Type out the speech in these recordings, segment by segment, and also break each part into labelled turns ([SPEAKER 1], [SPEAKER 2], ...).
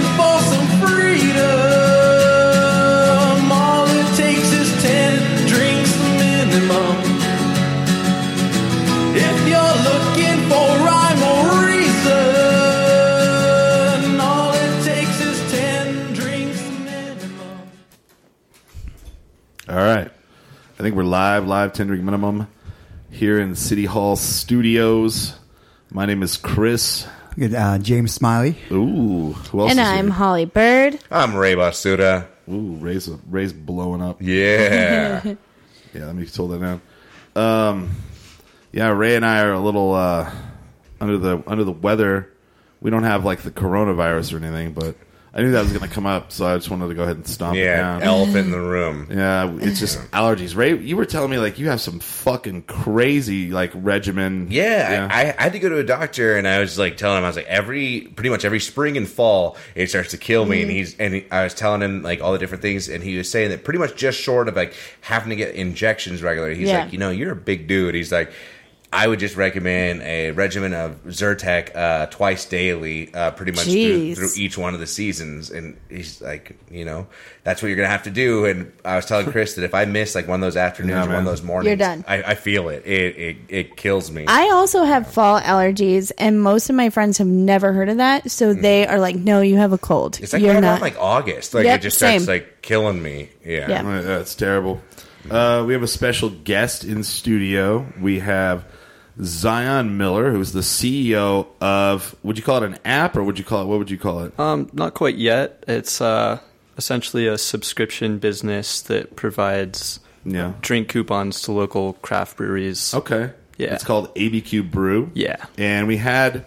[SPEAKER 1] for some freedom, all it takes is 10 drinks minimum. If you're looking for rhyme or reason, all it takes is 10 drinks minimum.
[SPEAKER 2] All right. I think we're live, live tendering minimum here in City Hall Studios. My name is Chris.
[SPEAKER 3] Good, uh, James Smiley.
[SPEAKER 2] Ooh, who else?
[SPEAKER 4] And
[SPEAKER 2] is
[SPEAKER 4] I'm
[SPEAKER 2] here?
[SPEAKER 4] Holly Bird.
[SPEAKER 5] I'm Ray Basuda.
[SPEAKER 2] Ooh, Ray's Ray's blowing up.
[SPEAKER 5] Yeah.
[SPEAKER 2] Yeah, let me slow that down. Um, yeah, Ray and I are a little uh, under the under the weather. We don't have like the coronavirus or anything, but I knew that was going to come up, so I just wanted to go ahead and stomp
[SPEAKER 5] yeah.
[SPEAKER 2] it down.
[SPEAKER 5] Elephant in the room.
[SPEAKER 2] yeah, it's just allergies. Ray, you were telling me like you have some fucking crazy like regimen.
[SPEAKER 5] Yeah, I, I had to go to a doctor, and I was like telling him, I was like, every pretty much every spring and fall, it starts to kill
[SPEAKER 4] Mm-hmm.
[SPEAKER 5] me. And he's and I was telling him like all the different things, and he was saying that pretty much just short of like having to get injections regularly. He's
[SPEAKER 4] Yeah.
[SPEAKER 5] like, you know, you're a big dude. He's like. I would just recommend a regimen of Zyrtec uh, twice daily, uh, pretty much through,
[SPEAKER 4] Jeez.
[SPEAKER 5] through each one of the seasons. And he's like, you know, that's what you're gonna have to do. And I was telling Chris that if I miss like one of those afternoons,
[SPEAKER 2] Yeah,
[SPEAKER 5] or one
[SPEAKER 2] man.
[SPEAKER 5] of those mornings,
[SPEAKER 4] You're done.
[SPEAKER 5] I, I feel it. It, it. it kills me.
[SPEAKER 4] I also have fall allergies, and most of my friends have never heard of that, so
[SPEAKER 5] Hmm.
[SPEAKER 4] they are like, "No, you have a cold.
[SPEAKER 5] It's like
[SPEAKER 4] You're
[SPEAKER 5] right
[SPEAKER 4] not."
[SPEAKER 5] around like August. Like
[SPEAKER 4] Yep,
[SPEAKER 5] it just starts
[SPEAKER 4] same.
[SPEAKER 5] like killing me. Yeah.
[SPEAKER 4] Yeah.
[SPEAKER 2] Uh, That's terrible. Uh, we have a special guest in studio. We have Zion Miller, who's the CEO of. Would you call it an app, or would you call it? What would you call it?
[SPEAKER 6] Um, not quite yet. It's uh, essentially a subscription business that provides
[SPEAKER 2] yeah. Oh.
[SPEAKER 6] drink coupons to local craft breweries.
[SPEAKER 2] Okay.
[SPEAKER 6] Yeah.
[SPEAKER 2] It's called ABQ Brew.
[SPEAKER 6] Yeah.
[SPEAKER 2] And we had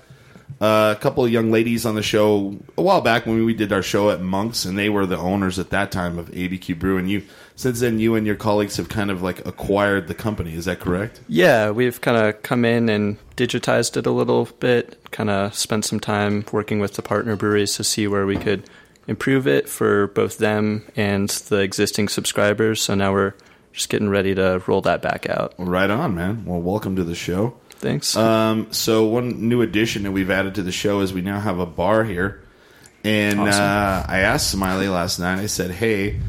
[SPEAKER 2] uh, a couple of young ladies on the show a while back when we did our show at Monks, and they were the owners at that time of ABQ Brew. And you, since then, you and your colleagues have kind of like acquired the company. Is that correct?
[SPEAKER 6] Yeah, we've kind of come in and digitized it a little bit, kind of spent some time working with the partner breweries to see where we could improve it for both them and the existing subscribers. So now we're just getting ready to roll that back out.
[SPEAKER 2] Right on, man. Well, welcome to the show.
[SPEAKER 6] Thanks.
[SPEAKER 2] Um, so one new addition that we've added to the show is we now have a bar here. And
[SPEAKER 6] Awesome.
[SPEAKER 2] uh, I asked Smiley last night. I said, "Hey,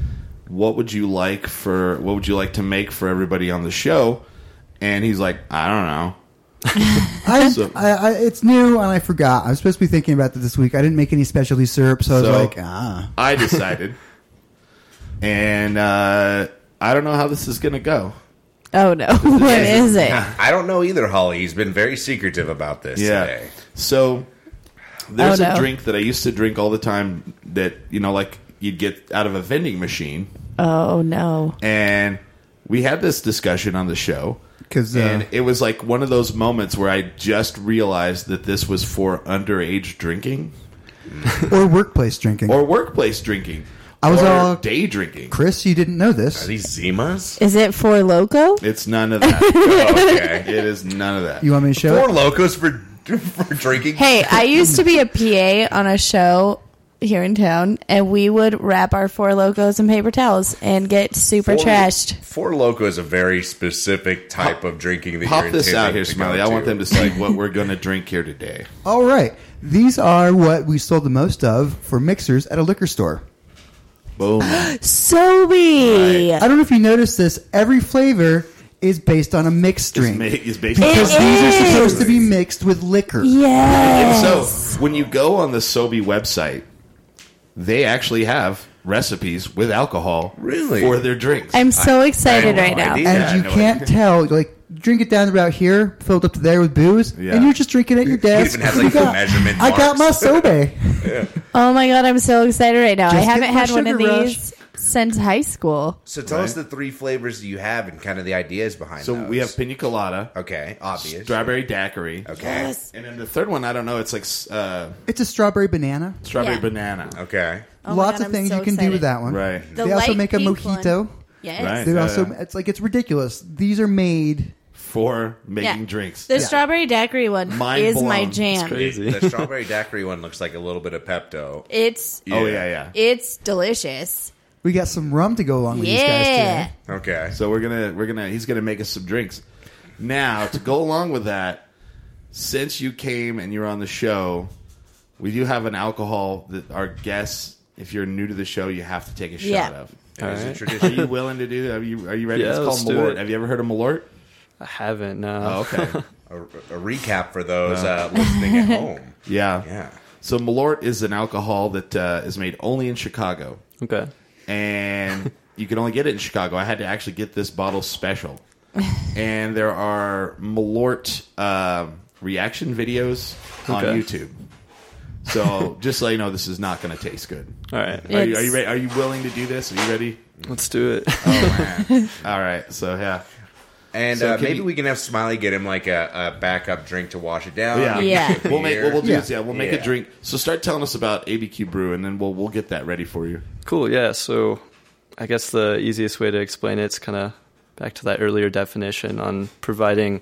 [SPEAKER 2] what would you like for what would you like to make for everybody on the show?" And he's like, "I don't know."
[SPEAKER 3] I,
[SPEAKER 2] So-
[SPEAKER 3] I, I, it's new and I forgot. I was supposed to be thinking about that this week. I didn't make any specialty syrup, so, I
[SPEAKER 2] So-
[SPEAKER 3] was like, ah.
[SPEAKER 2] I decided, and uh, I don't know how this is going to go.
[SPEAKER 4] "Oh no, what is it?"
[SPEAKER 5] I don't know either, Holly. He's been very secretive about this today.
[SPEAKER 2] So there's
[SPEAKER 4] Oh, no.
[SPEAKER 2] a drink that I used to drink all the time that you know, like you'd get out of a vending machine,
[SPEAKER 4] Oh no,
[SPEAKER 2] and we had this discussion on the show.
[SPEAKER 3] Because
[SPEAKER 2] and it was like one of those moments where I just realized that this was for underage drinking
[SPEAKER 3] or workplace drinking.
[SPEAKER 2] or workplace drinking.
[SPEAKER 3] I was
[SPEAKER 2] or
[SPEAKER 3] all-
[SPEAKER 2] day drinking.
[SPEAKER 3] Chris, you didn't know
[SPEAKER 5] Are
[SPEAKER 3] this.
[SPEAKER 5] these Zimas?
[SPEAKER 4] is it for loco?
[SPEAKER 2] It's none of that.
[SPEAKER 5] okay.
[SPEAKER 2] it is none of that.
[SPEAKER 3] You want me to show
[SPEAKER 5] Four
[SPEAKER 3] it?
[SPEAKER 5] locos for for drinking.
[SPEAKER 4] Hey, I used to be a PA on a show here in town, and we would wrap our four locos in paper towels and get super
[SPEAKER 5] Four-
[SPEAKER 4] trashed.
[SPEAKER 5] Four Loco is a very specific type of drinking that
[SPEAKER 2] Pop
[SPEAKER 5] you're
[SPEAKER 2] this out
[SPEAKER 5] intending
[SPEAKER 2] here,
[SPEAKER 5] to go
[SPEAKER 2] Smiley. I want them to say what we're going to drink here today.
[SPEAKER 3] All right. These are what we sold the most of for mixers at a liquor store.
[SPEAKER 2] Boom.
[SPEAKER 4] Sobe.
[SPEAKER 3] I don't know if you noticed this. Every flavor is based on a mixed drink.
[SPEAKER 2] Is
[SPEAKER 3] because
[SPEAKER 4] It
[SPEAKER 3] these are
[SPEAKER 4] is.
[SPEAKER 3] supposed to be mixed with liquor.
[SPEAKER 4] Yes.
[SPEAKER 2] so when you go on the Sobe website, they actually have recipes with alcohol
[SPEAKER 5] Really?
[SPEAKER 2] for their drinks.
[SPEAKER 4] I'm so excited
[SPEAKER 5] no
[SPEAKER 4] right now.
[SPEAKER 5] idea.
[SPEAKER 3] and
[SPEAKER 5] Yeah,
[SPEAKER 3] you
[SPEAKER 5] no
[SPEAKER 3] can't tell. Like, drink it down about here, filled up to there with booze,
[SPEAKER 2] Yeah.
[SPEAKER 3] and you're just drinking at your desk.
[SPEAKER 5] even has,
[SPEAKER 3] You
[SPEAKER 5] like, the
[SPEAKER 3] got-
[SPEAKER 5] measurement
[SPEAKER 3] I got my
[SPEAKER 5] marks.
[SPEAKER 3] sobe.
[SPEAKER 4] Oh my god, I'm so excited right now. I
[SPEAKER 3] Just
[SPEAKER 4] haven't
[SPEAKER 3] getting my
[SPEAKER 4] had one of
[SPEAKER 3] sugar
[SPEAKER 4] these since high school.
[SPEAKER 5] So tell us the three flavors you have and kind of the ideas behind
[SPEAKER 2] so we have
[SPEAKER 5] those.
[SPEAKER 2] pina colada,
[SPEAKER 5] okay, obvious.
[SPEAKER 2] strawberry daiquiri,
[SPEAKER 5] okay.
[SPEAKER 2] and then the third one I don't know. It's like uh,
[SPEAKER 3] It's a strawberry banana.
[SPEAKER 2] strawberry
[SPEAKER 4] Yeah.
[SPEAKER 2] banana.
[SPEAKER 5] Okay.
[SPEAKER 4] Oh my
[SPEAKER 3] Lots
[SPEAKER 4] God,
[SPEAKER 3] of
[SPEAKER 4] I'm
[SPEAKER 3] things
[SPEAKER 4] so
[SPEAKER 3] you can do
[SPEAKER 4] excited.
[SPEAKER 3] with that one.
[SPEAKER 2] Right.
[SPEAKER 4] The
[SPEAKER 3] they also
[SPEAKER 4] light
[SPEAKER 3] make a
[SPEAKER 4] pink
[SPEAKER 3] mojito.
[SPEAKER 4] one. Yes.
[SPEAKER 2] Right.
[SPEAKER 5] Uh-huh.
[SPEAKER 3] They
[SPEAKER 2] Yeah,
[SPEAKER 3] also
[SPEAKER 2] yeah.
[SPEAKER 3] it's like it's ridiculous. These are made
[SPEAKER 2] for making
[SPEAKER 4] Yeah.
[SPEAKER 2] drinks.
[SPEAKER 3] Yeah.
[SPEAKER 4] The strawberry daiquiri one
[SPEAKER 2] Mind
[SPEAKER 4] is my
[SPEAKER 2] blown.
[SPEAKER 6] It's
[SPEAKER 4] jam.
[SPEAKER 6] crazy.
[SPEAKER 5] The strawberry daiquiri one looks like a little bit of Pepto.
[SPEAKER 4] It's
[SPEAKER 2] Oh yeah, yeah.
[SPEAKER 4] it's delicious.
[SPEAKER 3] we got some rum to go along with these guys
[SPEAKER 4] Yeah.
[SPEAKER 3] today.
[SPEAKER 5] Okay.
[SPEAKER 2] So we're gonna we're gonna he's gonna make us some drinks. Now to go along with that, since you came and you're on the show, we do have an alcohol that our guests, if you're new to the show, you have to take a shot
[SPEAKER 4] Yeah.
[SPEAKER 2] of.
[SPEAKER 5] It is a
[SPEAKER 6] Alright.
[SPEAKER 2] Are
[SPEAKER 5] tradition.
[SPEAKER 2] you willing to do that? Are you, are you ready?
[SPEAKER 6] Yeah,
[SPEAKER 2] it's called
[SPEAKER 6] let's do
[SPEAKER 2] Malort.
[SPEAKER 6] it.
[SPEAKER 2] Have you ever heard of Malort?
[SPEAKER 6] I haven't. No.
[SPEAKER 2] Oh, okay.
[SPEAKER 5] a, a recap for those uh, listening at home.
[SPEAKER 2] yeah.
[SPEAKER 5] Yeah.
[SPEAKER 2] So Malort is an alcohol that uh, is made only in Chicago.
[SPEAKER 6] okay.
[SPEAKER 2] and you can only get it in Chicago. I had to actually get this bottle special. and there are Malort um reaction videos on
[SPEAKER 6] Okay.
[SPEAKER 2] YouTube. So just so you know, this is not going to taste good.
[SPEAKER 6] All right.
[SPEAKER 4] Yeah.
[SPEAKER 2] Are you,
[SPEAKER 4] It's-
[SPEAKER 2] are you ready? Are you willing to do this? Are you ready?
[SPEAKER 6] Let's do it.
[SPEAKER 2] All right. So yeah,
[SPEAKER 5] And
[SPEAKER 2] So
[SPEAKER 5] uh,
[SPEAKER 2] can
[SPEAKER 5] maybe
[SPEAKER 2] you-
[SPEAKER 5] we can have Smiley get him like a, a backup drink to wash it down.
[SPEAKER 2] yeah,
[SPEAKER 4] Yeah.
[SPEAKER 2] We'll make what we'll do
[SPEAKER 3] Yeah.
[SPEAKER 2] is yeah, we'll make
[SPEAKER 5] Oh, Yeah.
[SPEAKER 2] a drink. So start telling us about ABQ Brew, and then we'll we'll get that ready for you.
[SPEAKER 6] Cool. Yeah. So I guess the easiest way to explain it's kind of back to that earlier definition on providing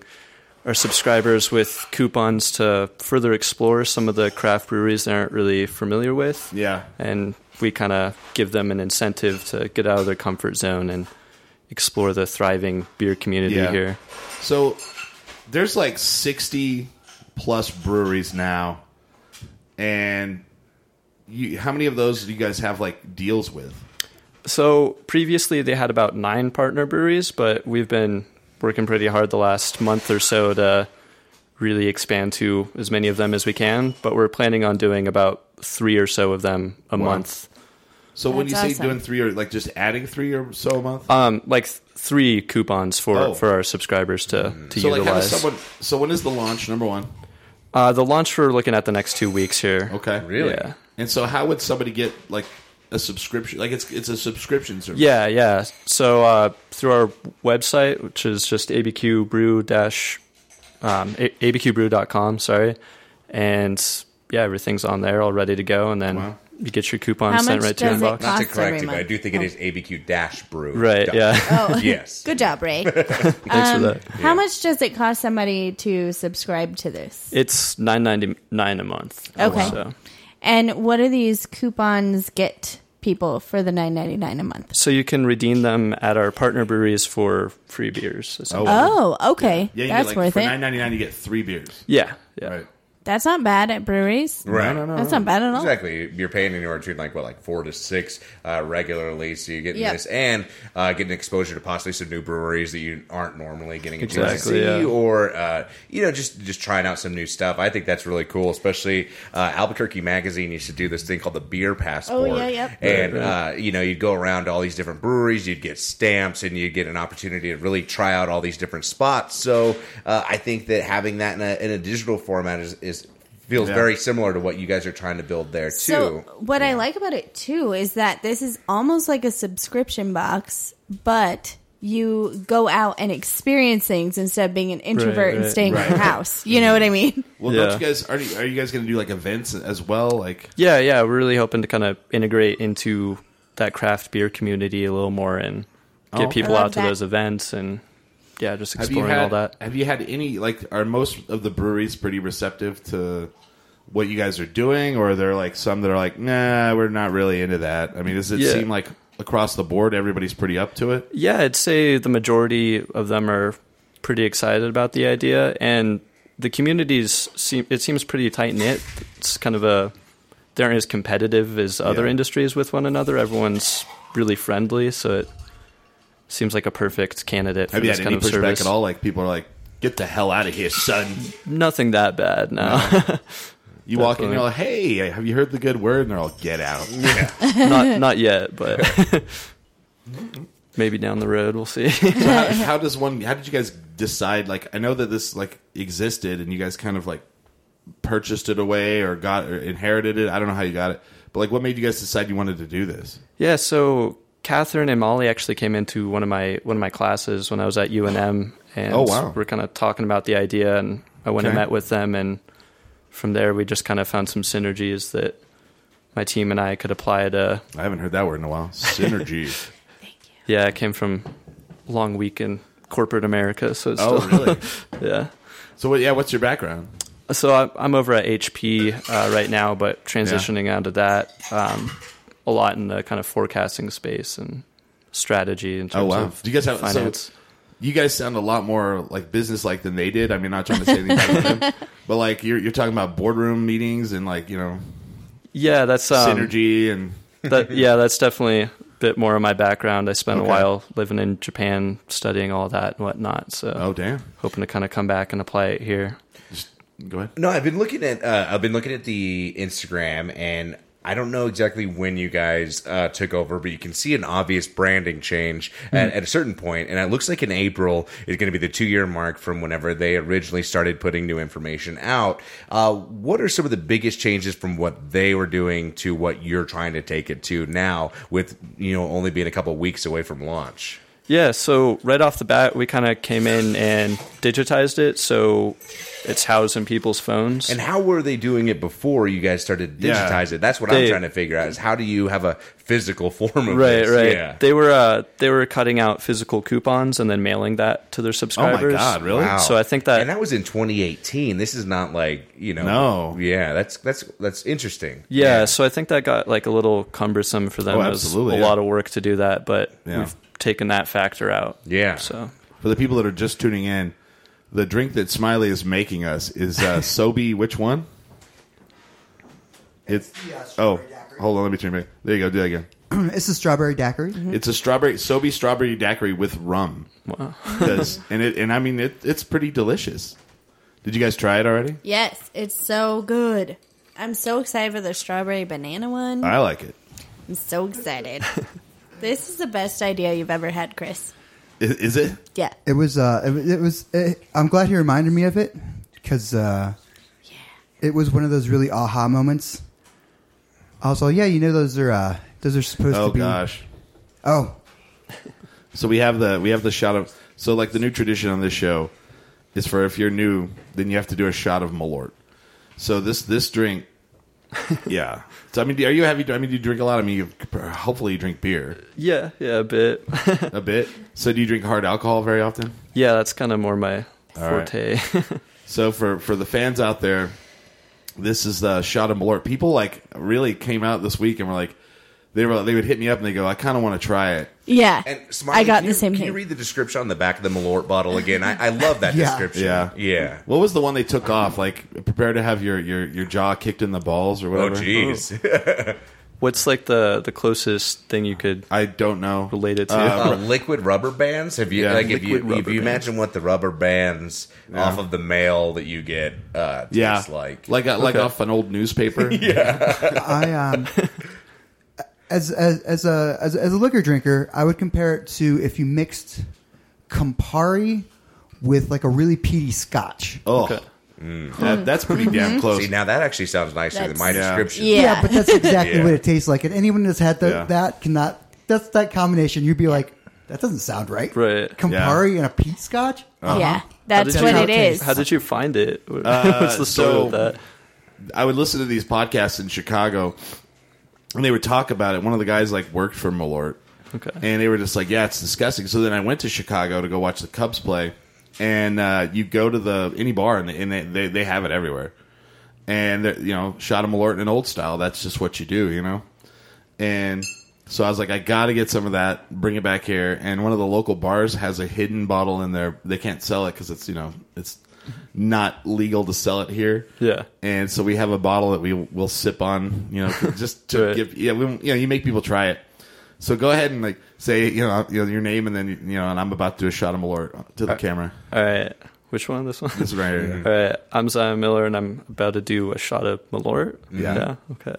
[SPEAKER 6] our subscribers with coupons to further explore some of the craft breweries they aren't really familiar with.
[SPEAKER 2] Yeah.
[SPEAKER 6] And we kind of give them an incentive to get out of their comfort zone and explore the thriving beer community
[SPEAKER 2] Yeah.
[SPEAKER 6] here.
[SPEAKER 2] So there's like 60 plus breweries now, and you, how many of those do you guys have like deals with?
[SPEAKER 6] So previously they had about nine partner breweries, but we've been working pretty hard the last month or so to really expand to as many of them as we can. But we're planning on doing about three or so of them a month.
[SPEAKER 2] So when you
[SPEAKER 4] That's
[SPEAKER 2] say
[SPEAKER 4] awesome.
[SPEAKER 2] doing three or like just adding three or so a month,
[SPEAKER 6] Um, like th- three coupons for,
[SPEAKER 2] Oh. Mm.
[SPEAKER 6] for our subscribers to, to
[SPEAKER 2] so like how does
[SPEAKER 6] utilize.
[SPEAKER 2] someone? So when is the launch? Number one,
[SPEAKER 6] uh, the launch we're looking at the next two weeks here.
[SPEAKER 2] okay,
[SPEAKER 5] Really?
[SPEAKER 6] Yeah.
[SPEAKER 2] And so how would somebody get like a subscription? Like it's it's a subscription service.
[SPEAKER 6] Yeah, yeah. So uh, through our website, which is just abqbrew dash um, a- abqbrew.com, sorry, and yeah, everything's on there all ready to go, and then
[SPEAKER 2] Wow.
[SPEAKER 6] you get your coupon
[SPEAKER 4] How
[SPEAKER 6] sent
[SPEAKER 4] much
[SPEAKER 6] right to your
[SPEAKER 4] does it
[SPEAKER 6] inbox.
[SPEAKER 5] Not to
[SPEAKER 4] Costs
[SPEAKER 5] correct
[SPEAKER 4] every
[SPEAKER 5] you, but I
[SPEAKER 4] month.
[SPEAKER 5] do think it is ABQ dash brew.
[SPEAKER 6] Right?
[SPEAKER 5] Dot-
[SPEAKER 6] Yeah.
[SPEAKER 4] Oh,
[SPEAKER 5] Yes.
[SPEAKER 4] Good job, Ray.
[SPEAKER 6] Thanks
[SPEAKER 4] Um,
[SPEAKER 6] for that.
[SPEAKER 4] How much does it cost somebody to subscribe to this?
[SPEAKER 6] It's nine ninety nine a month.
[SPEAKER 4] Okay.
[SPEAKER 6] So,
[SPEAKER 4] And what do these coupons get people for the nine ninety nine a month?
[SPEAKER 6] so you can redeem them at our partner breweries for free beers. essentially.
[SPEAKER 4] Oh, okay.
[SPEAKER 2] yeah. You
[SPEAKER 4] That's
[SPEAKER 2] get like,
[SPEAKER 4] worth
[SPEAKER 2] for
[SPEAKER 4] it.
[SPEAKER 2] nine ninety nine. You get three beers.
[SPEAKER 6] Yeah. Yeah.
[SPEAKER 2] Right.
[SPEAKER 4] That's not bad at breweries.
[SPEAKER 5] Right.
[SPEAKER 4] That's not bad at all.
[SPEAKER 5] Exactly. You're paying anywhere between like what, like four to six uh, regularly. So you're getting
[SPEAKER 4] Yep.
[SPEAKER 5] this and uh, getting exposure to possibly some new breweries that you aren't normally getting a chance
[SPEAKER 6] Exactly,
[SPEAKER 5] to see,
[SPEAKER 6] yeah.
[SPEAKER 5] or uh, you know, just just trying out some new stuff. I think that's really cool. Especially uh, Albuquerque Magazine used to do this thing called the Beer Passport.
[SPEAKER 4] Oh, yeah, yep.
[SPEAKER 5] And Uh, you know, you'd go around to all these different breweries, you'd get stamps, and you'd get an opportunity to really try out all these different spots. So uh, I think that having that in a, in a digital format is. is Feels
[SPEAKER 2] Yeah.
[SPEAKER 5] very similar to what you guys are trying to build there too.
[SPEAKER 4] So what I like about it too is that this is almost like a subscription box, but you go out and experience things instead of being an introvert and
[SPEAKER 6] right,
[SPEAKER 4] staying in your house. You know what I mean?
[SPEAKER 2] Well,
[SPEAKER 6] Yeah.
[SPEAKER 2] don't you guys are you, are you guys going to do like events as well? Like
[SPEAKER 6] Yeah, yeah, we're really hoping to kind of integrate into that craft beer community a little more and
[SPEAKER 2] Oh.
[SPEAKER 6] get people
[SPEAKER 4] I love
[SPEAKER 6] out to
[SPEAKER 4] that.
[SPEAKER 6] those events and yeah, just
[SPEAKER 2] Have you
[SPEAKER 6] exploring
[SPEAKER 2] had,
[SPEAKER 6] all that.
[SPEAKER 2] Have you had any like are most of the breweries pretty receptive to what you guys are doing, or are there like some that are like, nah, we're not really into that? I mean, does it
[SPEAKER 6] Yeah.
[SPEAKER 2] seem like across the board everybody's pretty up to it?
[SPEAKER 6] Yeah, I'd say the majority of them are pretty excited about the idea and the communities seem it seems pretty tight knit. It's kind of a they aren't as competitive as other
[SPEAKER 2] Yeah.
[SPEAKER 6] industries with one another. Everyone's really friendly, so it seems like a perfect candidate for
[SPEAKER 2] Have you
[SPEAKER 6] this
[SPEAKER 2] had
[SPEAKER 6] kind
[SPEAKER 2] any
[SPEAKER 6] of
[SPEAKER 2] pushback
[SPEAKER 6] service.
[SPEAKER 2] at all? Like people are like, get the hell out of here, son.
[SPEAKER 6] Nothing that bad, no.
[SPEAKER 2] You walk in,
[SPEAKER 6] Definitely.
[SPEAKER 2] you're like, hey, have you heard the good word? And they're all, get out.
[SPEAKER 6] not not yet, but maybe down the road we'll see.
[SPEAKER 2] So how, how does one? How did you guys decide? Like, I know that this like existed, and you guys kind of like purchased it away or got or inherited it. I don't know how you got it, but like, what made you guys decide you wanted to do this?
[SPEAKER 6] yeah, so Catherine and Molly actually came into one of my one of my classes when I was at UNM, and
[SPEAKER 2] Oh, wow.
[SPEAKER 6] we're kind of talking about the idea, and I went and
[SPEAKER 2] Okay.
[SPEAKER 6] met with them, and from there we just kind of found some synergies that my team and I could apply to
[SPEAKER 2] I haven't heard that word in a while. Synergy.
[SPEAKER 6] Yeah, I came from long week in corporate America, so it's
[SPEAKER 2] Oh,
[SPEAKER 6] still,
[SPEAKER 2] really?
[SPEAKER 6] yeah.
[SPEAKER 2] So, what, yeah, what's your background?
[SPEAKER 6] So I- I'm over at HP uh, right now, but transitioning out of that um, a lot in the kind of forecasting space and strategy in terms
[SPEAKER 2] Oh, wow.
[SPEAKER 6] of
[SPEAKER 2] Do you guys have- so-
[SPEAKER 6] finance.
[SPEAKER 2] You guys sound a lot more like business like than they did. I mean, not trying to say anything about them, but like you're you're talking about boardroom meetings and like you know
[SPEAKER 6] yeah, that's um,
[SPEAKER 2] synergy and
[SPEAKER 6] that, yeah, that's definitely a bit more of my background. I spent
[SPEAKER 2] Okay.
[SPEAKER 6] a while living in Japan, studying all that and whatnot. So
[SPEAKER 2] oh damn,
[SPEAKER 6] hoping to kind of come back and apply it here.
[SPEAKER 2] go ahead.
[SPEAKER 5] No, I've been looking at uh, I've been looking at the Instagram, and I don't know exactly when you guys uh, took over, but you can see an obvious branding change at, at a certain point, and it looks like in April is going to be the two year mark from whenever they originally started putting new information out. Uh, what are some of the biggest changes from what they were doing to what you're trying to take it to now, with you know only being a couple weeks away from launch?
[SPEAKER 6] Yeah, so right off the bat, we kind of came in and digitized it, so it's housed in people's phones.
[SPEAKER 5] And how were they doing it before you guys started to
[SPEAKER 2] Yeah.
[SPEAKER 5] digitize it? That's what I'm
[SPEAKER 6] They-
[SPEAKER 5] trying to figure out is how do you have a physical form of
[SPEAKER 6] right,
[SPEAKER 5] this?
[SPEAKER 6] right.
[SPEAKER 5] Yeah.
[SPEAKER 6] They were uh, they were cutting out physical coupons and then mailing that to their subscribers.
[SPEAKER 2] Oh God, really?
[SPEAKER 5] Wow.
[SPEAKER 6] So I think that-
[SPEAKER 5] and that was in 2018. This is not like you know.
[SPEAKER 2] No.
[SPEAKER 5] Yeah, that's that's that's interesting.
[SPEAKER 6] Yeah, so I think that got like a little cumbersome for them.
[SPEAKER 2] Oh,
[SPEAKER 6] It was
[SPEAKER 2] absolutely,
[SPEAKER 6] a
[SPEAKER 2] yeah.
[SPEAKER 6] lot of work to do that, but
[SPEAKER 2] Yeah.
[SPEAKER 6] we've taken that factor out.
[SPEAKER 5] Yeah.
[SPEAKER 6] So
[SPEAKER 2] For the people that are just tuning in, the drink that Smiley is making us is uh, Sobe. Which one? It's
[SPEAKER 3] the, uh,
[SPEAKER 2] oh,
[SPEAKER 3] strawberry daiquiri.
[SPEAKER 2] hold on, let me turn it back. There you go, do that again.
[SPEAKER 3] It's a strawberry daiquiri.
[SPEAKER 2] It's a strawberry Sobe strawberry daiquiri with rum.
[SPEAKER 6] wow.
[SPEAKER 2] 'Cause- and it and I mean it, it's pretty delicious. Did you guys try it already?
[SPEAKER 3] Mm-hmm.
[SPEAKER 4] Yes, it's so good. I'm so excited for the strawberry banana one.
[SPEAKER 2] I like it.
[SPEAKER 4] I'm so excited. this is the best idea you've ever had, Chris.
[SPEAKER 2] I- Is it?
[SPEAKER 4] Yeah.
[SPEAKER 3] It was. Uh, it, was- it was. It, I'm glad he reminded me of it because uh, it was one of those really aha moments. Also, yeah, you know those are uh, those are supposed
[SPEAKER 2] Oh
[SPEAKER 3] to be.
[SPEAKER 2] gosh.
[SPEAKER 3] Oh,
[SPEAKER 2] So we have the we have the shot of so like the new tradition on this show is for if you're new, then you have to do a shot of Malort. So this this drink, yeah. So I mean, are you heavy? I mean, do you drink a lot? I mean, you, hopefully you drink beer
[SPEAKER 6] Yeah, yeah, a bit.
[SPEAKER 2] a bit. So do you drink hard alcohol very often?
[SPEAKER 6] yeah, that's kind of more my
[SPEAKER 2] right.
[SPEAKER 6] forte.
[SPEAKER 2] So for for the fans out there, this is the shot of Malort. People like really came out this week and were like, they were they would hit me up and they go, I kind of want to try it.
[SPEAKER 4] Yeah.
[SPEAKER 5] And Smiley,
[SPEAKER 4] I got
[SPEAKER 5] can
[SPEAKER 4] the
[SPEAKER 5] you,
[SPEAKER 4] same
[SPEAKER 5] Can
[SPEAKER 4] thing.
[SPEAKER 5] you read the description on the back of the Malort bottle again? I, I love that
[SPEAKER 3] Yeah.
[SPEAKER 5] description.
[SPEAKER 2] Yeah.
[SPEAKER 5] Yeah.
[SPEAKER 2] What was the one they took off? Like prepare to have your your your jaw kicked in the balls or
[SPEAKER 5] Oh
[SPEAKER 2] whatever.
[SPEAKER 5] jeez.
[SPEAKER 6] What's like the the closest thing you could
[SPEAKER 2] I don't know.
[SPEAKER 6] relate it to?
[SPEAKER 5] Uh, liquid rubber bands. Have you
[SPEAKER 2] Yeah.
[SPEAKER 5] like if you
[SPEAKER 6] Liquid
[SPEAKER 5] if
[SPEAKER 6] rubber
[SPEAKER 5] you
[SPEAKER 6] bands.
[SPEAKER 5] imagine what the rubber bands off of the mail that you get uh, tastes
[SPEAKER 2] yeah,
[SPEAKER 5] like
[SPEAKER 2] like a- like
[SPEAKER 6] Okay.
[SPEAKER 2] off an old newspaper.
[SPEAKER 3] I um, as as as a as, as a liquor drinker, I would compare it to if you mixed Campari with like a really peaty Scotch.
[SPEAKER 2] Oh,
[SPEAKER 6] Okay. Mm-hmm.
[SPEAKER 2] that, that's pretty damn close.
[SPEAKER 5] Mm. See, now that actually sounds nicer than
[SPEAKER 4] That's-
[SPEAKER 5] my
[SPEAKER 2] Yeah.
[SPEAKER 5] description.
[SPEAKER 4] Yeah.
[SPEAKER 3] but that's exactly
[SPEAKER 5] Yeah.
[SPEAKER 3] what it tastes like. And anyone that's had the,
[SPEAKER 2] Yeah.
[SPEAKER 3] that cannot. That's that combination. You'd be like, that doesn't sound right.
[SPEAKER 6] Right.
[SPEAKER 3] Campari and a peat Scotch.
[SPEAKER 4] Yeah.
[SPEAKER 6] How
[SPEAKER 4] That's
[SPEAKER 6] did
[SPEAKER 4] what
[SPEAKER 6] you-
[SPEAKER 4] Uh-huh. it is.
[SPEAKER 6] How did you find it? What's the story
[SPEAKER 2] Uh, so-
[SPEAKER 6] with that?
[SPEAKER 2] I would listen to these podcasts in Chicago, and they would talk about it. One of the guys like worked for Malort,
[SPEAKER 6] Okay.
[SPEAKER 2] and they were just like, "Yeah, it's disgusting." So then I went to Chicago to go watch the Cubs play, and uh, you go to the any bar and, they, and they, they they have it everywhere, and they're, you know, shot of Malort in an old style. That's just what you do, you know. And so I was like, I got to get some of that, bring it back here. And one of the local bars has a hidden bottle in there. They can't sell it because it's you know it's not legal to sell it here.
[SPEAKER 6] Yeah.
[SPEAKER 2] And so we have a bottle that we will sip on, you know, just to
[SPEAKER 6] Right.
[SPEAKER 2] give yeah, we, you know, you make people try it. So go ahead and like say you know, you know your name and then you know, and I'm about to do a shot of Malort
[SPEAKER 6] Uh,
[SPEAKER 2] to the camera.
[SPEAKER 6] All right. Which one? This one?
[SPEAKER 2] This is right here.
[SPEAKER 6] All right. I'm Zion Miller, and I'm about to do a shot of Malort.
[SPEAKER 2] Yeah.
[SPEAKER 6] Okay.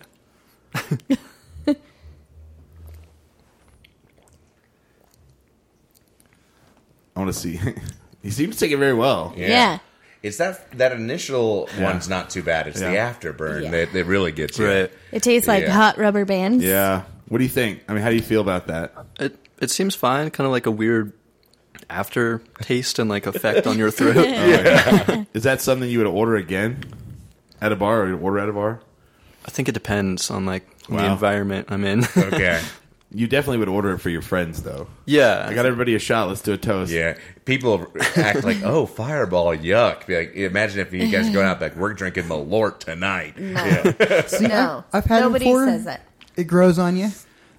[SPEAKER 2] I want to see. he seems to take it very well.
[SPEAKER 4] yeah.
[SPEAKER 5] It's that that initial one's not too bad. It's the
[SPEAKER 2] Yeah.
[SPEAKER 5] afterburn
[SPEAKER 4] Yeah.
[SPEAKER 5] that, that really gets you.
[SPEAKER 6] Right.
[SPEAKER 4] It tastes like
[SPEAKER 5] Yeah.
[SPEAKER 4] hot rubber bands.
[SPEAKER 2] Yeah. What do you think? I mean, how do you feel about that?
[SPEAKER 6] It it seems fine. Kind of like a weird aftertaste and like effect on your throat.
[SPEAKER 2] Is that something you would order again at a bar or order at a bar?
[SPEAKER 6] I think it depends on like
[SPEAKER 2] Wow.
[SPEAKER 6] the environment I'm in.
[SPEAKER 5] Okay.
[SPEAKER 2] You definitely would order it for your friends, though.
[SPEAKER 6] Yeah.
[SPEAKER 2] I got everybody a shot. Let's do a toast.
[SPEAKER 5] Yeah, people act like, "Oh, fireball, yuck!" Be like, imagine if you guys are going out like, "We're drinking Malort tonight." Yeah.
[SPEAKER 3] See,
[SPEAKER 4] No,
[SPEAKER 3] I've, I've had
[SPEAKER 4] nobody
[SPEAKER 3] it before.
[SPEAKER 4] says that.
[SPEAKER 3] It grows on you.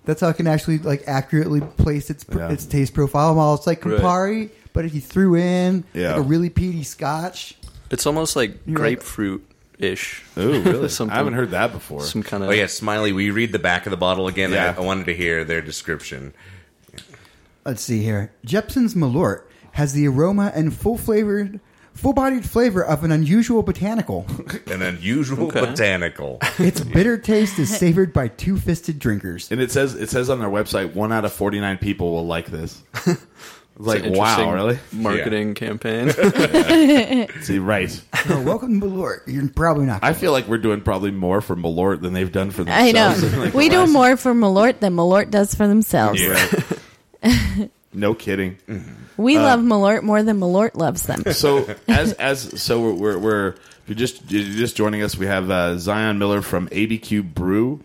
[SPEAKER 3] That's how it can actually like accurately place its pr-
[SPEAKER 2] Yeah.
[SPEAKER 3] its taste profile. While it's like
[SPEAKER 6] Right.
[SPEAKER 3] Campari, but if you threw in
[SPEAKER 2] Yeah.
[SPEAKER 3] like a really peaty Scotch,
[SPEAKER 6] It's almost like
[SPEAKER 3] You're right.
[SPEAKER 6] grapefruit ish.
[SPEAKER 2] Ooh, really?
[SPEAKER 6] Something-
[SPEAKER 2] I haven't heard that before.
[SPEAKER 6] Some kind of
[SPEAKER 5] Oh yeah, Smiley. We read the back of the bottle again.
[SPEAKER 2] Yeah.
[SPEAKER 5] I, I wanted to hear their description.
[SPEAKER 3] let's see here. Jepson's Malort has the aroma and full flavored, full bodied flavor of an unusual botanical.
[SPEAKER 5] An unusual
[SPEAKER 6] Okay.
[SPEAKER 5] botanical.
[SPEAKER 3] its bitter taste is savored by two fisted drinkers.
[SPEAKER 2] And it says it says on their website one out of forty nine people will like this. It's like
[SPEAKER 6] It's an
[SPEAKER 2] wow,
[SPEAKER 6] interesting
[SPEAKER 2] really?
[SPEAKER 6] Marketing campaign.
[SPEAKER 2] See, right?
[SPEAKER 3] So welcome to Malort. You're probably not.
[SPEAKER 2] I feel like we're doing probably more for Malort than they've done for
[SPEAKER 4] I know.
[SPEAKER 2] themselves. Like,
[SPEAKER 4] we do
[SPEAKER 2] last-
[SPEAKER 4] more for Malort than Malort does for themselves.
[SPEAKER 2] No kidding.
[SPEAKER 6] Mm.
[SPEAKER 4] We love Malort more than Malort loves them.
[SPEAKER 2] So as as so we're we're, we're if you're just you're just joining us, we have uh, Zion Miller from ABQ Brew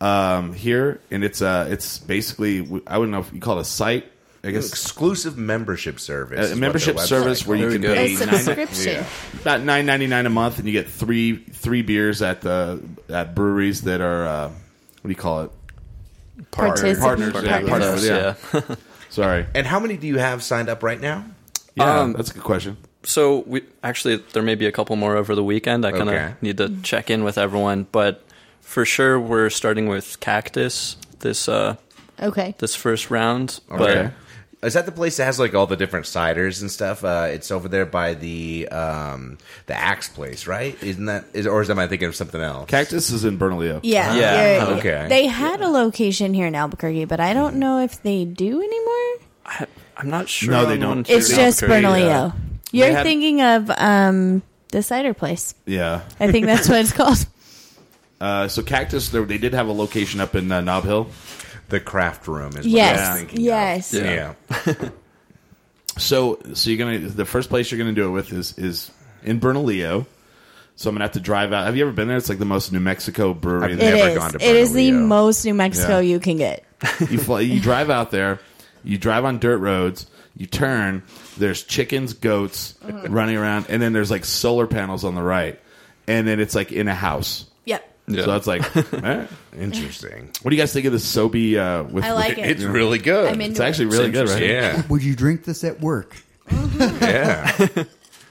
[SPEAKER 2] um, here, and it's uh it's basically I wouldn't know if you call it a site. I guess
[SPEAKER 5] Exclusive membership service. is
[SPEAKER 2] a
[SPEAKER 5] what
[SPEAKER 2] Uh, membership
[SPEAKER 5] their website
[SPEAKER 2] service where you
[SPEAKER 6] There
[SPEAKER 2] can
[SPEAKER 6] we go.
[SPEAKER 4] A
[SPEAKER 2] pay nine,
[SPEAKER 4] subscription.
[SPEAKER 5] Yeah.
[SPEAKER 2] about nine ninety nine a month, and you get three three beers at the at breweries that are uh, what do you call it?
[SPEAKER 4] Participant-
[SPEAKER 2] partners, yeah,
[SPEAKER 4] partners.
[SPEAKER 2] partners, yeah.
[SPEAKER 6] yeah.
[SPEAKER 2] Sorry,
[SPEAKER 5] And how many do you have signed up right now?
[SPEAKER 2] yeah,
[SPEAKER 6] Um,
[SPEAKER 2] that's a good question.
[SPEAKER 6] So we actually there may be a couple more over the weekend. I kind of
[SPEAKER 5] Okay.
[SPEAKER 6] need to check in with everyone, but for sure we're starting with cactus this uh
[SPEAKER 4] Okay.
[SPEAKER 6] this first round.
[SPEAKER 2] Okay.
[SPEAKER 5] Is that the place that has like all the different ciders and stuff? Uh, it's over there by the um, the axe place, right? Isn't that is or is am I thinking of something else?
[SPEAKER 2] Cactus is in Bernalillo.
[SPEAKER 4] Yeah.
[SPEAKER 6] Yeah.
[SPEAKER 5] Okay.
[SPEAKER 4] They had a location here in Albuquerque, but I don't know if they do anymore.
[SPEAKER 6] But I, I'm not sure.
[SPEAKER 2] No, they
[SPEAKER 6] on
[SPEAKER 2] don't.
[SPEAKER 6] one
[SPEAKER 4] It's
[SPEAKER 6] for
[SPEAKER 4] just
[SPEAKER 6] Albuquerque.
[SPEAKER 4] Bernalillo.
[SPEAKER 2] They
[SPEAKER 4] You're
[SPEAKER 2] had-
[SPEAKER 4] thinking of um, the cider place.
[SPEAKER 2] yeah.
[SPEAKER 4] I think that's what it's called.
[SPEAKER 2] Uh, so Cactus, there, they did have a location up in uh, Knob Hill.
[SPEAKER 5] The craft room is what I was
[SPEAKER 4] Yes.
[SPEAKER 5] thinking of.
[SPEAKER 4] Yes.
[SPEAKER 6] Yeah.
[SPEAKER 5] Yeah.
[SPEAKER 2] So, so you're gonna the first place you're gonna do it with is is in Bernalillo. So I'm gonna have to drive out. Have you ever been there? It's like the most New Mexico brewery.
[SPEAKER 5] I've
[SPEAKER 2] in
[SPEAKER 4] It
[SPEAKER 5] Never
[SPEAKER 4] is.
[SPEAKER 5] gone to
[SPEAKER 4] It is the
[SPEAKER 5] Bernalillo.
[SPEAKER 4] most New Mexico
[SPEAKER 2] Yeah.
[SPEAKER 4] you can get.
[SPEAKER 2] you fly, you drive out there, you drive on dirt roads, you turn, there's chickens, goats
[SPEAKER 4] Uh-huh.
[SPEAKER 2] running around, and then there's like solar panels on the right, and then it's like in a house.
[SPEAKER 4] Yep.
[SPEAKER 6] Yeah.
[SPEAKER 2] So that's like, eh.
[SPEAKER 5] Interesting.
[SPEAKER 2] what do you guys think of this Sobe? Uh, with
[SPEAKER 4] I like it.
[SPEAKER 5] It's really good.
[SPEAKER 4] I'm into
[SPEAKER 2] It's actually really good, right?
[SPEAKER 5] yeah.
[SPEAKER 3] Would you drink this at work?
[SPEAKER 5] Yeah.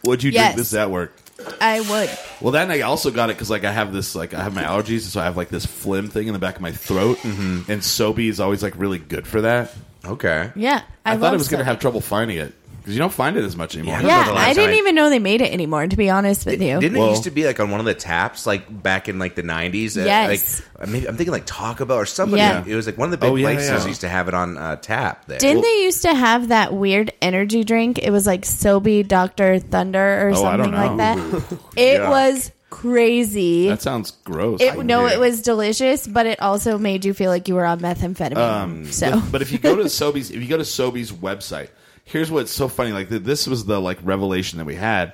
[SPEAKER 2] Would you
[SPEAKER 4] Yes.
[SPEAKER 2] drink this at work?
[SPEAKER 4] I would.
[SPEAKER 2] Well, then I also got it because like I have this like I have my allergies, so I have like this phlegm thing in the back of my throat, and Sobe is always like really good for that.
[SPEAKER 5] Okay.
[SPEAKER 4] Yeah.
[SPEAKER 2] I, thought I
[SPEAKER 4] love
[SPEAKER 2] was going to
[SPEAKER 4] Sobe.
[SPEAKER 2] have trouble finding it because you don't find it as much anymore.
[SPEAKER 5] Yeah. I don't know
[SPEAKER 4] Yeah,
[SPEAKER 5] the last
[SPEAKER 4] I didn't
[SPEAKER 5] time I-
[SPEAKER 4] even know they made it anymore. To be honest with you,
[SPEAKER 5] Didn't
[SPEAKER 2] Well-
[SPEAKER 5] it used to be like on one of the taps, like back in like the nineties?
[SPEAKER 4] Yes.
[SPEAKER 5] Like maybe I'm thinking like Taco Bell or somebody.
[SPEAKER 4] Yeah.
[SPEAKER 5] It was like one of the big
[SPEAKER 2] Oh, yeah,
[SPEAKER 5] places
[SPEAKER 2] yeah.
[SPEAKER 5] used to have it on uh, tap. There.
[SPEAKER 4] Didn't they used to have that weird energy drink? It was like Sobe Doctor Thunder or
[SPEAKER 2] Oh, I
[SPEAKER 4] something
[SPEAKER 2] don't
[SPEAKER 4] like that.
[SPEAKER 2] know.
[SPEAKER 4] It
[SPEAKER 2] Yuck.
[SPEAKER 4] was crazy.
[SPEAKER 2] That sounds gross.
[SPEAKER 4] it no,
[SPEAKER 5] do.
[SPEAKER 4] it was delicious, but it also made you feel like you were on methamphetamine. so
[SPEAKER 2] Mm. but Um, if you go to Sobeys, if you go to Sobeys website, here's what's so funny. Like th- this was the like revelation that we had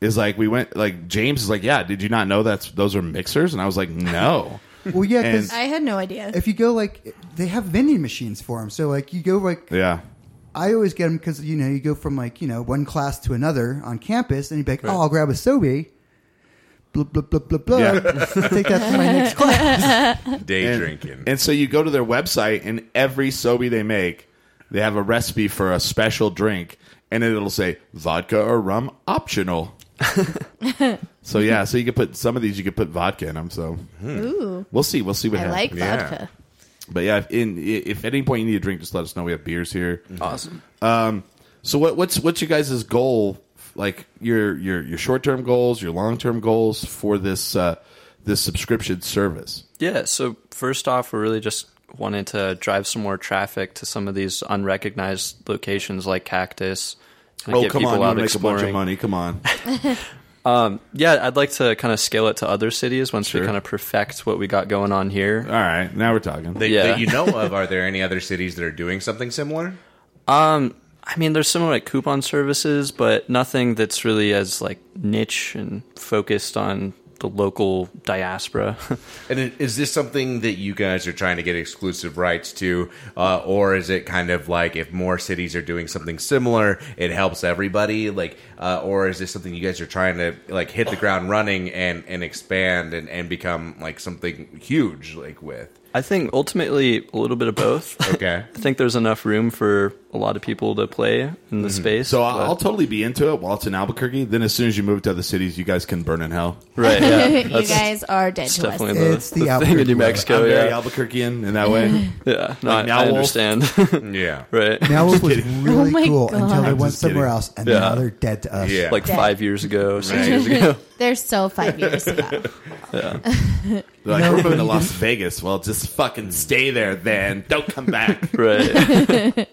[SPEAKER 2] is like we went like James is like, yeah, did you not know that's those are mixers? And I was like, no.
[SPEAKER 3] Well, yeah, because
[SPEAKER 2] And-
[SPEAKER 4] I had no idea.
[SPEAKER 3] if you go like they have vending machines for them. So like you go like
[SPEAKER 2] yeah.
[SPEAKER 3] I always get them because you know you go from like you know one class to another on campus, and you'd be like, "Oh, I'll grab a Sobe." Blah blah blah blah blah.
[SPEAKER 2] Yeah.
[SPEAKER 3] Take that to my next class.
[SPEAKER 5] Day
[SPEAKER 2] And,
[SPEAKER 5] drinking.
[SPEAKER 2] And so you go to their website, and every Sobe they make, they have a recipe for a special drink, and it'll say vodka or rum optional. so yeah, so you could put some of these. You could put vodka in them. So
[SPEAKER 4] Ooh,
[SPEAKER 2] we'll see. We'll see what
[SPEAKER 4] Hmm. I
[SPEAKER 2] happens.
[SPEAKER 4] like
[SPEAKER 5] Yeah.
[SPEAKER 4] vodka.
[SPEAKER 2] But yeah, if, in, if at any point you need a drink, just let us know. We have beers here.
[SPEAKER 6] Awesome.
[SPEAKER 2] So what, what's what's your guys' goal? Like your your your short term goals, your long term goals for this uh, this subscription service.
[SPEAKER 6] Yeah, so first off, we're really just wanting to drive some more traffic to some of these unrecognized locations like Cactus. kinda
[SPEAKER 2] Oh
[SPEAKER 6] get
[SPEAKER 2] come on,
[SPEAKER 6] people
[SPEAKER 2] you
[SPEAKER 6] out
[SPEAKER 2] wanna make a bunch of
[SPEAKER 6] exploring.
[SPEAKER 2] money. Come on,
[SPEAKER 6] Yeah, I'd like to kind of scale it to other cities once
[SPEAKER 2] Sure.
[SPEAKER 6] we kind of perfect what we got going on here.
[SPEAKER 2] all right, now we're talking.
[SPEAKER 5] that,
[SPEAKER 6] yeah.
[SPEAKER 5] that you know of, are there any other cities that are doing something similar?
[SPEAKER 6] Um, I mean, there's similar like coupon services, but nothing that's really as like niche and focused on the local diaspora.
[SPEAKER 5] And i- is this something that you guys are trying to get exclusive rights to, uh, or is it kind of like if more cities are doing something similar, it helps everybody? Like, uh, or is this something you guys are trying to like hit the ground running and and expand and and become like something huge like with?
[SPEAKER 6] I think ultimately a little bit of both.
[SPEAKER 5] Okay.
[SPEAKER 6] I think there's enough room for a lot of people to play in the space.
[SPEAKER 2] So I'll,
[SPEAKER 6] but-
[SPEAKER 2] I'll totally be into it while it's in Albuquerque. Then as soon as you move to other cities, you guys can burn in hell.
[SPEAKER 6] right, yeah,
[SPEAKER 4] you
[SPEAKER 6] that's-
[SPEAKER 4] guys are dead
[SPEAKER 6] It's
[SPEAKER 4] to us.
[SPEAKER 6] definitely the,
[SPEAKER 3] It's the
[SPEAKER 6] the thing in
[SPEAKER 3] Albuquerque
[SPEAKER 6] New Mexico.
[SPEAKER 2] I'm very
[SPEAKER 6] yeah,
[SPEAKER 2] Albuquerquean in that way.
[SPEAKER 6] yeah. No,
[SPEAKER 2] Like
[SPEAKER 6] I-
[SPEAKER 2] Meow
[SPEAKER 6] I
[SPEAKER 2] Wolf.
[SPEAKER 6] understand.
[SPEAKER 5] Yeah.
[SPEAKER 6] right,
[SPEAKER 3] Now it was
[SPEAKER 2] kidding.
[SPEAKER 4] Oh
[SPEAKER 3] really
[SPEAKER 4] my
[SPEAKER 3] cool until
[SPEAKER 4] God.
[SPEAKER 3] they
[SPEAKER 4] I'm
[SPEAKER 3] went
[SPEAKER 2] just kidding.
[SPEAKER 3] somewhere else, and
[SPEAKER 6] Yeah.
[SPEAKER 3] now they're dead to us.
[SPEAKER 5] Yeah.
[SPEAKER 6] like
[SPEAKER 4] Dead.
[SPEAKER 6] five years ago, six
[SPEAKER 5] Right.
[SPEAKER 6] years ago.
[SPEAKER 4] They're so five years ago.
[SPEAKER 2] They're like,
[SPEAKER 3] No,
[SPEAKER 2] we're moving to
[SPEAKER 3] you
[SPEAKER 2] Las Vegas. Well, just fucking stay there then. Don't come back.
[SPEAKER 6] Right,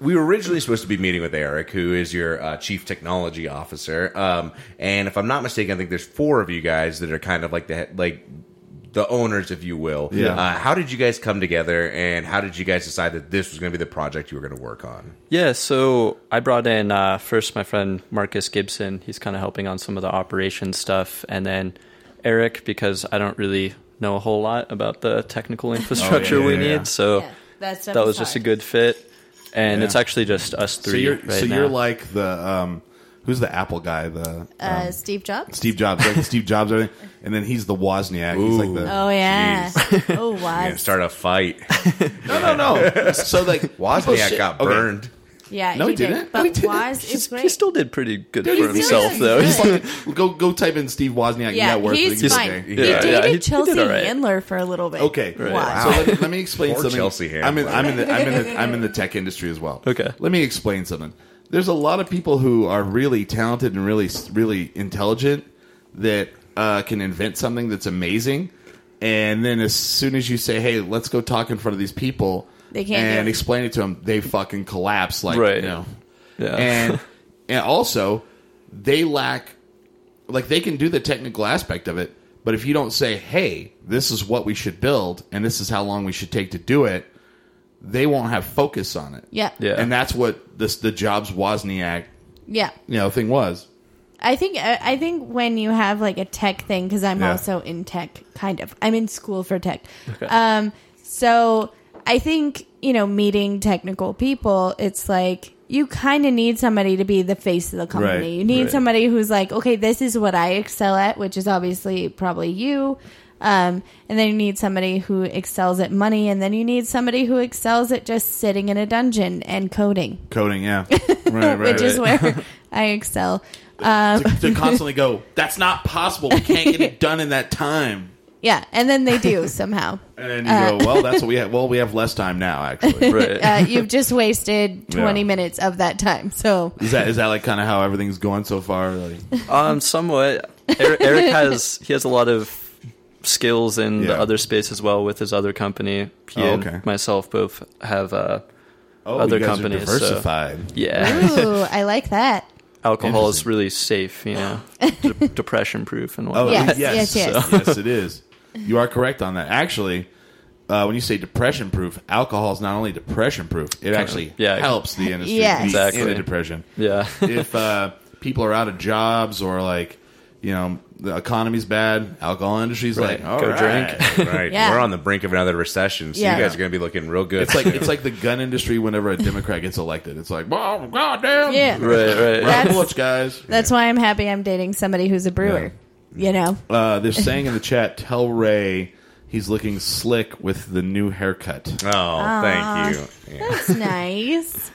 [SPEAKER 5] we were originally supposed to be meeting with Eric, who is your uh, chief technology officer. Um, and if I'm not mistaken, I think there's four of you guys that are kind of like the like the owners, if you will.
[SPEAKER 2] Yeah.
[SPEAKER 5] Uh, how did you guys come together, and how did you guys decide that this was going to be the project you were going to work on?
[SPEAKER 6] yeah. So I brought in uh, first my friend Marcus Gibson. He's kind of helping on some of the operations stuff, and then Eric because I don't really know a whole lot about the technical infrastructure we
[SPEAKER 2] Oh, yeah, yeah.
[SPEAKER 6] need. So
[SPEAKER 4] Yeah, that stuff
[SPEAKER 6] that
[SPEAKER 4] is
[SPEAKER 6] was just a
[SPEAKER 4] hard.
[SPEAKER 6] good fit, and
[SPEAKER 2] Yeah.
[SPEAKER 6] it's actually just us three.
[SPEAKER 2] So you're
[SPEAKER 6] right
[SPEAKER 2] so
[SPEAKER 6] now.
[SPEAKER 2] you're like the um, who's the Apple guy? The
[SPEAKER 4] Uh,
[SPEAKER 2] um,
[SPEAKER 4] Steve Jobs.
[SPEAKER 2] Steve Jobs, like Steve Jobs, everything. And then he's the Wozniak. He's like the
[SPEAKER 4] Oh yeah. oh wow.
[SPEAKER 5] And start a fight.
[SPEAKER 2] no, no, no. So like people
[SPEAKER 5] Wozniak
[SPEAKER 2] shit-
[SPEAKER 5] got
[SPEAKER 2] okay.
[SPEAKER 5] burned.
[SPEAKER 4] Yeah.
[SPEAKER 2] No,
[SPEAKER 4] he
[SPEAKER 2] he
[SPEAKER 4] did.
[SPEAKER 2] didn't. No,
[SPEAKER 4] But
[SPEAKER 2] he didn't.
[SPEAKER 4] Wise
[SPEAKER 6] He's-
[SPEAKER 4] is great.
[SPEAKER 6] he still did pretty good
[SPEAKER 2] Dude,
[SPEAKER 6] for
[SPEAKER 2] he's
[SPEAKER 6] himself,
[SPEAKER 4] really
[SPEAKER 6] though.
[SPEAKER 4] good.
[SPEAKER 6] He's-
[SPEAKER 2] Fucking- go go type in Steve Wozniak.
[SPEAKER 4] yeah,
[SPEAKER 2] net worth.
[SPEAKER 4] he's
[SPEAKER 2] He's-
[SPEAKER 4] fine. He
[SPEAKER 5] he- yeah,
[SPEAKER 4] dated
[SPEAKER 6] yeah, he- he did
[SPEAKER 4] Chelsea
[SPEAKER 6] all right.
[SPEAKER 4] Handler for a little bit.
[SPEAKER 2] Okay.
[SPEAKER 4] Why?
[SPEAKER 2] So let, let me explain
[SPEAKER 5] Poor
[SPEAKER 2] something.
[SPEAKER 5] Chelsea Handler.
[SPEAKER 2] I'm in, I'm in the I'm in the, I'm in the tech industry as well.
[SPEAKER 6] Okay.
[SPEAKER 2] Let me explain something. There's a lot of people who are really talented and really really intelligent that uh, can invent something that's amazing, and then as soon as you say, "Hey, let's go talk in front of these people,"
[SPEAKER 4] They can't do
[SPEAKER 2] and
[SPEAKER 4] it.
[SPEAKER 2] explain it to them, they fucking collapse. Like
[SPEAKER 6] Right.
[SPEAKER 2] you know.
[SPEAKER 6] Yeah.
[SPEAKER 2] And and also they lack like they can do the technical aspect of it, but if you don't say, "Hey, this is what we should build and this is how long we should take to do it," they won't have focus on it.
[SPEAKER 4] Yeah.
[SPEAKER 6] Yeah.
[SPEAKER 2] And that's what this the Jobs Wozniak,
[SPEAKER 4] Yeah.
[SPEAKER 2] you know, thing was.
[SPEAKER 4] I think uh, I I think when you have like a tech thing because I'm
[SPEAKER 2] Yeah.
[SPEAKER 4] also in tech, kind of. I'm in school for tech. Um, so I think you know, meeting technical people, it's like you kind of need somebody to be the face of the company.
[SPEAKER 2] Right,
[SPEAKER 4] you need
[SPEAKER 2] right.
[SPEAKER 4] somebody who's like, okay, this is what I excel at, which is obviously probably you. Um, and then you need somebody who excels at money, and then you need somebody who excels at just sitting in a dungeon and coding,
[SPEAKER 2] Coding, yeah. Right, right.
[SPEAKER 4] which is um, where I excel.
[SPEAKER 2] to, to constantly go, that's not possible. We can't get it done in that time.
[SPEAKER 4] Yeah, and then they do somehow.
[SPEAKER 2] And then you go, well, that's what we have. Well, we have less time now, actually.
[SPEAKER 6] right.
[SPEAKER 4] Uh, you've just wasted 20
[SPEAKER 2] Yeah.
[SPEAKER 4] minutes of that time. So,
[SPEAKER 2] Is that is that like kind of how everything's going so far? Like,
[SPEAKER 6] Um, somewhat. Eric, Eric has he has a lot of skills in the
[SPEAKER 2] Yeah.
[SPEAKER 6] other space as well with his other company. He
[SPEAKER 2] Oh, okay.
[SPEAKER 6] and myself both have uh,
[SPEAKER 2] oh,
[SPEAKER 6] Other
[SPEAKER 2] you guys
[SPEAKER 6] companies,
[SPEAKER 2] are
[SPEAKER 6] so-
[SPEAKER 2] diversified.
[SPEAKER 6] yeah.
[SPEAKER 4] ooh, I like that.
[SPEAKER 6] Alcohol is
[SPEAKER 2] Interesting.
[SPEAKER 6] really safe, you know, de- depression proof and whatnot.
[SPEAKER 2] Oh,
[SPEAKER 4] Yes,
[SPEAKER 2] yes,
[SPEAKER 4] yes, yes.
[SPEAKER 2] yes. it is. You are correct on that. Actually, uh, when you say depression proof, alcohol is not only depression proof; it actually
[SPEAKER 6] yeah.
[SPEAKER 2] helps the industry
[SPEAKER 4] Yes.
[SPEAKER 2] be in
[SPEAKER 6] Exactly.
[SPEAKER 2] a depression.
[SPEAKER 6] Yeah.
[SPEAKER 2] if uh, people are out of jobs or like you know the economy's bad, alcohol industry's
[SPEAKER 6] Right.
[SPEAKER 2] like all
[SPEAKER 6] Go
[SPEAKER 2] right.
[SPEAKER 6] drink.
[SPEAKER 5] Right.
[SPEAKER 4] Yeah.
[SPEAKER 5] We're on the brink of another recession, so
[SPEAKER 4] Yeah.
[SPEAKER 5] you guys are going to be looking real good.
[SPEAKER 2] It's like it's like the gun industry. Whenever a Democrat gets elected, it's like, oh goddamn,
[SPEAKER 4] Yeah.
[SPEAKER 6] Right, right.
[SPEAKER 2] Round of
[SPEAKER 4] That's-
[SPEAKER 2] applause, guys.
[SPEAKER 4] That's why I'm happy I'm dating somebody who's a brewer. You know?
[SPEAKER 2] Uh, they're saying in the chat, tell Ray he's looking slick with the new haircut.
[SPEAKER 5] oh, thank you. Yeah.
[SPEAKER 4] That's nice.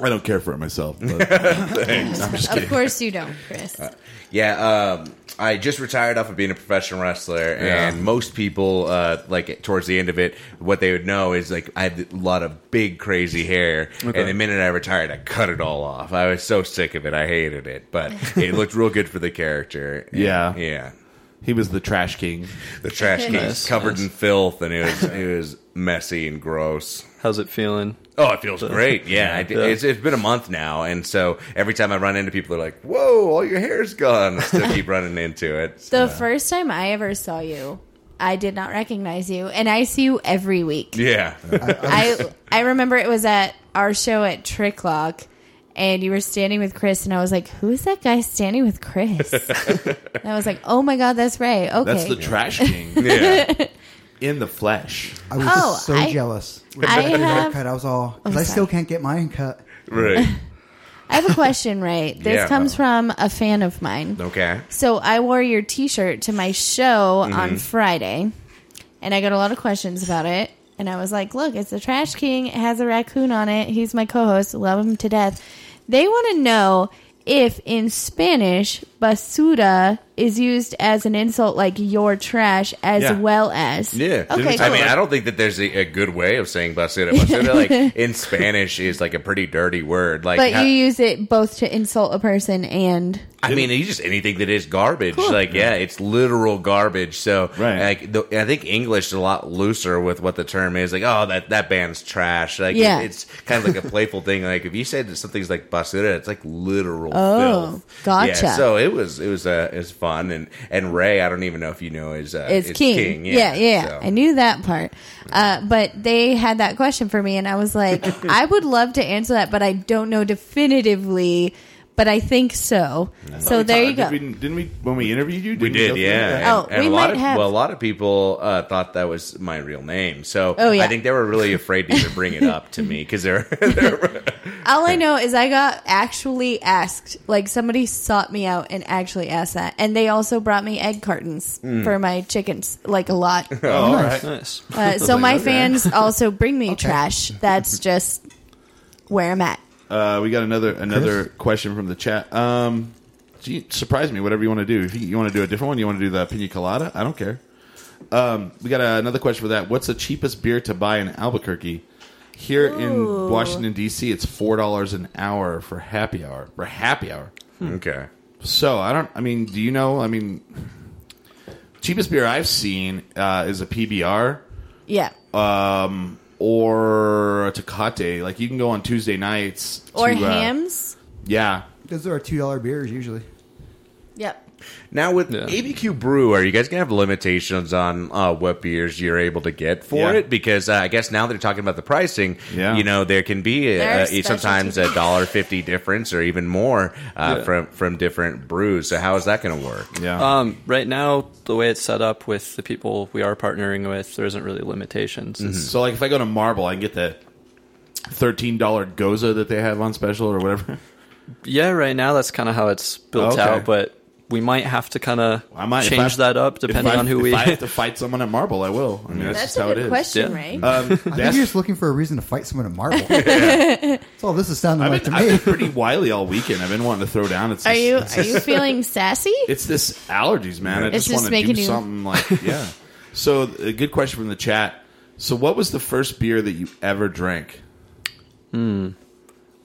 [SPEAKER 2] I don't care for it myself. But
[SPEAKER 4] Of course you don't, Chris.
[SPEAKER 2] Uh,
[SPEAKER 5] Yeah, um, I just retired off of being a professional wrestler,
[SPEAKER 2] Yeah.
[SPEAKER 5] and most people, uh, like towards the end of it, what they would know is like I had a lot of big crazy hair, and the minute I retired, I cut it all off. I was so sick of it, I hated it, but it looked real good for the character. And,
[SPEAKER 2] Yeah.
[SPEAKER 5] yeah.
[SPEAKER 2] he was the trash king.
[SPEAKER 5] The trash can
[SPEAKER 6] Nice,
[SPEAKER 5] covered
[SPEAKER 6] nice.
[SPEAKER 5] in filth, and it was it was messy and gross.
[SPEAKER 6] How's it feeling?
[SPEAKER 5] Oh, it feels great. Yeah, I did-
[SPEAKER 6] Yeah.
[SPEAKER 5] It's, it's been a month now, and so every time I run into people, they're like, "Whoa, all your hair's gone." I still keep running into it. so-
[SPEAKER 4] The first time I ever saw you, I did not recognize you. And I see you every week.
[SPEAKER 5] yeah.
[SPEAKER 4] I I remember it was at our show at Trick Lock, and you were standing with Chris, and I was like, "Who is that guy standing with Chris?" and I was like, "Oh my god, that's Ray." Okay,
[SPEAKER 2] That's the trash king
[SPEAKER 5] Yeah.
[SPEAKER 2] in the flesh.
[SPEAKER 3] I was
[SPEAKER 4] Oh,
[SPEAKER 3] so
[SPEAKER 4] I-
[SPEAKER 3] jealous.
[SPEAKER 4] I
[SPEAKER 3] Your
[SPEAKER 4] have-
[SPEAKER 3] haircut, I was all because
[SPEAKER 4] Oh,
[SPEAKER 3] I still
[SPEAKER 4] sorry.
[SPEAKER 3] can't get mine cut.
[SPEAKER 5] Right.
[SPEAKER 4] I have a question, Ray. This
[SPEAKER 5] Yeah.
[SPEAKER 4] comes from a fan of mine.
[SPEAKER 5] Okay.
[SPEAKER 4] So I wore your T-shirt to my show
[SPEAKER 5] Mm-hmm.
[SPEAKER 4] on Friday, and I got a lot of questions about it. And I was like, "Look, it's the Trash King. It has a raccoon on it. He's my co-host. Love him to death." They want to know if in Spanish "basura" is used as an insult, like "your trash," as
[SPEAKER 2] Yeah.
[SPEAKER 4] well as
[SPEAKER 5] Yeah.
[SPEAKER 4] Okay,
[SPEAKER 5] I mean,
[SPEAKER 4] cool.
[SPEAKER 5] I don't think that there's a, a good way of saying basura. Basura, like in Spanish, is like a pretty dirty word. Like,
[SPEAKER 4] but
[SPEAKER 5] ha-
[SPEAKER 4] you use it both to insult a person and
[SPEAKER 5] I mean, it's just anything that is garbage. Like, yeah, it's literal garbage. So,
[SPEAKER 2] Right.
[SPEAKER 5] like, the, I think English is a lot looser with what the term is. Like, oh, that that band's trash. Like,
[SPEAKER 4] Yeah.
[SPEAKER 5] it- it's kind of like a playful thing. Like, if you said that something's like basura, it's like literal.
[SPEAKER 4] Oh,
[SPEAKER 5] filth.
[SPEAKER 4] gotcha.
[SPEAKER 5] Yeah, so it was it was uh, it was fun and and Ray, I don't even know if you know is uh,
[SPEAKER 4] It's king. yeah, yeah.
[SPEAKER 5] so.
[SPEAKER 4] I knew that part. Uh, but they had that question for me, and I was like, I would love to answer that, but I don't know definitively. But I think so. So Oh, there you go.
[SPEAKER 2] Did we, didn't we when we interviewed you?
[SPEAKER 5] We
[SPEAKER 2] didn't
[SPEAKER 5] did,
[SPEAKER 2] go through
[SPEAKER 5] yeah.
[SPEAKER 2] that?
[SPEAKER 4] Oh,
[SPEAKER 5] And- and
[SPEAKER 4] we
[SPEAKER 5] a lot
[SPEAKER 4] might
[SPEAKER 5] of,
[SPEAKER 4] have-
[SPEAKER 5] Well, a lot of people uh, thought that was my real name, so
[SPEAKER 4] Oh, yeah.
[SPEAKER 5] I think they were really afraid to even bring it up to me because they're, they're
[SPEAKER 4] All I know is I got actually asked. Like somebody sought me out and actually asked that, and they also brought me egg cartons for my chickens, like a lot.
[SPEAKER 2] Oh, all right.
[SPEAKER 6] Nice.
[SPEAKER 4] Uh, so my fans also bring me
[SPEAKER 3] Okay.
[SPEAKER 4] trash. That's just where I'm at.
[SPEAKER 2] Uh, we got another another question from the chat. Um, gee, surprise me, whatever you want to do. If you, you want to do a different one, you want to do the pina colada. I don't care. Um, we got uh, another question for that. What's the cheapest beer to buy in Albuquerque? Here in Washington D.C., it's four dollars an hour for happy hour. For happy hour.
[SPEAKER 5] okay.
[SPEAKER 2] So I don't. I mean, do you know? I mean, cheapest beer I've seen uh, is a PBR
[SPEAKER 4] Yeah.
[SPEAKER 2] or a Tecate. Like you can go on Tuesday nights
[SPEAKER 4] or
[SPEAKER 2] to, uh,
[SPEAKER 4] hams.
[SPEAKER 2] yeah,
[SPEAKER 3] Those are two dollar beers usually.
[SPEAKER 4] Yep.
[SPEAKER 5] Now with
[SPEAKER 6] Yeah.
[SPEAKER 5] ABQ Brew, are you guys gonna have limitations on uh, what beers you're able to get for
[SPEAKER 2] Yeah.
[SPEAKER 5] it? Because uh, I guess now they're talking about the pricing.
[SPEAKER 2] Yeah.
[SPEAKER 5] You know, there can be
[SPEAKER 4] There are
[SPEAKER 5] a, a, sometimes a
[SPEAKER 4] specialty.
[SPEAKER 5] dollar fifty difference or even more uh, from from different brews. So how is that gonna work?
[SPEAKER 2] yeah.
[SPEAKER 6] Um, right now, the way it's set up with the people we are partnering with, there isn't really limitations. It's
[SPEAKER 2] So like if I go to Marble, I can get the thirteen dollar goza that they have on special or whatever.
[SPEAKER 6] Yeah, right now that's kind of how it's built
[SPEAKER 2] Oh, Okay.
[SPEAKER 6] out, but we might have to kind of
[SPEAKER 2] I might if
[SPEAKER 6] change
[SPEAKER 2] I-
[SPEAKER 6] that up
[SPEAKER 2] if
[SPEAKER 6] depending
[SPEAKER 2] I-
[SPEAKER 6] on who
[SPEAKER 2] if
[SPEAKER 6] we.
[SPEAKER 2] I have to fight someone at Marble, I will. I mean, that's,
[SPEAKER 4] That's
[SPEAKER 2] just how
[SPEAKER 4] a
[SPEAKER 2] it
[SPEAKER 4] good
[SPEAKER 2] is.
[SPEAKER 4] question,
[SPEAKER 6] Yeah.
[SPEAKER 4] Ray.
[SPEAKER 2] Um,
[SPEAKER 3] I think
[SPEAKER 2] that's-
[SPEAKER 3] you're just looking for a reason to fight someone at Marvel. That's all this is sounding
[SPEAKER 2] I've
[SPEAKER 3] like
[SPEAKER 2] been,
[SPEAKER 3] to
[SPEAKER 2] I've
[SPEAKER 3] me.
[SPEAKER 2] been pretty wily all weekend. I've been wanting to throw down. It's
[SPEAKER 4] are
[SPEAKER 2] just,
[SPEAKER 4] you
[SPEAKER 2] It's,
[SPEAKER 4] are you feeling sassy?
[SPEAKER 2] it's this allergies, man. I
[SPEAKER 4] It's
[SPEAKER 2] just,
[SPEAKER 4] just
[SPEAKER 2] want to
[SPEAKER 4] making
[SPEAKER 2] do
[SPEAKER 4] you-
[SPEAKER 2] something like yeah. So a good question from the chat. So what was the first beer that you ever drank?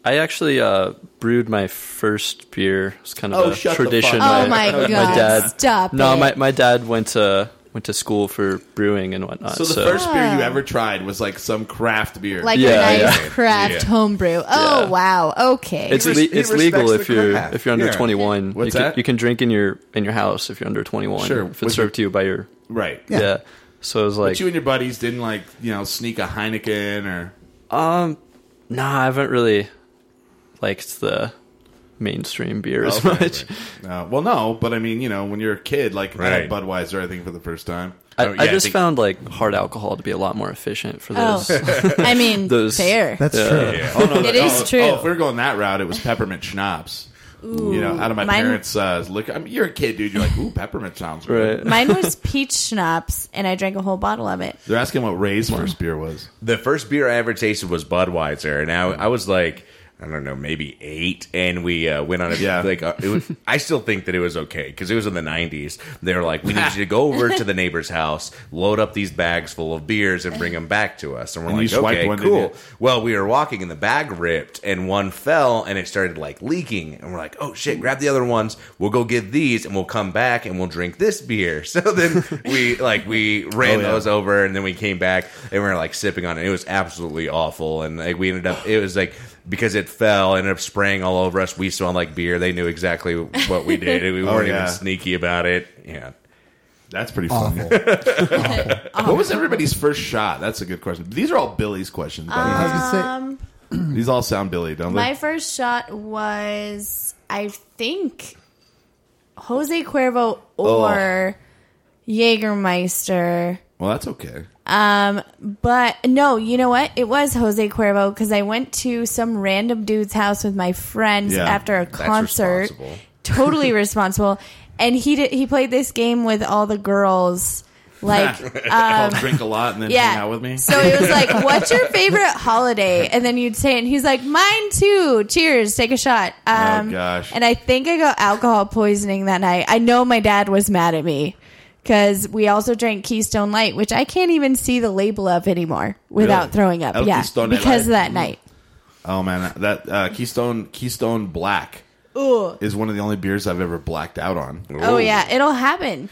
[SPEAKER 6] I actually uh, brewed my first beer. It's kind of
[SPEAKER 2] Oh,
[SPEAKER 6] a
[SPEAKER 2] shut the
[SPEAKER 6] tradition.
[SPEAKER 2] fuck
[SPEAKER 4] oh
[SPEAKER 2] up.
[SPEAKER 4] my
[SPEAKER 2] my
[SPEAKER 4] god!
[SPEAKER 6] dad-
[SPEAKER 4] Stop
[SPEAKER 6] no,
[SPEAKER 4] it.
[SPEAKER 6] my my dad went to went to school for brewing and whatnot.
[SPEAKER 2] So
[SPEAKER 6] So,
[SPEAKER 2] the first beer you
[SPEAKER 4] Oh.
[SPEAKER 2] ever tried was like some craft beer.
[SPEAKER 4] like
[SPEAKER 6] Yeah,
[SPEAKER 4] a nice
[SPEAKER 5] yeah.
[SPEAKER 4] craft
[SPEAKER 5] Yeah.
[SPEAKER 4] homebrew. Oh
[SPEAKER 6] Yeah.
[SPEAKER 4] wow. Okay.
[SPEAKER 6] it's
[SPEAKER 5] res-
[SPEAKER 6] le-
[SPEAKER 5] he
[SPEAKER 6] it's
[SPEAKER 5] respects
[SPEAKER 6] legal
[SPEAKER 5] the
[SPEAKER 6] if you're
[SPEAKER 5] craft.
[SPEAKER 6] if you're under
[SPEAKER 5] Yeah.
[SPEAKER 6] 21.
[SPEAKER 2] What's
[SPEAKER 6] you can,
[SPEAKER 2] that?
[SPEAKER 6] You can drink in your in your house if you're under 21.
[SPEAKER 2] Sure.
[SPEAKER 6] if
[SPEAKER 2] Would
[SPEAKER 6] it's served to you by your
[SPEAKER 2] right.
[SPEAKER 6] yeah. So it was like
[SPEAKER 2] But you and your buddies didn't like you know sneak a Heineken or
[SPEAKER 6] Nah, I haven't really liked the mainstream beer as
[SPEAKER 2] Okay,
[SPEAKER 6] much.
[SPEAKER 2] right. Uh, well, no, but I mean, you know, when you're a kid, like I
[SPEAKER 5] Right.
[SPEAKER 2] had Budweiser, I think for the first time.
[SPEAKER 6] I,
[SPEAKER 5] Oh,
[SPEAKER 6] I
[SPEAKER 5] yeah, I
[SPEAKER 6] just
[SPEAKER 5] think-
[SPEAKER 6] found like hard alcohol to be a lot more efficient for
[SPEAKER 4] oh,
[SPEAKER 6] those.
[SPEAKER 4] I mean,
[SPEAKER 6] Those-
[SPEAKER 4] fair.
[SPEAKER 3] That's true.
[SPEAKER 2] Oh no,
[SPEAKER 4] It
[SPEAKER 2] no,
[SPEAKER 4] is
[SPEAKER 2] oh,
[SPEAKER 4] true.
[SPEAKER 2] Oh, if we were going that route, it was peppermint schnapps. you know, out of my
[SPEAKER 4] Mine-
[SPEAKER 2] parents' uh, liquor. I mean, you're a kid, dude. You're like, ooh, peppermint sounds good.
[SPEAKER 6] right.
[SPEAKER 4] Mine was peach schnapps, and I drank a whole bottle of it.
[SPEAKER 2] They're asking what Ray's first beer was.
[SPEAKER 5] the first beer I ever tasted was Budweiser, and I, I was like, I don't know, maybe eight, and we uh, went on a
[SPEAKER 2] Yeah.
[SPEAKER 5] like. Uh, it was, I still think that it was okay because it was in the '90s. They were like, we need you to go over to the neighbor's house, load up these bags full of beers, and bring them back to us. And we're
[SPEAKER 2] And you
[SPEAKER 5] like,
[SPEAKER 2] swiped
[SPEAKER 5] okay,
[SPEAKER 2] one, didn't
[SPEAKER 5] cool.
[SPEAKER 2] you?
[SPEAKER 5] Well, we were walking, and the bag ripped, and one fell, and it started like leaking, and we're like, oh shit, grab the other ones. We'll go get these, and we'll come back, and we'll drink this beer. So then we like we ran
[SPEAKER 2] Oh, yeah.
[SPEAKER 5] those over, and then we came back and we were like sipping on it. It was absolutely awful, and like we ended up, it was like because it fell, ended up spraying all over us. We smelled like beer. They knew exactly what we did. We
[SPEAKER 2] Oh,
[SPEAKER 5] weren't
[SPEAKER 2] yeah.
[SPEAKER 5] even sneaky about it. Yeah.
[SPEAKER 2] That's pretty funny.
[SPEAKER 3] Awful. I
[SPEAKER 2] What was everybody's first shot? That's a good question. These are all Billy's questions. By the way.
[SPEAKER 3] was gonna say,
[SPEAKER 2] These all sound Billy, don't
[SPEAKER 4] Um, My
[SPEAKER 2] they?
[SPEAKER 4] first shot was, I think, Jose Cuervo
[SPEAKER 2] Oh.
[SPEAKER 4] or Jägermeister.
[SPEAKER 2] Well, that's okay.
[SPEAKER 4] But no, you know what? It was Jose Cuervo because I went to some random dude's house with my friends
[SPEAKER 2] Yeah,
[SPEAKER 4] after a concert.
[SPEAKER 5] responsible.
[SPEAKER 4] Totally responsible. And he did. He played this game with all the girls. Like um,
[SPEAKER 2] I'll drink a lot and then
[SPEAKER 4] yeah.
[SPEAKER 2] hang out with me.
[SPEAKER 4] So it was like, "What's your favorite holiday?" And then you'd say, it, and he's like, "Mine too." Cheers, take a shot. Um,
[SPEAKER 2] Oh, gosh.
[SPEAKER 4] And I think I got alcohol poisoning that night. I know my dad was mad at me because we also drank Keystone Light, which I can't even see the label of anymore without
[SPEAKER 2] Really?
[SPEAKER 4] throwing up.
[SPEAKER 2] Oh,
[SPEAKER 4] yeah,
[SPEAKER 2] Keystone Light.
[SPEAKER 4] because of that night.
[SPEAKER 2] Oh man, that uh, Keystone Keystone Black
[SPEAKER 4] Ooh.
[SPEAKER 2] is one of the only beers I've ever blacked out on.
[SPEAKER 4] Oh yeah, it'll happen.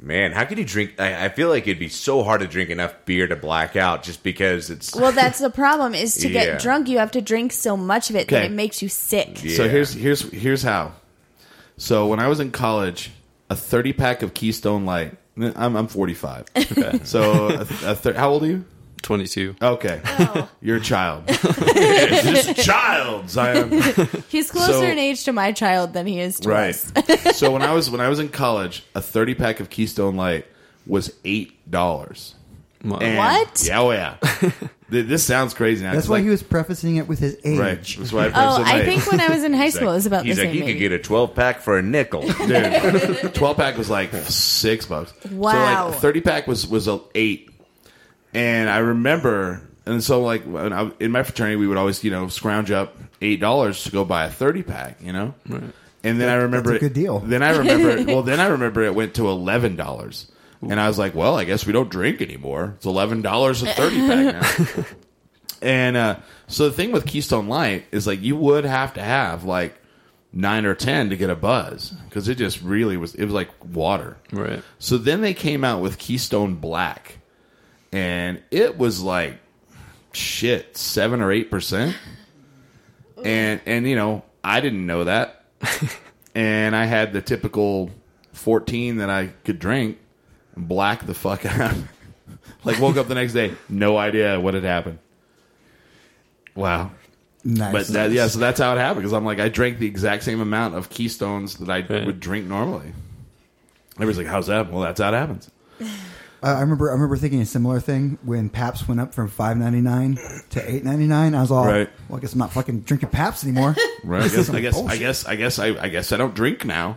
[SPEAKER 5] Man, how can you drink? I, I feel like it'd be so hard to drink enough beer to black out just because it's.
[SPEAKER 4] Well, that's the problem is to
[SPEAKER 5] Yeah.
[SPEAKER 4] get drunk, you have to drink so much of it that
[SPEAKER 2] Okay.
[SPEAKER 4] it makes you sick.
[SPEAKER 2] So
[SPEAKER 5] Yeah.
[SPEAKER 2] here's here's here's how. So when I was in college, a thirty pack of Keystone Light. I'm I'm 45. So a, a thir- how old are you?
[SPEAKER 6] 22.
[SPEAKER 2] Okay,
[SPEAKER 4] Uh, Oh,
[SPEAKER 2] you're a child. Just child, Zion.
[SPEAKER 4] He's closer
[SPEAKER 2] So-
[SPEAKER 4] in age to my child than he is to us.
[SPEAKER 2] Right. so when I was when I was in college, a thirty pack of Keystone Light was eight dollars.
[SPEAKER 6] Wow.
[SPEAKER 4] What?
[SPEAKER 2] Yeah, oh yeah. Th- this sounds crazy. Now.
[SPEAKER 3] That's
[SPEAKER 2] It's
[SPEAKER 3] why
[SPEAKER 2] like-
[SPEAKER 3] he was prefacing it with his age.
[SPEAKER 2] Right. That's why I
[SPEAKER 4] Oh,
[SPEAKER 2] purchased
[SPEAKER 4] I
[SPEAKER 2] it.
[SPEAKER 4] think when I was in high school, it was about
[SPEAKER 5] he's
[SPEAKER 4] the same.
[SPEAKER 5] like, you could
[SPEAKER 4] maybe.
[SPEAKER 5] get a 12 pack for a nickel.
[SPEAKER 2] Dude, twelve pack was like six bucks. So
[SPEAKER 4] Wow.
[SPEAKER 2] like thirty pack was was a eight, and I remember, and so like when I, in my fraternity, we would always you know scrounge up eight dollars to go buy a thirty pack, you know. And then I remember
[SPEAKER 3] that's a
[SPEAKER 2] it-
[SPEAKER 3] good deal.
[SPEAKER 2] Then I remember. It, well, then I remember it went to eleven dollars, and I was like, "Well, I guess we don't drink anymore. It's eleven dollars a thirty pack now." And uh, so the thing with Keystone Light is like you would have to have like nine or ten to get a buzz because it just really was it was like water.
[SPEAKER 6] Right.
[SPEAKER 2] So then they came out with Keystone Black, and it was like shit seven or eight percent. And and you know I didn't know that, and I had the typical fourteen that I could drink, and black the fuck out. like woke up the next day, no idea what had happened. Wow.
[SPEAKER 3] Nice.
[SPEAKER 2] But that, yeah, so that's how it happened because I'm like I drank the exact same amount of Keystones that I
[SPEAKER 6] Right.
[SPEAKER 2] would drink normally. Everybody's like, "How's that?" Well, that's how it happens.
[SPEAKER 3] I I remember. I remember thinking a similar thing when Paps went up from five ninety nine to eight ninety nine. I was all,
[SPEAKER 2] Right.
[SPEAKER 3] well, I guess I'm not fucking drinking Paps anymore.
[SPEAKER 2] Right? I guess
[SPEAKER 3] is
[SPEAKER 2] I guess, I
[SPEAKER 3] bullshit.
[SPEAKER 2] guess I guess I I guess I don't drink now.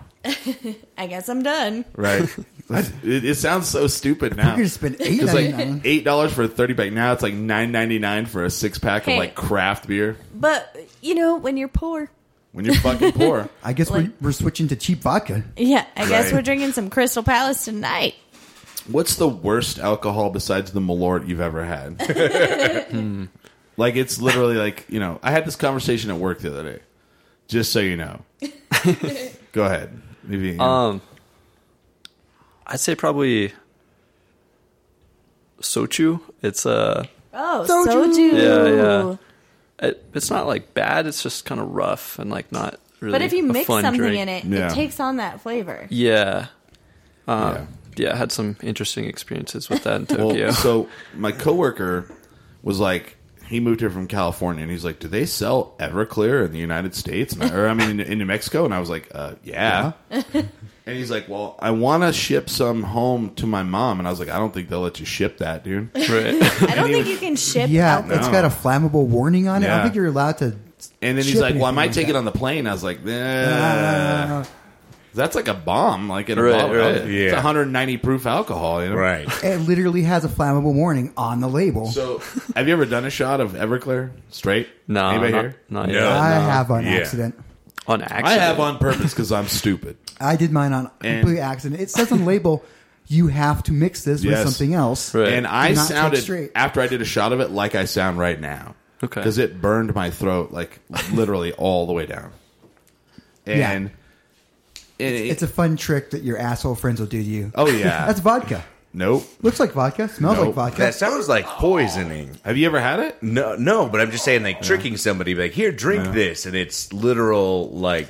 [SPEAKER 4] I guess I'm done.
[SPEAKER 2] Right? it, it sounds so stupid
[SPEAKER 3] We're
[SPEAKER 2] now.
[SPEAKER 3] gonna spend eight
[SPEAKER 2] It's
[SPEAKER 3] ninety
[SPEAKER 2] like
[SPEAKER 3] nine.
[SPEAKER 2] eight dollars for a thirty pack. Now it's like nine ninety nine for a six pack
[SPEAKER 4] Hey.
[SPEAKER 2] of like craft beer.
[SPEAKER 4] But you know, when you're poor,
[SPEAKER 2] When you're fucking poor,
[SPEAKER 3] I guess we're, we're switching to cheap vodka.
[SPEAKER 4] yeah, I guess
[SPEAKER 2] Right.
[SPEAKER 4] we're drinking some Crystal Palace tonight.
[SPEAKER 2] what's the worst alcohol besides the Malort you've ever had? Hmm. Like it's literally like you know. I had this conversation at work the other day. Just so you know, go ahead. Maybe
[SPEAKER 6] Um, I'd say probably sochu. It's uh,
[SPEAKER 4] Oh,
[SPEAKER 3] Soju.
[SPEAKER 4] soju.
[SPEAKER 6] Yeah, yeah. it, it's not like bad. It's just kind of rough and like not really.
[SPEAKER 4] But if you
[SPEAKER 6] a
[SPEAKER 4] mix
[SPEAKER 6] fun
[SPEAKER 4] something
[SPEAKER 6] drink.
[SPEAKER 4] in it,
[SPEAKER 2] Yeah.
[SPEAKER 4] it takes on that flavor.
[SPEAKER 6] yeah,
[SPEAKER 2] yeah.
[SPEAKER 6] yeah. I had some interesting experiences with that in
[SPEAKER 2] Well,
[SPEAKER 6] Tokyo.
[SPEAKER 2] so my coworker was like, he moved here from California, and he's like, "Do they sell Everclear in the United States?" And I, or I mean, in, in New Mexico? And I was like, uh, "Yeah." and he's like, "Well, I want to ship some home to my mom," and I was like, "I don't think they'll let you ship that, dude."
[SPEAKER 6] right.
[SPEAKER 4] I don't think you can ship.
[SPEAKER 3] Yeah,
[SPEAKER 4] alcohol.
[SPEAKER 3] it's got a flammable warning on it. I
[SPEAKER 2] Yeah.
[SPEAKER 3] don't think you're allowed to.
[SPEAKER 2] And then he's
[SPEAKER 3] ship
[SPEAKER 2] like, "Well, I
[SPEAKER 3] anything
[SPEAKER 2] might
[SPEAKER 3] like
[SPEAKER 2] take
[SPEAKER 3] that.
[SPEAKER 2] it on the plane." I was like, "Nah."
[SPEAKER 3] Uh,
[SPEAKER 2] That's like a bomb, like in a
[SPEAKER 6] Right,
[SPEAKER 2] bottle.
[SPEAKER 6] right.
[SPEAKER 2] It's
[SPEAKER 5] Yeah.
[SPEAKER 2] 190 proof alcohol, you know?
[SPEAKER 5] right.
[SPEAKER 3] it literally has a flammable warning on the label.
[SPEAKER 2] So, have you ever done a shot of Everclear straight?
[SPEAKER 6] No,
[SPEAKER 2] Anybody
[SPEAKER 6] not,
[SPEAKER 2] here?
[SPEAKER 6] not
[SPEAKER 5] No.
[SPEAKER 6] yet.
[SPEAKER 3] I
[SPEAKER 2] uh,
[SPEAKER 3] have on
[SPEAKER 5] yeah.
[SPEAKER 3] accident.
[SPEAKER 6] On accident.
[SPEAKER 2] I have on purpose because I'm stupid.
[SPEAKER 3] I did mine on
[SPEAKER 2] And-
[SPEAKER 3] complete accident. It says on the label, you have to mix this
[SPEAKER 2] Yes.
[SPEAKER 3] with something else.
[SPEAKER 6] Right.
[SPEAKER 2] And I
[SPEAKER 3] Do not take
[SPEAKER 2] sounded
[SPEAKER 3] straight.
[SPEAKER 2] after I did a shot of it like I sound right now.
[SPEAKER 6] Okay.
[SPEAKER 2] Because it burned my throat like literally all the way down.
[SPEAKER 3] Yeah.
[SPEAKER 2] And and it-
[SPEAKER 3] It's a fun trick that your asshole friends will do to you.
[SPEAKER 2] oh yeah.
[SPEAKER 3] That's vodka.
[SPEAKER 2] nope.
[SPEAKER 3] Looks like vodka. Smells
[SPEAKER 2] Nope.
[SPEAKER 3] like vodka.
[SPEAKER 5] That sounds like poisoning.
[SPEAKER 2] Have you ever had it?
[SPEAKER 5] No, no, but I'm just saying, like, tricking somebody, like, here, drink this. And it's literal, like,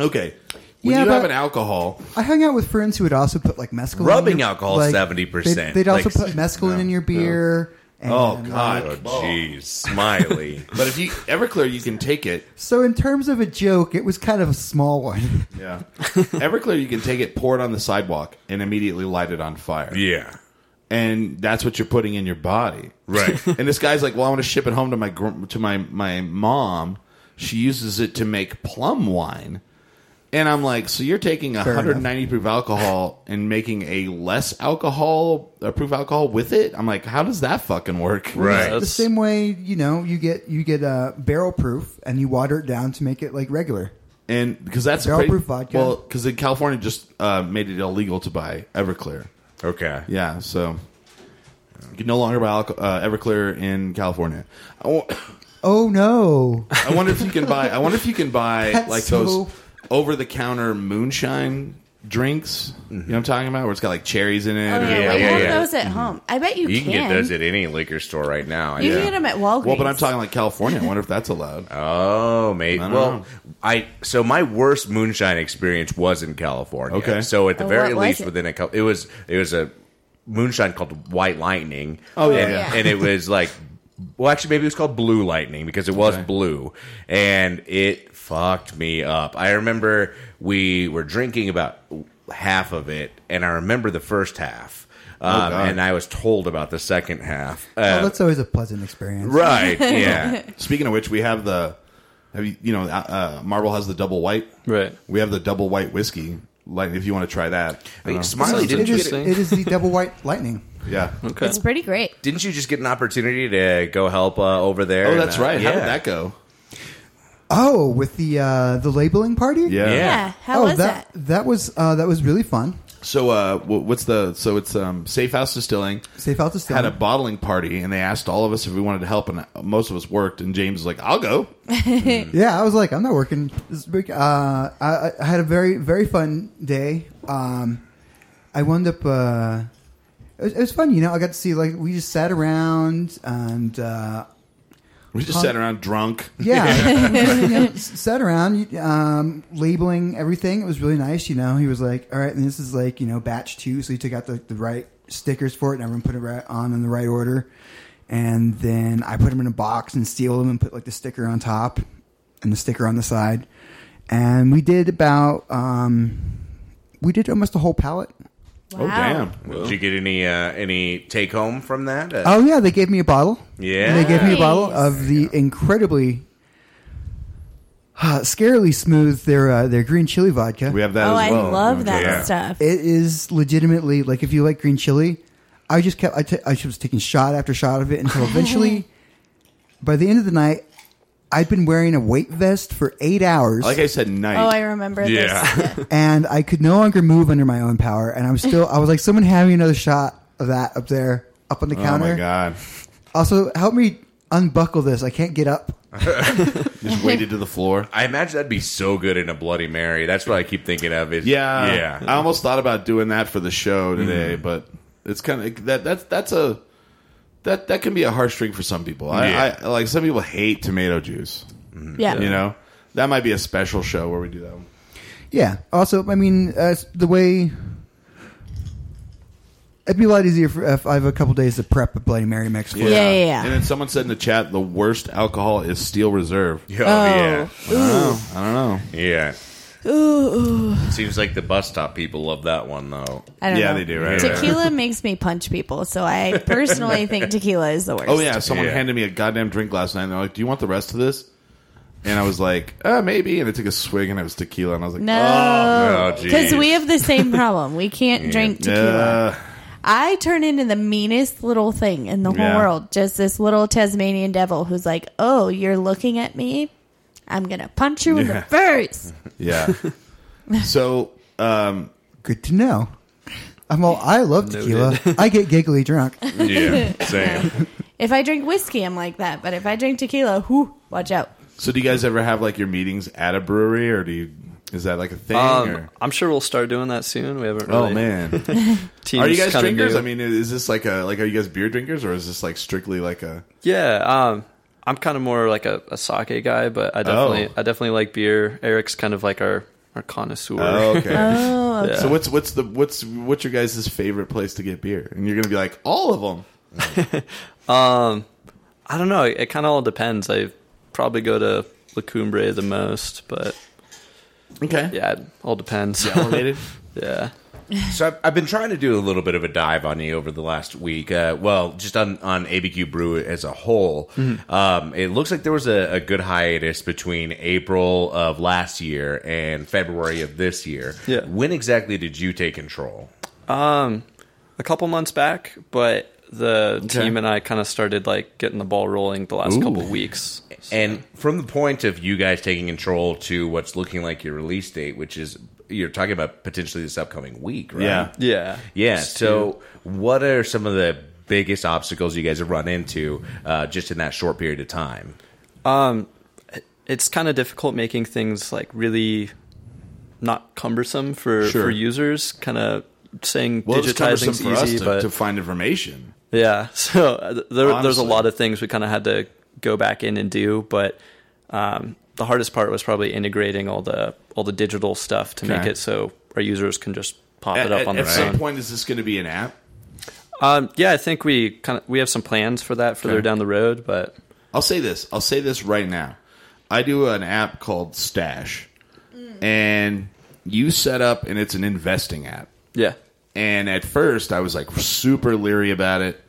[SPEAKER 2] Okay. When
[SPEAKER 3] Yeah,
[SPEAKER 2] you have
[SPEAKER 3] but-
[SPEAKER 2] an alcohol,
[SPEAKER 3] I hung out with friends who would also put like mescaline.
[SPEAKER 5] Rubbing
[SPEAKER 3] in your-
[SPEAKER 5] alcohol,
[SPEAKER 3] like,
[SPEAKER 5] 70%.
[SPEAKER 3] They'd, they'd also
[SPEAKER 5] Like,
[SPEAKER 3] put mescaline in your beer. And, uh,
[SPEAKER 2] Oh,
[SPEAKER 3] like,
[SPEAKER 2] God.
[SPEAKER 5] Oh, jeez. Smiley.
[SPEAKER 2] But if you Everclear, you can take it.
[SPEAKER 3] so in terms of a joke, it was kind of a small one.
[SPEAKER 2] Yeah. Everclear, you can take it, pour it on the sidewalk, and immediately light it on fire.
[SPEAKER 5] yeah.
[SPEAKER 2] And that's what you're putting in your body.
[SPEAKER 5] Right.
[SPEAKER 2] and this guy's like, "Well, I want to ship it home to my gr- to my my mom. She uses it to make plum wine." And I'm like, "So you're taking
[SPEAKER 3] Fair
[SPEAKER 2] 190 proof alcohol and making a less alcohol uh, proof alcohol with it?" I'm like, "How does that fucking work?"
[SPEAKER 5] Right.
[SPEAKER 3] the
[SPEAKER 6] That's-
[SPEAKER 3] same way, you know, you get you get uh, barrel proof and you water it down to make it like regular.
[SPEAKER 2] And because that's a
[SPEAKER 3] Barrel
[SPEAKER 2] pretty-
[SPEAKER 3] proof vodka.
[SPEAKER 2] Well, because in California just uh, made it illegal to buy Everclear.
[SPEAKER 5] Okay.
[SPEAKER 2] Yeah, so you can no longer buy alco- uh, Everclear in California. I wa-
[SPEAKER 3] Oh no!
[SPEAKER 2] I wonder if you can buy. I wonder if you can buy
[SPEAKER 3] That's
[SPEAKER 2] like
[SPEAKER 3] so-
[SPEAKER 2] those over-the-counter moonshine drinks.
[SPEAKER 3] Mm-hmm.
[SPEAKER 2] You know what I'm talking about, where it's got like cherries in it.
[SPEAKER 4] Oh,
[SPEAKER 2] or-
[SPEAKER 4] yeah,
[SPEAKER 5] Yeah,
[SPEAKER 4] we
[SPEAKER 5] yeah,
[SPEAKER 4] have
[SPEAKER 5] yeah.
[SPEAKER 4] those at home. I bet you,
[SPEAKER 5] You
[SPEAKER 4] can.
[SPEAKER 5] can get those at any liquor store right now. I
[SPEAKER 4] you
[SPEAKER 5] think.
[SPEAKER 4] can get them at Walgreens.
[SPEAKER 2] Well, but I'm talking like California. I wonder if that's allowed.
[SPEAKER 5] Oh, mate.
[SPEAKER 2] don't
[SPEAKER 5] Well,
[SPEAKER 2] know.
[SPEAKER 5] I so my worst moonshine experience was in California.
[SPEAKER 2] Okay.
[SPEAKER 5] So at the
[SPEAKER 4] Oh,
[SPEAKER 5] very
[SPEAKER 4] what was
[SPEAKER 5] least,
[SPEAKER 4] it?
[SPEAKER 5] within a couple, it was it was a moonshine called White Lightning.
[SPEAKER 2] Oh, yeah,
[SPEAKER 5] and,
[SPEAKER 4] yeah.
[SPEAKER 5] and it was like, well, actually, maybe it was called Blue Lightning because it was
[SPEAKER 2] Okay.
[SPEAKER 5] blue, and it fucked me up. I remember we were drinking about half of it, and I remember the first half. Um,
[SPEAKER 2] Oh, God.
[SPEAKER 5] and I was told about the second half.
[SPEAKER 3] Well,
[SPEAKER 5] Uh,
[SPEAKER 3] Oh, that's always a pleasant experience.
[SPEAKER 5] right, yeah.
[SPEAKER 2] Speaking of which, we have the have you you know uh, uh, Marble has the double white.
[SPEAKER 6] Right.
[SPEAKER 2] We have the double white whiskey. Like if you want to try that. I
[SPEAKER 5] I mean,
[SPEAKER 2] don't know.
[SPEAKER 5] Smiley,
[SPEAKER 6] Sounds
[SPEAKER 5] didn't you
[SPEAKER 3] It is,
[SPEAKER 5] get
[SPEAKER 6] Interesting.
[SPEAKER 3] it is the double white lightning.
[SPEAKER 2] yeah.
[SPEAKER 6] Okay.
[SPEAKER 4] it's pretty great.
[SPEAKER 5] Didn't you just get an opportunity to go help uh, over there?
[SPEAKER 2] Oh, that's
[SPEAKER 5] And, uh,
[SPEAKER 2] right.
[SPEAKER 5] Yeah.
[SPEAKER 2] How did that go?
[SPEAKER 3] Oh, with the uh, the labeling party.
[SPEAKER 2] Yeah.
[SPEAKER 4] Yeah. how
[SPEAKER 3] oh,
[SPEAKER 4] was that?
[SPEAKER 3] that was uh, that was really fun.
[SPEAKER 2] So uh, wh- what's the so it's um, Safe House Distilling
[SPEAKER 3] Safe out to
[SPEAKER 2] had
[SPEAKER 3] stand.
[SPEAKER 2] a bottling party and they asked all of us if we wanted to help and uh, most of us worked and James was like I'll go
[SPEAKER 3] Yeah, I was like, I'm not working this week. Uh, I, I had a very very fun day. Um, I wound up. Uh, it, was, it was fun, you know. I got to see like we just sat around and uh,
[SPEAKER 2] we just
[SPEAKER 3] Huh?
[SPEAKER 2] sat around drunk
[SPEAKER 3] yeah, we just, you know, s- sat around um, labeling everything. It was really nice, you know. He was like, all right, and this is like you know batch two, so he took out the, the right stickers for it, and everyone put it right on in the right order. And then I put them in a box and sealed them and put like the sticker on top and the sticker on the side. And we did about um, we did almost a whole pallet.
[SPEAKER 4] Wow.
[SPEAKER 2] oh damn
[SPEAKER 5] Did you get any uh, any take home from that? Uh,
[SPEAKER 3] Oh yeah, they gave me a bottle.
[SPEAKER 5] Yeah.
[SPEAKER 3] they gave me a bottle
[SPEAKER 4] Nice.
[SPEAKER 3] of the incredibly uh, scarily smooth their uh, their green chili vodka.
[SPEAKER 2] we have that
[SPEAKER 4] Oh,
[SPEAKER 2] as
[SPEAKER 4] I
[SPEAKER 2] well
[SPEAKER 4] love that
[SPEAKER 5] Yeah.
[SPEAKER 4] stuff.
[SPEAKER 3] it is legitimately like if you like green chili, I just kept I ta- I was taking shot after shot of it until eventually, by the end of the night, I'd been wearing a weight vest for eight hours,
[SPEAKER 2] like I said night
[SPEAKER 4] oh, I remember this.
[SPEAKER 5] yeah.
[SPEAKER 3] and I could no longer move under my own power. And I'm still I was like, someone have me another shot of that up there, up on the
[SPEAKER 2] oh
[SPEAKER 3] counter.
[SPEAKER 2] my god
[SPEAKER 3] Also, help me unbuckle this. I can't get up.
[SPEAKER 2] just weighted to the floor
[SPEAKER 5] I imagine that'd be so good in a Bloody Mary. That's what I keep thinking of. Is
[SPEAKER 2] yeah
[SPEAKER 5] yeah.
[SPEAKER 2] I almost thought about doing that for the show today but it's kind of that that's that's a that that can be a harsh drink for some people I,
[SPEAKER 5] Yeah.
[SPEAKER 2] I like some people hate tomato juice
[SPEAKER 4] Yeah.
[SPEAKER 2] you know that might be a special show where we do that one.
[SPEAKER 3] Yeah. Also, I mean, uh, the way it'd be a lot easier for, if I have a couple days to prep a Bloody Mary mix for.
[SPEAKER 4] Yeah, yeah, yeah.
[SPEAKER 2] And then someone said in the chat the worst alcohol is Steel Reserve.
[SPEAKER 5] Yeah,
[SPEAKER 4] Oh.
[SPEAKER 2] Oh, I don't know.
[SPEAKER 5] yeah, yeah.
[SPEAKER 4] Ooh. Ooh.
[SPEAKER 5] Seems like the bus stop people love that one though.
[SPEAKER 4] I don't
[SPEAKER 2] yeah,
[SPEAKER 4] know.
[SPEAKER 2] they do, right?
[SPEAKER 4] Tequila makes me punch people, so I personally think tequila is the worst.
[SPEAKER 2] Oh yeah, someone
[SPEAKER 5] Yeah.
[SPEAKER 2] handed me a goddamn drink last night. and They're like, "Do you want the rest of this?" And I was like, uh, "Maybe." And I took a swig, and it was tequila, and I was like,
[SPEAKER 4] No,
[SPEAKER 5] Oh, no,
[SPEAKER 4] because
[SPEAKER 5] geez.
[SPEAKER 4] we have the same problem. We can't drink
[SPEAKER 2] "Oh,
[SPEAKER 4] tequila.
[SPEAKER 2] uh,
[SPEAKER 4] I turn into the meanest little thing in the whole
[SPEAKER 2] Yeah.
[SPEAKER 4] world. Just this little Tasmanian devil who's like, "Oh, you're looking at me. I'm gonna punch you in the
[SPEAKER 2] Yeah.
[SPEAKER 4] face."
[SPEAKER 2] yeah." so, um,
[SPEAKER 3] Good to know. I'm all. I love tequila. I get giggly drunk.
[SPEAKER 5] Yeah, same.
[SPEAKER 4] If I drink whiskey, I'm like that. But if I drink tequila, whoo, watch out.
[SPEAKER 2] so do you guys ever have like your meetings at a brewery, or do you? Is that like a thing?
[SPEAKER 6] Um,
[SPEAKER 2] or?
[SPEAKER 6] I'm sure we'll start doing that soon. We haven't.
[SPEAKER 2] Oh
[SPEAKER 6] Really
[SPEAKER 2] man,
[SPEAKER 6] Team's
[SPEAKER 2] are you guys
[SPEAKER 6] kinda
[SPEAKER 2] drinkers?
[SPEAKER 6] new.
[SPEAKER 2] I mean, is this like a like are you guys beer drinkers, or is this like strictly like a?
[SPEAKER 6] Yeah, um, I'm kind of more like a, a sake guy, but I
[SPEAKER 2] Oh.
[SPEAKER 6] definitely I definitely like beer. Eric's kind of like our our connoisseur.
[SPEAKER 2] Oh, okay.
[SPEAKER 4] Oh,
[SPEAKER 6] Yeah.
[SPEAKER 2] So what's what's the what's what's your guys' favorite place to get beer? And you're gonna be like all of them.
[SPEAKER 6] I don't know. It, kind of all depends. I probably go to La Cumbre the most, but
[SPEAKER 2] Okay.
[SPEAKER 6] yeah, it all depends.
[SPEAKER 2] Elevated.
[SPEAKER 6] yeah.
[SPEAKER 5] So I've, I've been trying to do a little bit of a dive on you over the last week. Uh, well, just on, on ABQ Brew as a whole. Um, it looks like there was a, a good hiatus between April of last year and February of this year.
[SPEAKER 6] Yeah.
[SPEAKER 5] When exactly did you take control?
[SPEAKER 6] a couple months back, but the team and I kind of started like getting the ball rolling the last couple weeks.
[SPEAKER 5] And from the point of you guys taking control to what's looking like your release date, which is you're talking about potentially this upcoming week, right?
[SPEAKER 2] Yeah.
[SPEAKER 6] Yeah.
[SPEAKER 5] Yeah. So, what are some of the biggest obstacles you guys have run into uh, just in that short period of time?
[SPEAKER 6] it's kind of difficult making things like really not cumbersome for
[SPEAKER 2] Sure.
[SPEAKER 6] for users. Kind of saying
[SPEAKER 2] Well, it's
[SPEAKER 6] digitizing
[SPEAKER 2] cumbersome
[SPEAKER 6] is
[SPEAKER 2] for us
[SPEAKER 6] easy,
[SPEAKER 2] to,
[SPEAKER 6] but
[SPEAKER 2] to find information.
[SPEAKER 6] yeah. So uh, th- there, there's a
[SPEAKER 2] Honestly.
[SPEAKER 6] lot of things we kind of had to go back in and do, but um, the hardest part was probably integrating all the all the digital stuff to make
[SPEAKER 2] Okay.
[SPEAKER 6] it so our users can just pop
[SPEAKER 2] At,
[SPEAKER 6] it up
[SPEAKER 2] at-
[SPEAKER 6] on their
[SPEAKER 2] at
[SPEAKER 6] phone.
[SPEAKER 2] some point, is this going to be an app?
[SPEAKER 6] Um, yeah, I think we kind of we have some plans for that further
[SPEAKER 2] Okay.
[SPEAKER 6] down the road, but
[SPEAKER 2] I'll say this. I'll say this right now. I do an app called Stash,
[SPEAKER 6] Mm.
[SPEAKER 2] and you set up, and it's an investing app.
[SPEAKER 6] yeah,
[SPEAKER 2] And at first, I was like super leery about it.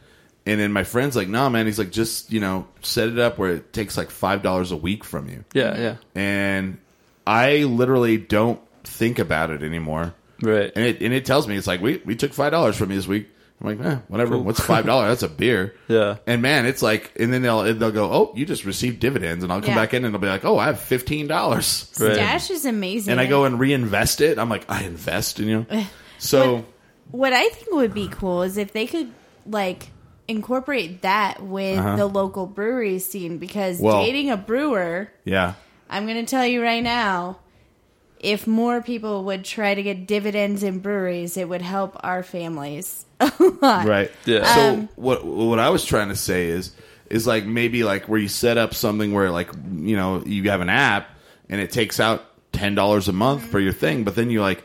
[SPEAKER 2] And then my friend's like, "Nah, man." He's like, "Just you know, set it up where it takes like five dollars a week from you."
[SPEAKER 6] yeah, yeah,
[SPEAKER 2] And I literally don't think about it anymore.
[SPEAKER 6] right,
[SPEAKER 2] And it and it tells me it's like we we took five dollars from you this week. I'm like, eh, whatever. What's five dollars? That's a beer.
[SPEAKER 6] Yeah.
[SPEAKER 2] And man, it's like, and then they'll they'll go, oh, you just received dividends, and I'll come
[SPEAKER 4] Yeah.
[SPEAKER 2] back in and they'll be like, oh, I have fifteen dollars,
[SPEAKER 6] right.
[SPEAKER 4] Stash is amazing.
[SPEAKER 2] and I go and reinvest it. I'm like, I invest, and you know, so
[SPEAKER 4] what I think would be cool is if they could like incorporate that with the local brewery scene because
[SPEAKER 2] Uh-huh. Well-
[SPEAKER 4] dating a brewer,
[SPEAKER 2] yeah,
[SPEAKER 4] I'm going to tell you right now, if more people would try to get dividends in breweries, it would help our families a lot.
[SPEAKER 2] right,
[SPEAKER 6] Yeah.
[SPEAKER 2] So what what I was trying to say is is like maybe like where you set up something where like you know you have an app and it takes out ten dollars a month for your thing, but then you like.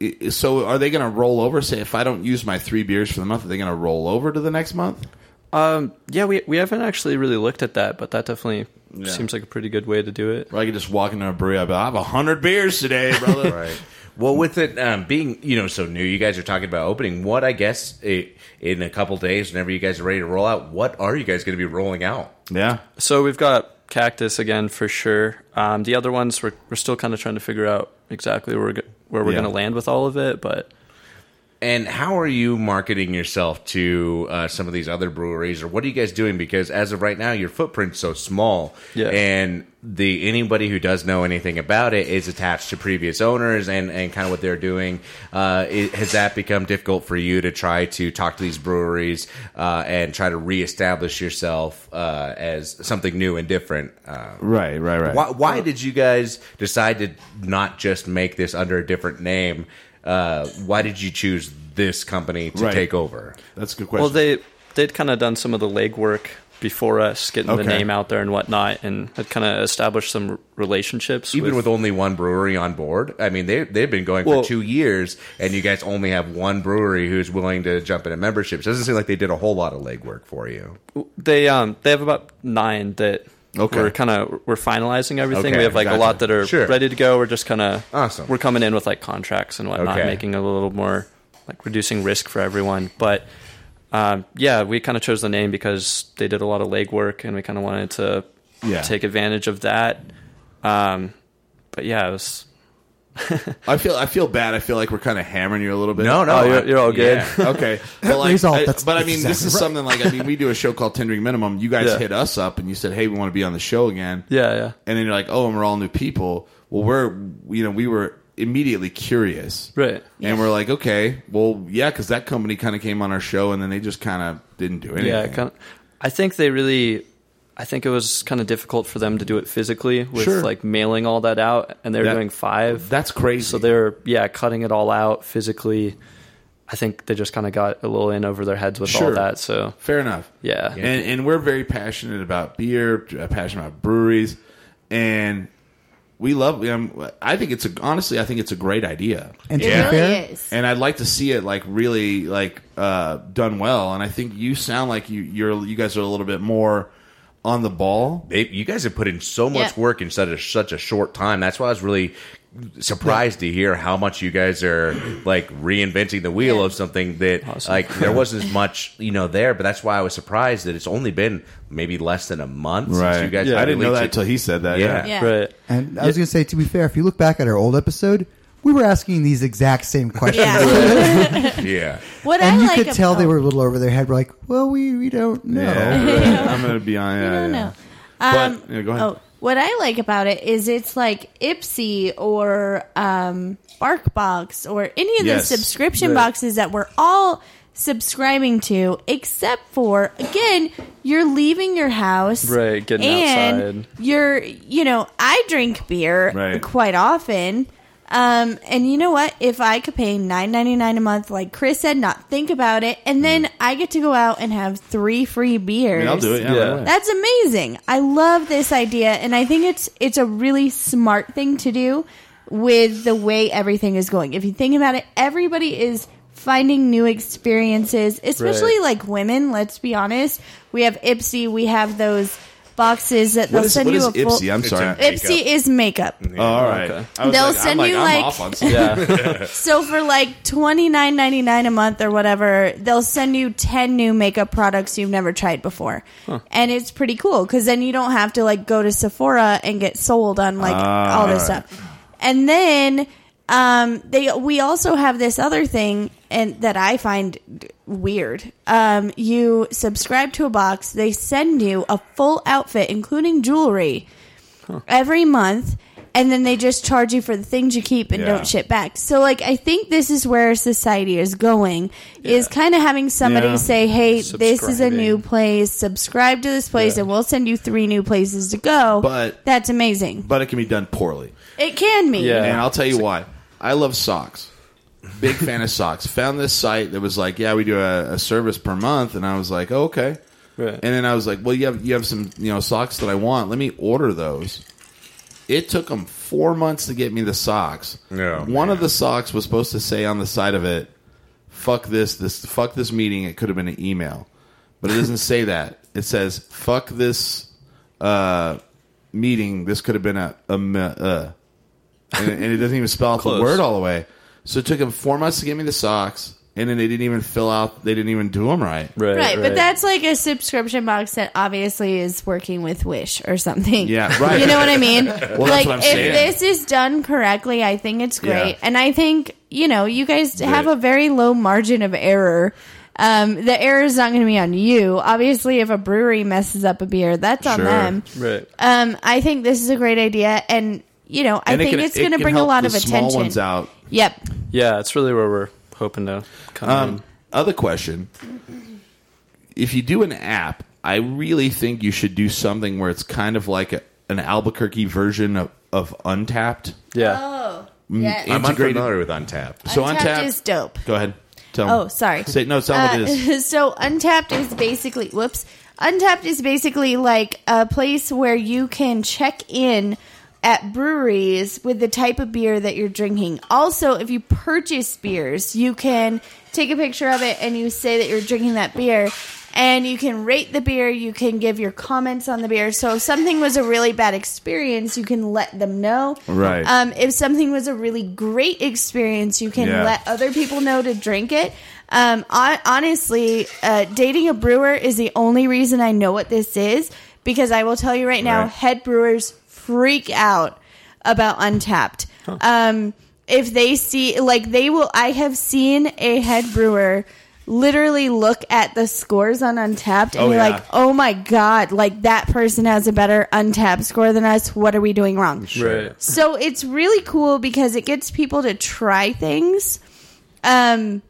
[SPEAKER 2] i- i- So are they going to roll over? Say if I don't use my three beers for the month, are they going to roll over to the next month?
[SPEAKER 6] Um, yeah, we we haven't actually really looked at that, but that definitely
[SPEAKER 2] Yeah.
[SPEAKER 6] seems like a pretty good way to do it.
[SPEAKER 2] Or I could just walk into a brewery. I'd be like, I have a hundred beers today, brother.
[SPEAKER 5] right. Well, with it um, being you know so new, you guys are talking about opening. What I guess i in a couple days, whenever you guys are ready to roll out, what are you guys going to be rolling out?
[SPEAKER 2] Yeah,
[SPEAKER 6] So we've got cactus again for sure. Um, the other ones we're we're still kind of trying to figure out exactly where we're go- where we're
[SPEAKER 2] Yeah.
[SPEAKER 6] going to land with all of it, but
[SPEAKER 5] And how are you marketing yourself to uh, some of these other breweries, or what are you guys doing? Because as of right now, your footprint's so small,
[SPEAKER 6] Yeah.
[SPEAKER 5] and the anybody who does know anything about it is attached to previous owners and, and kind of what they're doing. Uh, it, has that become difficult for you to try to talk to these breweries uh, and try to reestablish yourself uh, as something new and different? Uh,
[SPEAKER 2] right, right, right.
[SPEAKER 5] why, why did you guys decide to not just make this under a different name? Uh, why did you choose this company to
[SPEAKER 2] Right.
[SPEAKER 5] take over?
[SPEAKER 2] That's a good question.
[SPEAKER 6] well they they'd kind of done some of the legwork before us, getting the
[SPEAKER 2] Okay.
[SPEAKER 6] name out there and whatnot, and had kind of established some relationships
[SPEAKER 5] Even with only one brewery on board, I mean they they've been going
[SPEAKER 6] Well-
[SPEAKER 5] for two years, and you guys only have one brewery who's willing to jump into memberships. Doesn't seem like they did a whole lot of legwork for you.
[SPEAKER 6] they um they have about nine that
[SPEAKER 2] Okay.
[SPEAKER 6] we're kind of we're finalizing everything.
[SPEAKER 5] Okay,
[SPEAKER 6] we have like
[SPEAKER 5] gotcha.
[SPEAKER 6] a lot that are
[SPEAKER 5] Sure.
[SPEAKER 6] ready to go. We're just kind of
[SPEAKER 5] Awesome.
[SPEAKER 6] We're coming in with like contracts and whatnot,
[SPEAKER 5] Okay.
[SPEAKER 6] making a little more like reducing risk for everyone. But um, yeah, we kind of chose the name because they did a lot of legwork, and we kind of wanted to
[SPEAKER 2] Yeah.
[SPEAKER 6] take advantage of that. Um, but yeah, it was
[SPEAKER 2] I feel I feel bad. I feel like we're kind of hammering you a little bit.
[SPEAKER 5] No, no,
[SPEAKER 6] Oh, you're- you're all good.
[SPEAKER 5] yeah.
[SPEAKER 2] okay. But like,
[SPEAKER 3] Result,
[SPEAKER 2] I,
[SPEAKER 3] that's-
[SPEAKER 2] but I mean, this
[SPEAKER 3] that's
[SPEAKER 2] is
[SPEAKER 3] exactly
[SPEAKER 2] something like I mean, we do a show called Tendering Minimum. You guys
[SPEAKER 6] Yeah.
[SPEAKER 2] hit us up and you said, "Hey, we want to be on the show again."
[SPEAKER 6] yeah, yeah,
[SPEAKER 2] And then you're like, "Oh, and we're all new people." Well, we're you know we were immediately curious,
[SPEAKER 6] right.
[SPEAKER 2] And we're like, "Okay, well, yeah," because that company kind of came on our show and then they just kind of didn't do anything.
[SPEAKER 6] Yeah, kind of, I think they really. I think it was kind of difficult for them to do it physically with
[SPEAKER 2] Sure.
[SPEAKER 6] like mailing all that out, and they're
[SPEAKER 2] That-
[SPEAKER 6] doing five.
[SPEAKER 2] that's crazy.
[SPEAKER 6] so they're yeah cutting it all out physically. I think they just kind of got a little in over their heads with all
[SPEAKER 2] Sure.
[SPEAKER 6] that. So
[SPEAKER 2] Fair enough.
[SPEAKER 6] Yeah. Yeah.
[SPEAKER 2] And and we're very passionate about beer, uh, passionate about breweries, and we love. Um, I think it's a, honestly, I think it's a great idea,
[SPEAKER 3] And to
[SPEAKER 4] It
[SPEAKER 3] be fair,
[SPEAKER 4] really is.
[SPEAKER 2] and I'd like to see it like really like uh, done well. And I think you sound like you you're you guys are a little bit more on the ball.
[SPEAKER 5] They, you guys have put in so much
[SPEAKER 4] Yeah.
[SPEAKER 5] work in such a, such a short time. That's why I was really surprised to hear how much you guys are like reinventing the wheel
[SPEAKER 4] Yeah.
[SPEAKER 5] of something that
[SPEAKER 6] Awesome.
[SPEAKER 5] like there wasn't as much you know there. But that's why I was surprised that it's only been maybe less than a month since you guys.
[SPEAKER 2] Yeah, I didn't know
[SPEAKER 5] released
[SPEAKER 2] that
[SPEAKER 5] it.
[SPEAKER 2] until he said that.
[SPEAKER 5] Yeah.
[SPEAKER 4] Yeah.
[SPEAKER 6] Right.
[SPEAKER 3] and I was going to say, to be fair, if you look back at our old episode, we were asking these exact same questions.
[SPEAKER 4] Yeah.
[SPEAKER 5] yeah.
[SPEAKER 4] What
[SPEAKER 3] And
[SPEAKER 4] I
[SPEAKER 3] you
[SPEAKER 4] like
[SPEAKER 3] could tell
[SPEAKER 4] about-
[SPEAKER 3] they were a little over their head. We're like, well, we, we don't know.
[SPEAKER 2] Yeah, right. I'm gonna be on. Yeah,
[SPEAKER 4] I don't
[SPEAKER 2] yeah.
[SPEAKER 4] know. Um,
[SPEAKER 2] yeah, go ahead.
[SPEAKER 4] Oh, what I like about it is it's like Ipsy or um, Barkbox or any of
[SPEAKER 2] Yes.
[SPEAKER 4] the subscription boxes that we're all subscribing to, except for again, you're leaving your house,
[SPEAKER 6] Right, getting
[SPEAKER 4] and
[SPEAKER 6] outside.
[SPEAKER 4] You're, you know, I drink beer
[SPEAKER 2] Right.
[SPEAKER 4] quite often. Um, and you know what? If I could pay nine ninety nine a month, like Chris said, not think about it, and then I get to go out and have three free
[SPEAKER 2] Mm. I
[SPEAKER 4] beers.
[SPEAKER 2] mean, I'll do it. Yeah,
[SPEAKER 6] Yeah.
[SPEAKER 2] right away.
[SPEAKER 4] That's amazing. I love this idea, and I think it's it's a really smart thing to do with the way everything is going. If you think about it, everybody is finding new experiences, especially
[SPEAKER 6] Right.
[SPEAKER 4] like women. Let's be honest. We have Ipsy. We have those boxes that they'll
[SPEAKER 2] What is,
[SPEAKER 4] send
[SPEAKER 2] what is
[SPEAKER 4] you a full.
[SPEAKER 2] Ipsy? I'm
[SPEAKER 5] It's
[SPEAKER 2] sorry.
[SPEAKER 5] a-
[SPEAKER 4] Ipsy is makeup.
[SPEAKER 2] Oh, all right.
[SPEAKER 6] Okay.
[SPEAKER 2] I was
[SPEAKER 4] They'll
[SPEAKER 2] like- I'm
[SPEAKER 4] send
[SPEAKER 2] like,
[SPEAKER 4] you,
[SPEAKER 2] I'm
[SPEAKER 4] like-
[SPEAKER 2] off on something.
[SPEAKER 6] Yeah.
[SPEAKER 4] So for like twenty nine ninety nine a month or whatever, they'll send you ten new makeup products you've never tried before, and it's pretty cool because then you don't have to like go to Sephora and get sold on like
[SPEAKER 2] Ah,
[SPEAKER 4] all this
[SPEAKER 2] alright.
[SPEAKER 4] stuff. And then um, they we also have this other thing and that I find d- weird. Um, you subscribe to a box, they send you a full outfit including jewelry every month and then they just charge you for the things you keep and
[SPEAKER 2] Yeah.
[SPEAKER 4] don't ship back. So like I think this is where society is going is kind of having somebody
[SPEAKER 2] Yeah.
[SPEAKER 4] say, "Hey, this is a
[SPEAKER 6] Subscribing.
[SPEAKER 4] new place. Subscribe to this place
[SPEAKER 6] Yeah.
[SPEAKER 4] and we'll send you three new places to go."
[SPEAKER 2] But-
[SPEAKER 4] that's amazing.
[SPEAKER 2] But it can be done poorly.
[SPEAKER 4] it can be.
[SPEAKER 6] Yeah.
[SPEAKER 2] And I'll tell you why. I love socks. Big fan of socks. Found this site that was like, yeah, we do a, a service per month, and I was like, oh, okay.
[SPEAKER 6] Right.
[SPEAKER 2] And then I was like, well, you have you have some you know socks that I want. Let me order those. It took them four months to get me the socks.
[SPEAKER 5] Yeah.
[SPEAKER 2] One of the socks was supposed to say on the side of it, "Fuck this, this fuck this meeting." It could have been an email, but it doesn't say that. It says, "Fuck this uh, meeting." This could have been a, a me- uh, and, and it doesn't even spell out the
[SPEAKER 6] Close.
[SPEAKER 2] word all the way. So it took them four months to get me the socks, and then they didn't even fill out. They didn't even do them right.
[SPEAKER 6] Right.
[SPEAKER 4] Right, but that's like a subscription box that obviously is working with Wish or something.
[SPEAKER 2] Yeah, right.
[SPEAKER 4] You know what I mean? like
[SPEAKER 2] what I'm
[SPEAKER 4] if
[SPEAKER 2] saying.
[SPEAKER 4] this is done correctly, I think it's great.
[SPEAKER 2] Yeah.
[SPEAKER 4] And I think, you know, you guys have
[SPEAKER 2] Right.
[SPEAKER 4] a very low margin of error. Um, the error is not going to be on you. Obviously, if a brewery messes up a beer, that's on
[SPEAKER 2] Sure.
[SPEAKER 4] them.
[SPEAKER 6] Right.
[SPEAKER 4] Um, I think this is a great idea and you know, I
[SPEAKER 2] And it
[SPEAKER 4] think
[SPEAKER 2] can-
[SPEAKER 4] it's
[SPEAKER 2] it
[SPEAKER 4] going to
[SPEAKER 2] can
[SPEAKER 4] bring a
[SPEAKER 2] help
[SPEAKER 4] lot
[SPEAKER 2] the
[SPEAKER 4] of
[SPEAKER 2] small
[SPEAKER 4] attention.
[SPEAKER 2] ones out.
[SPEAKER 4] Yep.
[SPEAKER 6] Yeah, it's really where we're hoping to come
[SPEAKER 2] Um, other question: If you do an app, I really think you should do something where it's kind of like a, an Albuquerque version of, of Untapped. Mm,
[SPEAKER 6] in. Yeah.
[SPEAKER 4] Oh. Yes.
[SPEAKER 5] I'm
[SPEAKER 2] Integrated-
[SPEAKER 5] unfamiliar with Untapped.
[SPEAKER 2] So
[SPEAKER 4] Untappd
[SPEAKER 2] Untappd-
[SPEAKER 4] is dope.
[SPEAKER 2] Go ahead. Tell
[SPEAKER 4] Oh,
[SPEAKER 2] me.
[SPEAKER 4] sorry.
[SPEAKER 2] Say no. Tell me what it is.
[SPEAKER 4] Uh, so Untapped is basically whoops. Untapped is basically like a place where you can check in at breweries with the type of beer that you're drinking. Also, if you purchase beers, you can take a picture of it and you say that you're drinking that beer. And you can rate the beer, you can give your comments on the beer. So if something was a really bad experience, you can let them know.
[SPEAKER 2] Right.
[SPEAKER 4] Um, if something was a really great experience, you can
[SPEAKER 2] Yeah.
[SPEAKER 4] let other people know to drink it. Um, hon- honestly, uh, dating a brewer is the only reason I know what this is because I will tell you right now,
[SPEAKER 2] Right.
[SPEAKER 4] head brewers freak out about Untapped. Um, if they see, like, they will, I have seen a head brewer literally look at the scores on Untapped and
[SPEAKER 2] Oh,
[SPEAKER 4] be
[SPEAKER 2] yeah.
[SPEAKER 4] like, oh my God, like that person has a better Untapped score than us. What are we doing wrong?
[SPEAKER 6] Right.
[SPEAKER 4] So it's really cool because it gets people to try things. Um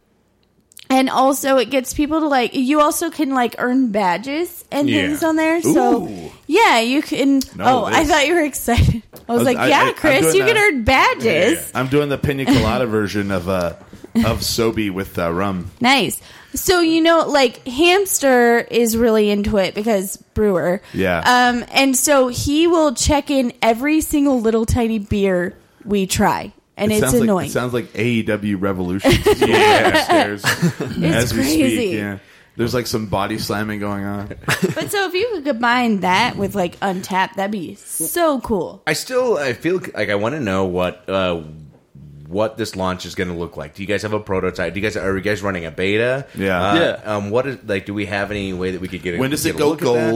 [SPEAKER 4] and also it gets people to like you also can like earn badges and
[SPEAKER 5] Yeah.
[SPEAKER 4] things on there. So
[SPEAKER 2] Ooh.
[SPEAKER 4] yeah, you can
[SPEAKER 2] No,
[SPEAKER 4] Oh, I
[SPEAKER 2] this-
[SPEAKER 4] thought you were excited. I was,
[SPEAKER 2] was-
[SPEAKER 4] like,
[SPEAKER 2] I- I-
[SPEAKER 4] "Yeah,
[SPEAKER 2] I'm
[SPEAKER 4] Chris,
[SPEAKER 2] doing
[SPEAKER 4] you can
[SPEAKER 2] that.
[SPEAKER 4] earn badges."
[SPEAKER 2] I'm doing the pina colada version of uh, of Sobe with uh, rum.
[SPEAKER 4] Nice. So you know, like Hamster is really into it because brewer.
[SPEAKER 2] Yeah.
[SPEAKER 4] Um, and so he will check in every single little tiny beer we try, and it's
[SPEAKER 2] sounds like-
[SPEAKER 4] annoying.
[SPEAKER 2] it sounds like AEW Revolution is going on upstairs as we
[SPEAKER 4] crazy.
[SPEAKER 2] speak. Yeah, there's like some body slamming going on.
[SPEAKER 4] but so if you could combine that with like Untapped, that'd be so cool.
[SPEAKER 5] I still I feel like I want to know what uh, what this launch is going to look like. Do you guys have a prototype? Do you guys are you guys running a beta?
[SPEAKER 2] Yeah.
[SPEAKER 5] Uh,
[SPEAKER 6] Yeah.
[SPEAKER 5] Um, what is like? Do we have any way that we could get? a-
[SPEAKER 2] When does
[SPEAKER 5] get
[SPEAKER 2] it
[SPEAKER 5] a
[SPEAKER 2] go
[SPEAKER 5] look at that?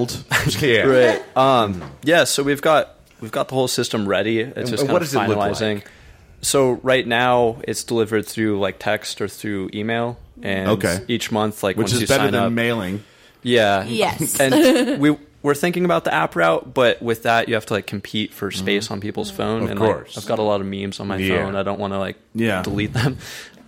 [SPEAKER 2] gold?
[SPEAKER 5] yeah.
[SPEAKER 6] Right. Um, yeah. So we've got we've got the whole system ready. It's just
[SPEAKER 5] and
[SPEAKER 6] kind
[SPEAKER 5] what
[SPEAKER 6] of
[SPEAKER 5] does it look
[SPEAKER 6] finalizing. So right now it's delivered through like text or through email, and
[SPEAKER 2] Okay.
[SPEAKER 6] each month like
[SPEAKER 2] Which
[SPEAKER 6] once you
[SPEAKER 2] is better
[SPEAKER 6] sign
[SPEAKER 2] than
[SPEAKER 6] up,
[SPEAKER 2] mailing.
[SPEAKER 6] yeah,
[SPEAKER 4] Yes.
[SPEAKER 6] and we we're thinking about the app route, but with that you have to like compete for space on people's phone.
[SPEAKER 5] Mm-hmm. Of
[SPEAKER 6] and like,
[SPEAKER 5] course.
[SPEAKER 6] I've got a lot of memes on my
[SPEAKER 5] Yeah.
[SPEAKER 6] phone. I don't want to like
[SPEAKER 2] Yeah.
[SPEAKER 6] delete them.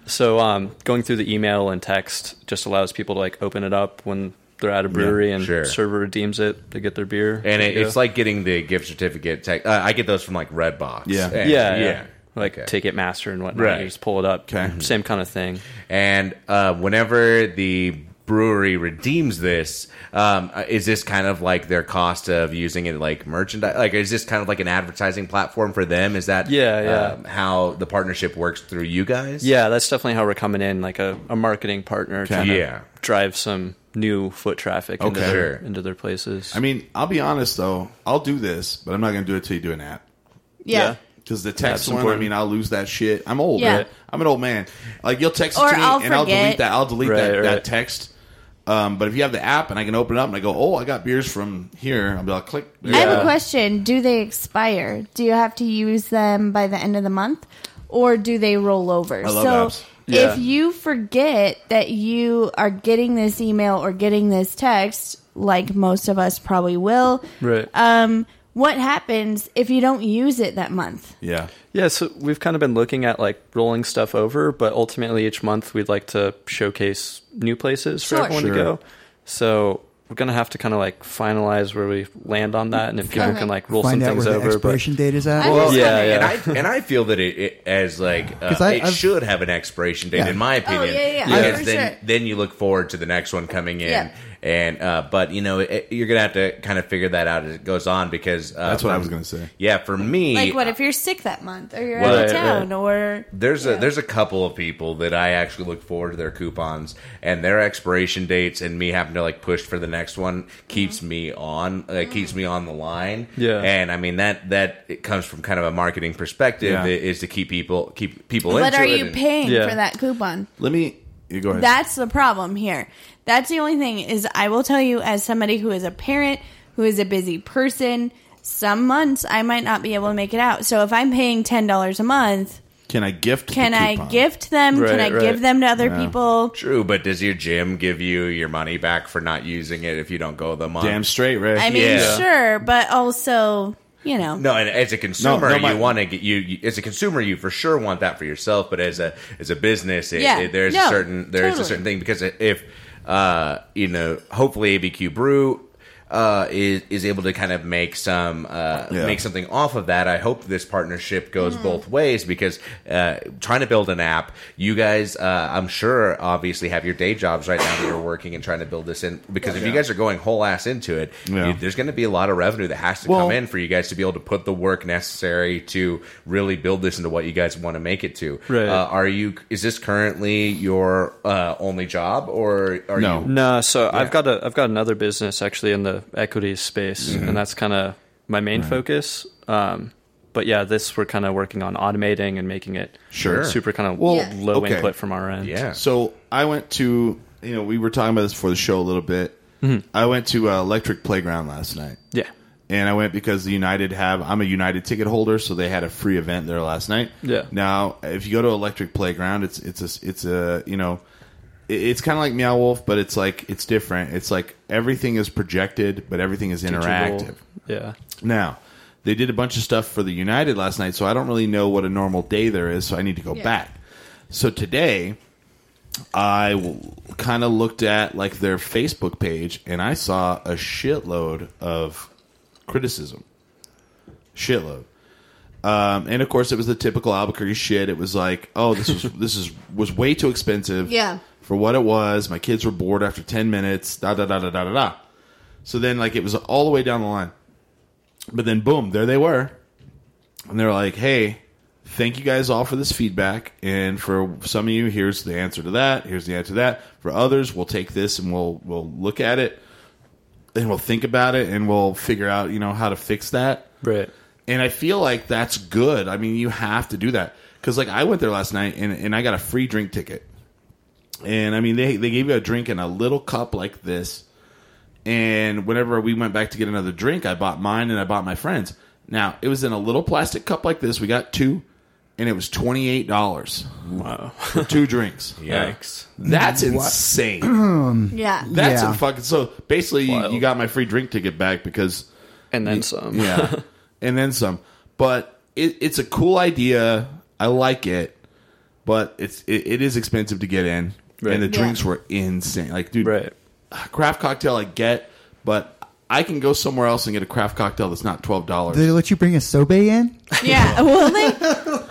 [SPEAKER 6] So um, going through the email and text just allows people to like open it up when they're at a brewery and
[SPEAKER 5] sure.
[SPEAKER 6] server redeems it to get their beer.
[SPEAKER 5] And it,
[SPEAKER 6] Yeah.
[SPEAKER 5] it's like getting the gift certificate. Tech, uh, I get those from like Redbox.
[SPEAKER 2] Yeah.
[SPEAKER 5] And,
[SPEAKER 6] yeah, yeah, like
[SPEAKER 5] Okay.
[SPEAKER 6] Ticketmaster and whatnot.
[SPEAKER 5] Right.
[SPEAKER 6] You just pull it up.
[SPEAKER 2] Okay.
[SPEAKER 6] Same kind of thing.
[SPEAKER 5] And uh, whenever the brewery redeems this, um, uh, is this kind of like their cost of using it like merchandise? Like, is this kind of like an advertising platform for them? Is that
[SPEAKER 6] Yeah, yeah.
[SPEAKER 5] um, how the partnership works through you guys?
[SPEAKER 6] Yeah, that's definitely how we're coming in, like a, a marketing partner trying
[SPEAKER 5] Yeah.
[SPEAKER 6] to drive some new foot traffic into,
[SPEAKER 2] Okay.
[SPEAKER 6] their,
[SPEAKER 5] Sure.
[SPEAKER 6] into their places.
[SPEAKER 2] I mean, I'll be honest though, I'll do this, but I'm not going to do it till you do an app.
[SPEAKER 4] Yeah.
[SPEAKER 2] Because the text
[SPEAKER 6] That's
[SPEAKER 2] one, I
[SPEAKER 6] important.
[SPEAKER 2] mean, I'll lose that shit. I'm old.
[SPEAKER 4] Yeah.
[SPEAKER 2] Right? I'm an old man. Like you'll text it
[SPEAKER 4] Or
[SPEAKER 2] to me,
[SPEAKER 4] I'll
[SPEAKER 2] and I'll delete
[SPEAKER 4] forget.
[SPEAKER 2] that. I'll delete that,
[SPEAKER 6] Right,
[SPEAKER 2] that
[SPEAKER 6] right.
[SPEAKER 2] text. Um, but if you have the app and I can open it up and I go, oh, I got beers from here, I'll be like, click.
[SPEAKER 4] I have
[SPEAKER 6] Yeah.
[SPEAKER 4] a question. Do they expire? Do you have to use them by the end of the month? Or do they roll over?
[SPEAKER 2] I love
[SPEAKER 4] so
[SPEAKER 2] apps.
[SPEAKER 6] Yeah.
[SPEAKER 4] if you forget that you are getting this email or getting this text, like most of us probably will,
[SPEAKER 6] right.
[SPEAKER 4] um, what happens if you don't use it that month?
[SPEAKER 2] Yeah.
[SPEAKER 6] yeah, so we've kind of been looking at like rolling stuff over, but ultimately each month we'd like to showcase new places for
[SPEAKER 4] Sure.
[SPEAKER 6] everyone
[SPEAKER 2] Sure.
[SPEAKER 6] to go. So we're gonna have to kind of like finalize where we land on that, and if people
[SPEAKER 4] Okay.
[SPEAKER 6] can like roll
[SPEAKER 3] Find
[SPEAKER 6] some
[SPEAKER 3] out where
[SPEAKER 6] things
[SPEAKER 3] the
[SPEAKER 6] over. But
[SPEAKER 3] expiration date is at.
[SPEAKER 4] Well,
[SPEAKER 6] yeah, yeah.
[SPEAKER 5] And I and I feel that it, it as like uh,
[SPEAKER 3] 'Cause I-
[SPEAKER 5] it
[SPEAKER 3] I've-
[SPEAKER 5] should have an expiration date,
[SPEAKER 3] Yeah.
[SPEAKER 5] in my opinion.
[SPEAKER 4] Oh, yeah, yeah,
[SPEAKER 5] Because
[SPEAKER 4] for
[SPEAKER 5] then
[SPEAKER 4] sure.
[SPEAKER 5] then you look forward to the next one coming in,
[SPEAKER 4] Yeah.
[SPEAKER 5] and uh, but you know it, you're gonna have to kind of figure that out as it goes on because uh,
[SPEAKER 2] That's what I
[SPEAKER 5] for-
[SPEAKER 2] was going to say.
[SPEAKER 5] Yeah, for me,
[SPEAKER 4] Like, what if you're sick that month or you're out
[SPEAKER 6] Right,
[SPEAKER 2] uh,
[SPEAKER 4] of town
[SPEAKER 6] right.
[SPEAKER 4] or.
[SPEAKER 5] There's
[SPEAKER 4] Yeah.
[SPEAKER 5] a there's a couple of people that I actually look forward to their coupons and their expiration dates and me having to like push for the next one keeps
[SPEAKER 4] Mm-hmm.
[SPEAKER 5] me on uh,
[SPEAKER 4] Mm.
[SPEAKER 5] keeps me on the line.
[SPEAKER 6] Yeah.
[SPEAKER 5] And I mean that that it comes from kind of a marketing perspective
[SPEAKER 2] Yeah.
[SPEAKER 5] that is to keep people keep people
[SPEAKER 4] What
[SPEAKER 5] into
[SPEAKER 4] are
[SPEAKER 5] it
[SPEAKER 4] you
[SPEAKER 5] and-
[SPEAKER 4] paying
[SPEAKER 6] Yeah.
[SPEAKER 4] for that coupon?
[SPEAKER 2] Let me. You go ahead.
[SPEAKER 4] That's the problem here. That's the only thing is I will tell you as somebody who is a parent, who is a busy person, some months I might not be able to make it out. So if I'm paying $10 a month,
[SPEAKER 2] can I gift? the
[SPEAKER 4] can I
[SPEAKER 2] coupon?
[SPEAKER 4] gift them? can
[SPEAKER 6] Right,
[SPEAKER 4] I
[SPEAKER 6] right.
[SPEAKER 4] give them to other people?
[SPEAKER 5] True, but does your gym give you your money back for not using it if you don't go the month?
[SPEAKER 2] Damn straight, right?
[SPEAKER 4] I mean,
[SPEAKER 5] Yeah.
[SPEAKER 4] sure, but also, you know.
[SPEAKER 5] No, and as a consumer,
[SPEAKER 2] No, no, my-
[SPEAKER 5] you want to get you, you as a consumer, you for sure want that for yourself. But as a as a business, it,
[SPEAKER 4] Yeah.
[SPEAKER 5] it- there's
[SPEAKER 4] No,
[SPEAKER 5] a certain there's a
[SPEAKER 4] totally.
[SPEAKER 5] certain thing because if uh, you know, hopefully ABQ Brew uh, is is able to kind of make some uh,
[SPEAKER 2] Yeah. Mm-hmm.
[SPEAKER 5] make something off of that. I hope this partnership goes both ways because uh, trying to build an app, you guys, uh, I'm sure, obviously have your day jobs right now that you're working and trying to build this in. Because if you guys are going whole ass into it,
[SPEAKER 2] Yeah.
[SPEAKER 5] you- there's going to be a lot of revenue that has to
[SPEAKER 2] Well-
[SPEAKER 5] come in for you guys to be able to put the work necessary to really build this into what you guys want to make it to.
[SPEAKER 6] Right.
[SPEAKER 5] Uh, are you? Is this currently your uh, only job, or are
[SPEAKER 2] No.
[SPEAKER 5] you?
[SPEAKER 6] No, so I've got a I've got another business actually in the equities space,
[SPEAKER 2] Mm-hmm.
[SPEAKER 6] and that's kind of my main focus. Um, but yeah, this we're kind of working on automating and making it
[SPEAKER 2] Sure.
[SPEAKER 6] super kind of
[SPEAKER 2] Well,
[SPEAKER 6] low
[SPEAKER 2] okay.
[SPEAKER 6] input from our end.
[SPEAKER 5] Yeah.
[SPEAKER 2] So I went to you know we were talking about this before the show a little bit. I went to uh, Electric Playground last night,
[SPEAKER 6] yeah,
[SPEAKER 2] and I went because the United have I'm a United ticket holder, so they had a free event there last night.
[SPEAKER 6] Yeah.
[SPEAKER 2] Now if you go to Electric Playground, it's it's a it's a you know it- it's kind of like Meow Wolf, but it's like it's different. It's like everything is projected, but everything is interactive.
[SPEAKER 6] Yeah,
[SPEAKER 2] Now, they did a bunch of stuff for the United last night, so I don't really know what a normal day there is, so I need to go back. So today, I kind of looked at like their Facebook page, and I saw a shitload of criticism. Shitload. Um, and of course, it was the typical Albuquerque shit. It was like, oh, this was this is was way too expensive.
[SPEAKER 4] Yeah.
[SPEAKER 2] For what it was, my kids were bored after ten minutes. Da da da da da da da. So then, like, it was all the way down the line. But then, boom, there they were, and they're like, hey, thank you guys all for this feedback. And for some of you, here's the answer to that. Here's the answer to that. For others, we'll take this and we'll we'll look at it and we'll think about it and we'll figure out you know how to fix that.
[SPEAKER 6] Right.
[SPEAKER 2] And I feel like that's good. I mean, you have to do that because like I went there last night and, and I got a free drink ticket. And I mean, they they gave you a drink in a little cup like this. And whenever we went back to get another drink, I bought mine and I bought my friends. Now it was in a little plastic cup like this. We got two, and it was twenty eight dollars
[SPEAKER 6] Wow.
[SPEAKER 2] for two drinks.
[SPEAKER 5] Yikes.
[SPEAKER 2] That's insane.
[SPEAKER 4] Yeah.
[SPEAKER 2] That's
[SPEAKER 3] Yeah.
[SPEAKER 2] a fucking so. Basically, you,
[SPEAKER 6] Wild.
[SPEAKER 2] you got my free drink ticket back because
[SPEAKER 6] And then some.
[SPEAKER 2] yeah, and then some. But it, it's a cool idea. I like it, but it's it, it is expensive to get in,
[SPEAKER 6] Right.
[SPEAKER 2] and the
[SPEAKER 6] Yeah.
[SPEAKER 2] drinks were insane. Like, dude, uh,
[SPEAKER 6] Right.
[SPEAKER 2] craft cocktail I get, but I can go somewhere else and get a craft cocktail that's not twelve dollars.
[SPEAKER 3] Did they let you bring a sobe in?
[SPEAKER 4] Yeah. Well, like,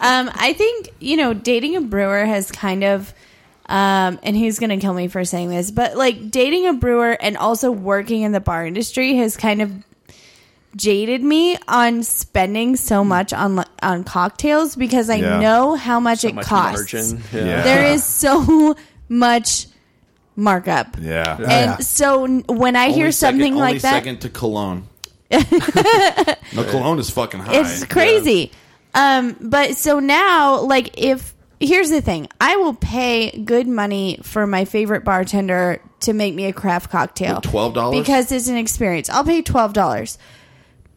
[SPEAKER 4] um, I think you know, dating a brewer has kind of, um, and he's gonna kill me for saying this, but like dating a brewer and also working in the bar industry has kind of jaded me on spending so much on on cocktails because I
[SPEAKER 2] Hmm. Yeah.
[SPEAKER 4] know how much it
[SPEAKER 6] Much
[SPEAKER 4] costs.
[SPEAKER 6] margin. Yeah.
[SPEAKER 2] Yeah.
[SPEAKER 4] There is so much markup.
[SPEAKER 2] Oh, yeah.
[SPEAKER 4] And
[SPEAKER 3] Yeah.
[SPEAKER 4] so n- when I hear
[SPEAKER 2] Only second-
[SPEAKER 4] something
[SPEAKER 2] only
[SPEAKER 4] like that,
[SPEAKER 2] second to cologne. no, cologne is fucking high.
[SPEAKER 4] It's crazy. Um, but so now, like, if here's the thing, I will pay good money for my favorite bartender to make me a craft cocktail.
[SPEAKER 2] $12?
[SPEAKER 4] because it's an experience. I'll pay twelve dollars,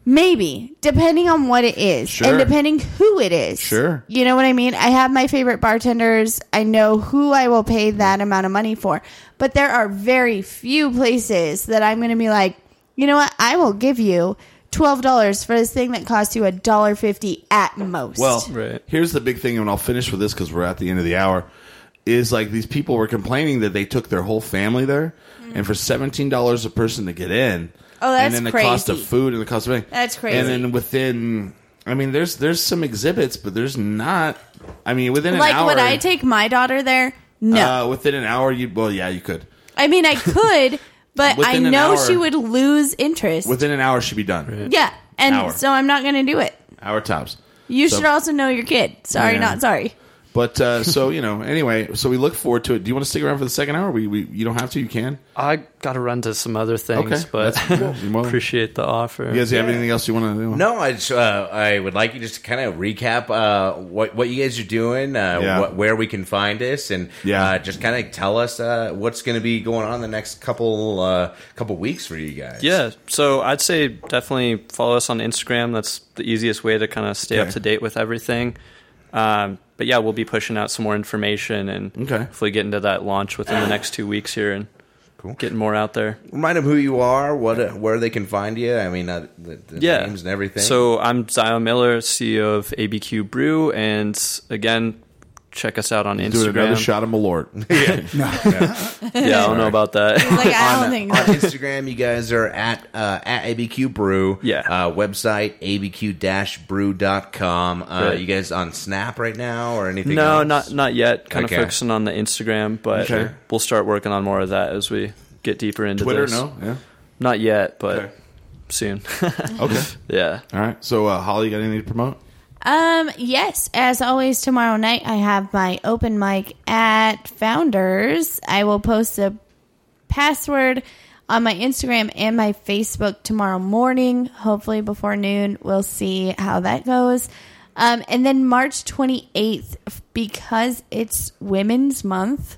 [SPEAKER 4] maybe depending on what it is
[SPEAKER 2] Sure.
[SPEAKER 4] and depending who it is.
[SPEAKER 2] Sure.
[SPEAKER 4] you know what I mean. I have my favorite bartenders. I know who I will pay that amount of money for. But there are very few places that I'm going to be like, you know what? I will give you twelve dollars for this thing that costs you a dollar fifty at most.
[SPEAKER 2] Well,
[SPEAKER 6] Right.
[SPEAKER 2] here's the big thing, and I'll finish with this because we're at the end of the hour. Is like these people were complaining that they took their whole family there, and for seventeen dollars a person to get in.
[SPEAKER 4] Oh, that's
[SPEAKER 2] And then the cost of
[SPEAKER 4] crazy.
[SPEAKER 2] food and the cost of everything.
[SPEAKER 4] That's
[SPEAKER 2] And
[SPEAKER 4] crazy.
[SPEAKER 2] then within, I mean, there's there's some exhibits, but there's not. I mean, within an
[SPEAKER 4] like
[SPEAKER 2] hour,
[SPEAKER 4] would I take my daughter there? No,
[SPEAKER 2] Uh, within an hour, you well, yeah, you could.
[SPEAKER 4] I mean I could, but I
[SPEAKER 2] Within an
[SPEAKER 4] know
[SPEAKER 2] hour-
[SPEAKER 4] she would lose interest.
[SPEAKER 2] Within an hour, should be done.
[SPEAKER 4] yeah, and
[SPEAKER 2] Hour.
[SPEAKER 4] so I'm not going to do it.
[SPEAKER 2] Hour tops.
[SPEAKER 4] You
[SPEAKER 2] So-
[SPEAKER 4] should also know your kid. Sorry,
[SPEAKER 2] Yeah.
[SPEAKER 4] not sorry.
[SPEAKER 2] But uh, so you know, anyway, so we look forward to it. Do you want to stick around for the second hour? We, we you don't have to. You can.
[SPEAKER 6] I got to run to some other things,
[SPEAKER 2] Okay,
[SPEAKER 6] but
[SPEAKER 2] that's- well, you're more than-
[SPEAKER 6] appreciate the offer.
[SPEAKER 2] You guys have anything else you want to? do?
[SPEAKER 5] No, I just, uh, I would like you just to kind of recap uh, what what you guys are doing, uh,
[SPEAKER 2] Yeah.
[SPEAKER 5] what, where we can find us, and
[SPEAKER 2] Yeah.
[SPEAKER 5] uh, just kind of tell us uh, what's going to be going on the next couple uh, couple weeks for you guys.
[SPEAKER 6] Yeah, so I'd say definitely follow us on Instagram. That's the easiest way to kind of stay up
[SPEAKER 2] Okay.
[SPEAKER 6] to date with everything. Um, but yeah, we'll be pushing out some more information and
[SPEAKER 2] Okay.
[SPEAKER 6] hopefully get into that launch within the next two weeks here and
[SPEAKER 5] Cool.
[SPEAKER 6] getting more out there.
[SPEAKER 5] Remind them who you are, what uh, where they can find you. I mean, uh, the, the
[SPEAKER 6] yeah.
[SPEAKER 5] names and everything.
[SPEAKER 6] So I'm Zion Miller, CEO of ABQ Brew, and again, check us out on
[SPEAKER 2] Do
[SPEAKER 6] Instagram.
[SPEAKER 2] another shot of Malort.
[SPEAKER 6] Yeah, I don't know about that.
[SPEAKER 4] Like I don't think
[SPEAKER 5] on Instagram, you guys are at uh, at ABQ Brew.
[SPEAKER 6] Yeah.
[SPEAKER 5] Uh, website abq brew.com. Uh,
[SPEAKER 6] Right.
[SPEAKER 5] You guys on Snap right now or anything?
[SPEAKER 6] no,
[SPEAKER 5] else?
[SPEAKER 6] not not yet. Kind
[SPEAKER 5] Okay.
[SPEAKER 6] of focusing on the Instagram, but
[SPEAKER 2] Okay.
[SPEAKER 6] we'll start working on more of that as we get deeper into
[SPEAKER 2] Twitter,
[SPEAKER 6] this.
[SPEAKER 2] no, yeah,
[SPEAKER 6] Not yet, but
[SPEAKER 2] Okay.
[SPEAKER 6] soon.
[SPEAKER 2] okay,
[SPEAKER 6] yeah.
[SPEAKER 2] all right. So, uh, Holly, you got anything to promote?
[SPEAKER 4] Um, yes, as always, tomorrow night I have my open mic at Founders. I will post a password on my Instagram and my Facebook tomorrow morning, hopefully before noon. We'll see how that goes. Um, and then March 28th, because it's Women's Month,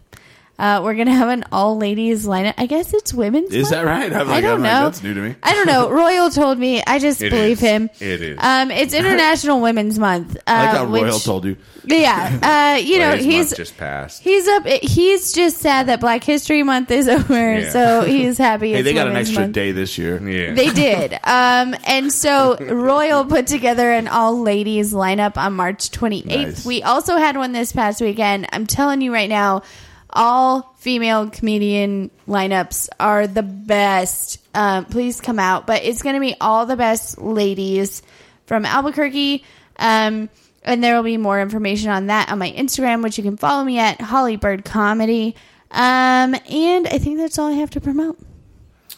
[SPEAKER 4] uh, we're going to have an all ladies lineup. I guess it's Women's
[SPEAKER 2] Is
[SPEAKER 4] Month.
[SPEAKER 2] that right? I'm like,
[SPEAKER 4] I
[SPEAKER 2] I'm
[SPEAKER 4] don't
[SPEAKER 2] like,
[SPEAKER 4] know.
[SPEAKER 2] that's new to me.
[SPEAKER 4] I don't know. Royal told me. I just
[SPEAKER 5] It
[SPEAKER 4] believe
[SPEAKER 5] is.
[SPEAKER 4] him.
[SPEAKER 5] It is.
[SPEAKER 4] Um, it's International Women's Month. Uh,
[SPEAKER 2] I like how
[SPEAKER 4] which-
[SPEAKER 2] Royal told you.
[SPEAKER 4] Yeah. Uh, you know,
[SPEAKER 5] Ladies'
[SPEAKER 4] he's
[SPEAKER 5] Month just passed.
[SPEAKER 4] he's up. He's just sad that Black History Month is over,
[SPEAKER 5] Yeah.
[SPEAKER 4] so he's happy.
[SPEAKER 2] Hey,
[SPEAKER 4] it's
[SPEAKER 2] they got an
[SPEAKER 4] Women's
[SPEAKER 2] extra
[SPEAKER 4] Month.
[SPEAKER 2] day this year.
[SPEAKER 5] yeah.
[SPEAKER 4] They did. Um, and so Royal put together an all ladies lineup on March 28th.
[SPEAKER 2] Nice.
[SPEAKER 4] We also had one this past weekend. I'm telling you right now, all female comedian lineups are the best. Um, please come out. But it's going to be all the best ladies from Albuquerque. Um, and there will be more information on that on my Instagram, which you can follow me at Hollybird Comedy. Um, and I think that's all I have to promote.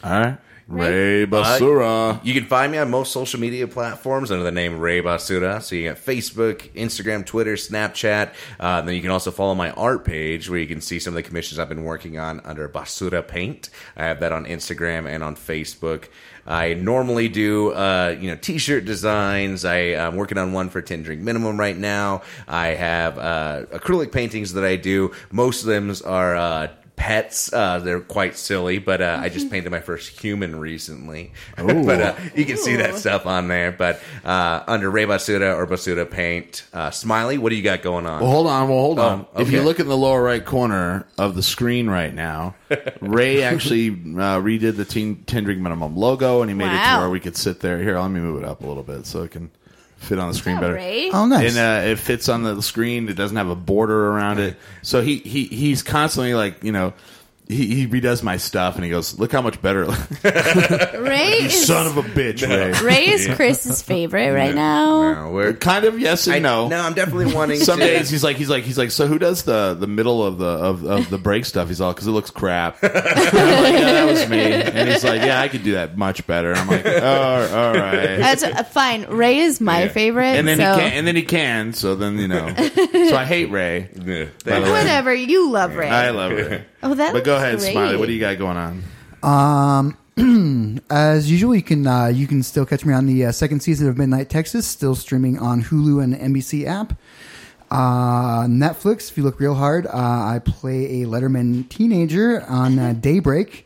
[SPEAKER 2] All right. Ray Basura.
[SPEAKER 5] You can find me on most social media platforms under the name Ray Basura. So you got Facebook, Instagram, Twitter, Snapchat. Uh, then you can also follow my art page where you can see some of the commissions I've been working on under Basura Paint. I have that on Instagram and on Facebook. I normally do, uh, you know, t-shirt designs. I, I'm working on one for 10 drink minimum right now. I have uh, acrylic paintings that I do. Most of them are uh, pets. Uh, they're quite silly, but uh, I
[SPEAKER 4] Mm-hmm.
[SPEAKER 5] just painted my first human recently. but uh, you can see that stuff on there. But uh, under Ray Basuda or Basuda Paint, uh, Smiley, what do you got going on?
[SPEAKER 2] Well, hold on. Well, hold on.
[SPEAKER 5] Oh,
[SPEAKER 2] If you
[SPEAKER 5] okay.
[SPEAKER 2] look in the lower right corner of the screen right now, Ray actually uh, redid the teen, 10 drink minimum logo and he made it to
[SPEAKER 4] Wow.
[SPEAKER 2] where we could sit there. Here, let me move it up a little bit so it can fit on the screen better.
[SPEAKER 4] Ray.
[SPEAKER 3] Oh, nice.
[SPEAKER 2] And uh, it fits on the screen. It doesn't have a border around it. So he, he he's constantly like, you know, he, he redoes my stuff and he goes, look how much better. it looks."
[SPEAKER 4] Ray is
[SPEAKER 2] Son of a bitch, Ray.
[SPEAKER 4] Ray is Chris's favorite right now.
[SPEAKER 5] No, we're,
[SPEAKER 2] Kind of yes and
[SPEAKER 5] I
[SPEAKER 2] no.
[SPEAKER 5] know. No, I'm definitely wanting
[SPEAKER 2] Some
[SPEAKER 5] to-
[SPEAKER 2] days he's like he's like he's like so who does the the middle of the of, of the break stuff he's all because it looks crap And I'm like, yeah, that was me and he's like yeah I could do that much better and I'm like oh, all right
[SPEAKER 4] That's uh, fine. Ray is my
[SPEAKER 2] Yeah.
[SPEAKER 4] favorite.
[SPEAKER 2] and then
[SPEAKER 4] so
[SPEAKER 2] he can and then he can so then you know so I hate Ray
[SPEAKER 5] Yeah.
[SPEAKER 2] By the way.
[SPEAKER 4] whatever you love, Ray.
[SPEAKER 2] I love Ray
[SPEAKER 4] oh, that.
[SPEAKER 2] but go
[SPEAKER 4] looks
[SPEAKER 2] ahead
[SPEAKER 4] great.
[SPEAKER 2] Smiley what do you got going on
[SPEAKER 3] As usual, you can uh, you can still catch me on the uh, second season of Midnight Texas, still streaming on Hulu and NBC app. Uh, Netflix, if you look real hard, uh, I play a Letterman teenager on uh, Daybreak,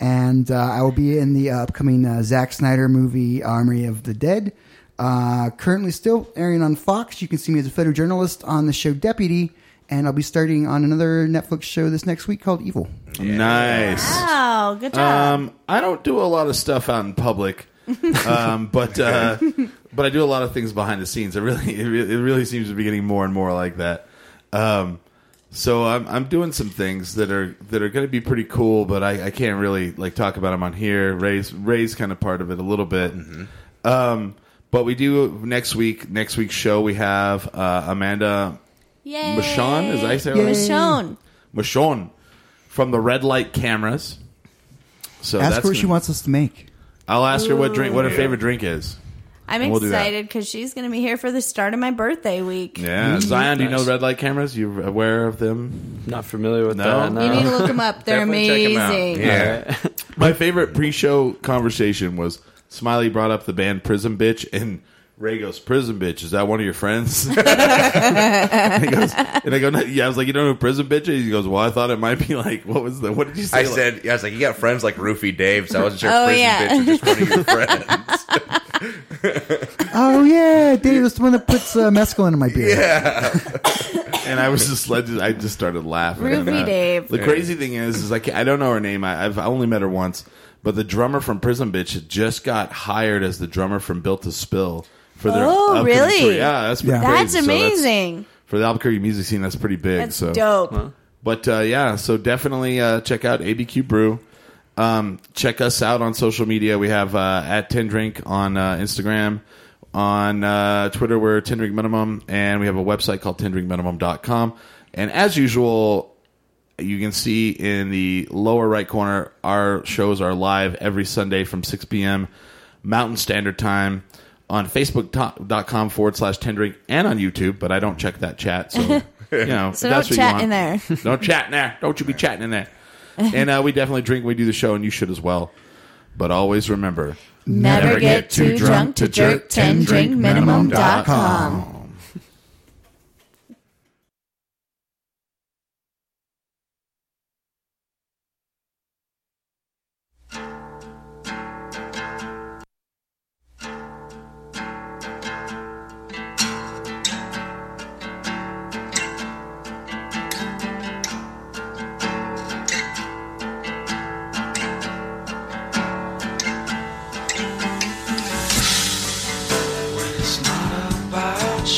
[SPEAKER 3] and uh, I will be in the upcoming uh, Zack Snyder movie Armory of the Dead. Uh, currently, still airing on Fox. You can see me as a photojournalist on the show Deputy, and I'll be starting on another Netflix show this next week called Evil.
[SPEAKER 2] nice
[SPEAKER 4] Oh, good job.
[SPEAKER 2] Um, I don't do a lot of stuff out in public, um, but uh, but I do a lot of things behind the scenes. It really it really, it really seems to be getting more and more like that. Um, so I'm I'm doing some things that are that are going to be pretty cool, but I, I can't really like talk about them on here. Ray's Ray's kind of part of it a little bit. Um, but we do next week. Next week's show we have uh, Amanda
[SPEAKER 4] Yay.
[SPEAKER 2] Michonne, is that how you say her
[SPEAKER 3] Yay.
[SPEAKER 2] last
[SPEAKER 4] Michonne.
[SPEAKER 2] Michonne from the Red Light Cameras. So
[SPEAKER 3] Ask
[SPEAKER 2] that's
[SPEAKER 3] her what she
[SPEAKER 2] gonna-
[SPEAKER 3] wants us to make.
[SPEAKER 2] I'll ask her what drink, what her favorite drink is.
[SPEAKER 4] I'm
[SPEAKER 2] We'll do that.
[SPEAKER 4] excited because she's going to be here for the start of my birthday week.
[SPEAKER 2] Yeah, Mm-hmm. Zion, do you know
[SPEAKER 6] Nice.
[SPEAKER 2] red light cameras? You aware of them?
[SPEAKER 6] Not familiar with
[SPEAKER 2] No?
[SPEAKER 6] that. No.
[SPEAKER 4] You need to look them up. They're
[SPEAKER 5] Definitely check
[SPEAKER 4] amazing.
[SPEAKER 5] 'em out. Yeah.
[SPEAKER 2] My favorite pre-show conversation was Smiley brought up the band Prism Bitch, and Ray goes, "Prism Bitch, is that one of your friends?" and, he goes, and I go, "No." "Yeah." I was like, "You don't know who Prism Bitch?" is? He goes, "Well, I thought it might be like what was the what did you say?"
[SPEAKER 5] I
[SPEAKER 2] Like-
[SPEAKER 5] said, I was like, you got friends like Roofy Dave, so I wasn't sure
[SPEAKER 4] Oh,
[SPEAKER 5] if
[SPEAKER 4] yeah.
[SPEAKER 5] prison bitch was just one of your friends.
[SPEAKER 3] Oh yeah, Dave is the one that puts uh, mescaline in my beer.
[SPEAKER 2] and I was just led. To, I just started laughing.
[SPEAKER 4] Ruby
[SPEAKER 2] And, uh,
[SPEAKER 4] Dave.
[SPEAKER 2] The crazy thing is, is like I don't know her name. I, I've only met her once, but the drummer from Prison Bitch had just got hired as the drummer from Built to Spill for their.
[SPEAKER 4] Oh,
[SPEAKER 2] upcoming
[SPEAKER 4] really?
[SPEAKER 2] tour. Yeah, that's pretty
[SPEAKER 3] Yeah.
[SPEAKER 4] That's
[SPEAKER 2] crazy. So
[SPEAKER 4] amazing.
[SPEAKER 2] for the Albuquerque music scene. That's pretty big.
[SPEAKER 4] that's
[SPEAKER 2] so
[SPEAKER 4] dope.
[SPEAKER 2] but uh, yeah, so definitely uh, check out ABQ Brew. Um, check us out on social media. We have uh, at Ten Drink on uh, Instagram. On uh, Twitter, we're Ten Drink Minimum, and we have a website called tendrinkminimum.com. And as usual, you can see in the lower right corner, our shows are live every Sunday from 6 p.m. Mountain Standard Time on Facebook.com forward slash Tendrink and on YouTube, but I don't check that chat. So, you know,
[SPEAKER 4] So
[SPEAKER 2] that's what
[SPEAKER 4] don't
[SPEAKER 2] you
[SPEAKER 4] chat
[SPEAKER 2] want.
[SPEAKER 4] in there.
[SPEAKER 2] Don't chat in there. Don't you be chatting in there. And uh, we definitely drink when we do the show, and you should as well. But always remember.
[SPEAKER 4] Never get too drunk to jerk 10 drink minimum dot com.
[SPEAKER 7] It's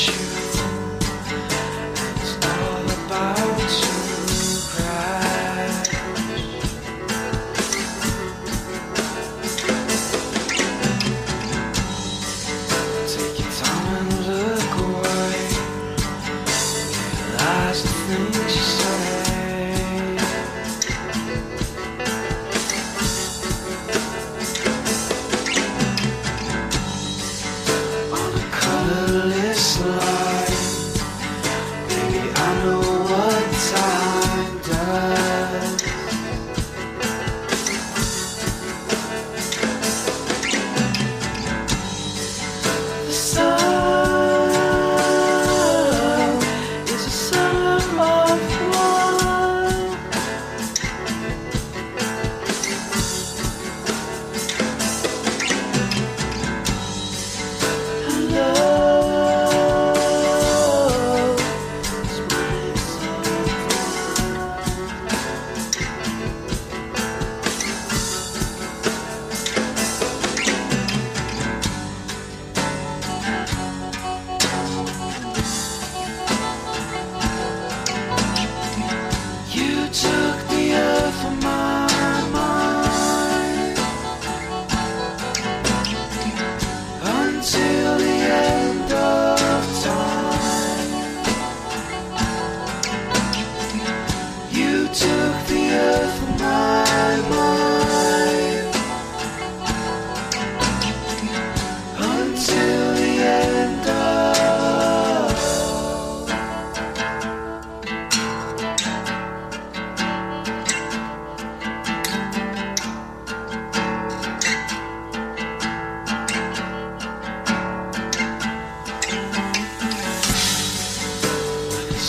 [SPEAKER 7] not about It's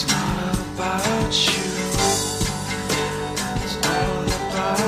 [SPEAKER 7] not about you. It's all about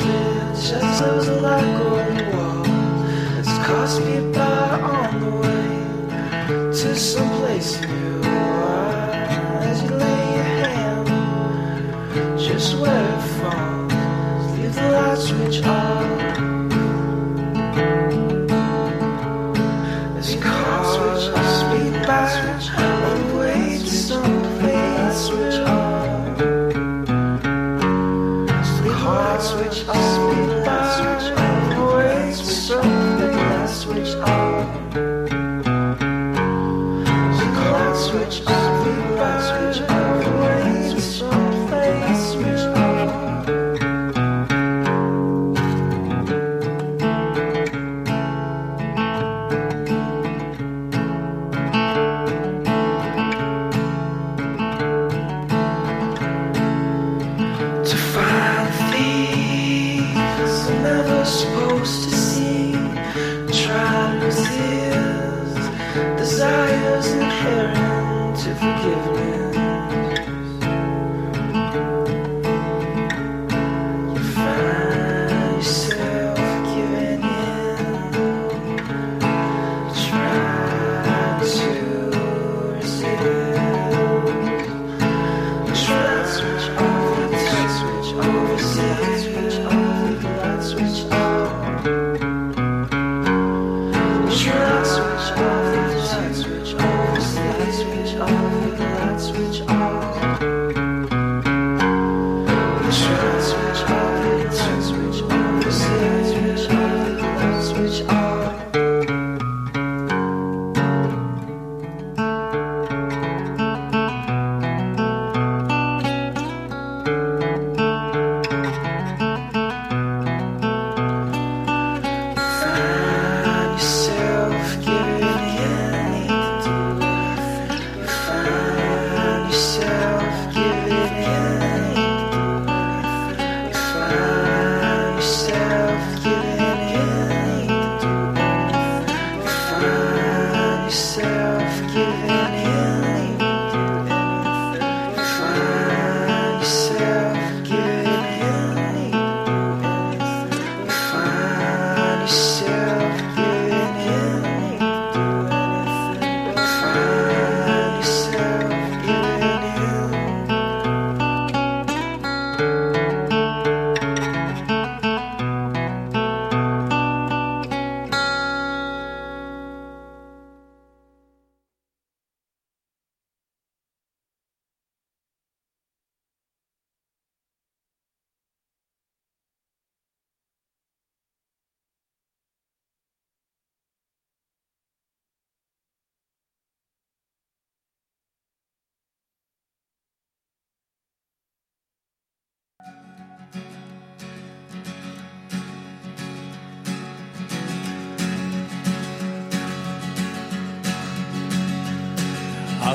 [SPEAKER 7] shadows like on the wall. It's cost me by on the way to someplace new. As you lay your hand, just where it falls, leave the light switch off. It's cost me by on the way to someplace switch off. Heart switch off, speed switch off, voice switch off, light switch off. Heart switch off, speed switch off, voice switch off, light switch off. to find things I'm never supposed to see. Try to resist desires inherent to forgiveness. You find yourself giving in. Try to resist. Switch off. yourself giving in. You find yourself giving in. You find yourself giving in. You find yourself giving in. You find yourself giving in find yourself giving in. Find yourself giving in.
[SPEAKER 1] I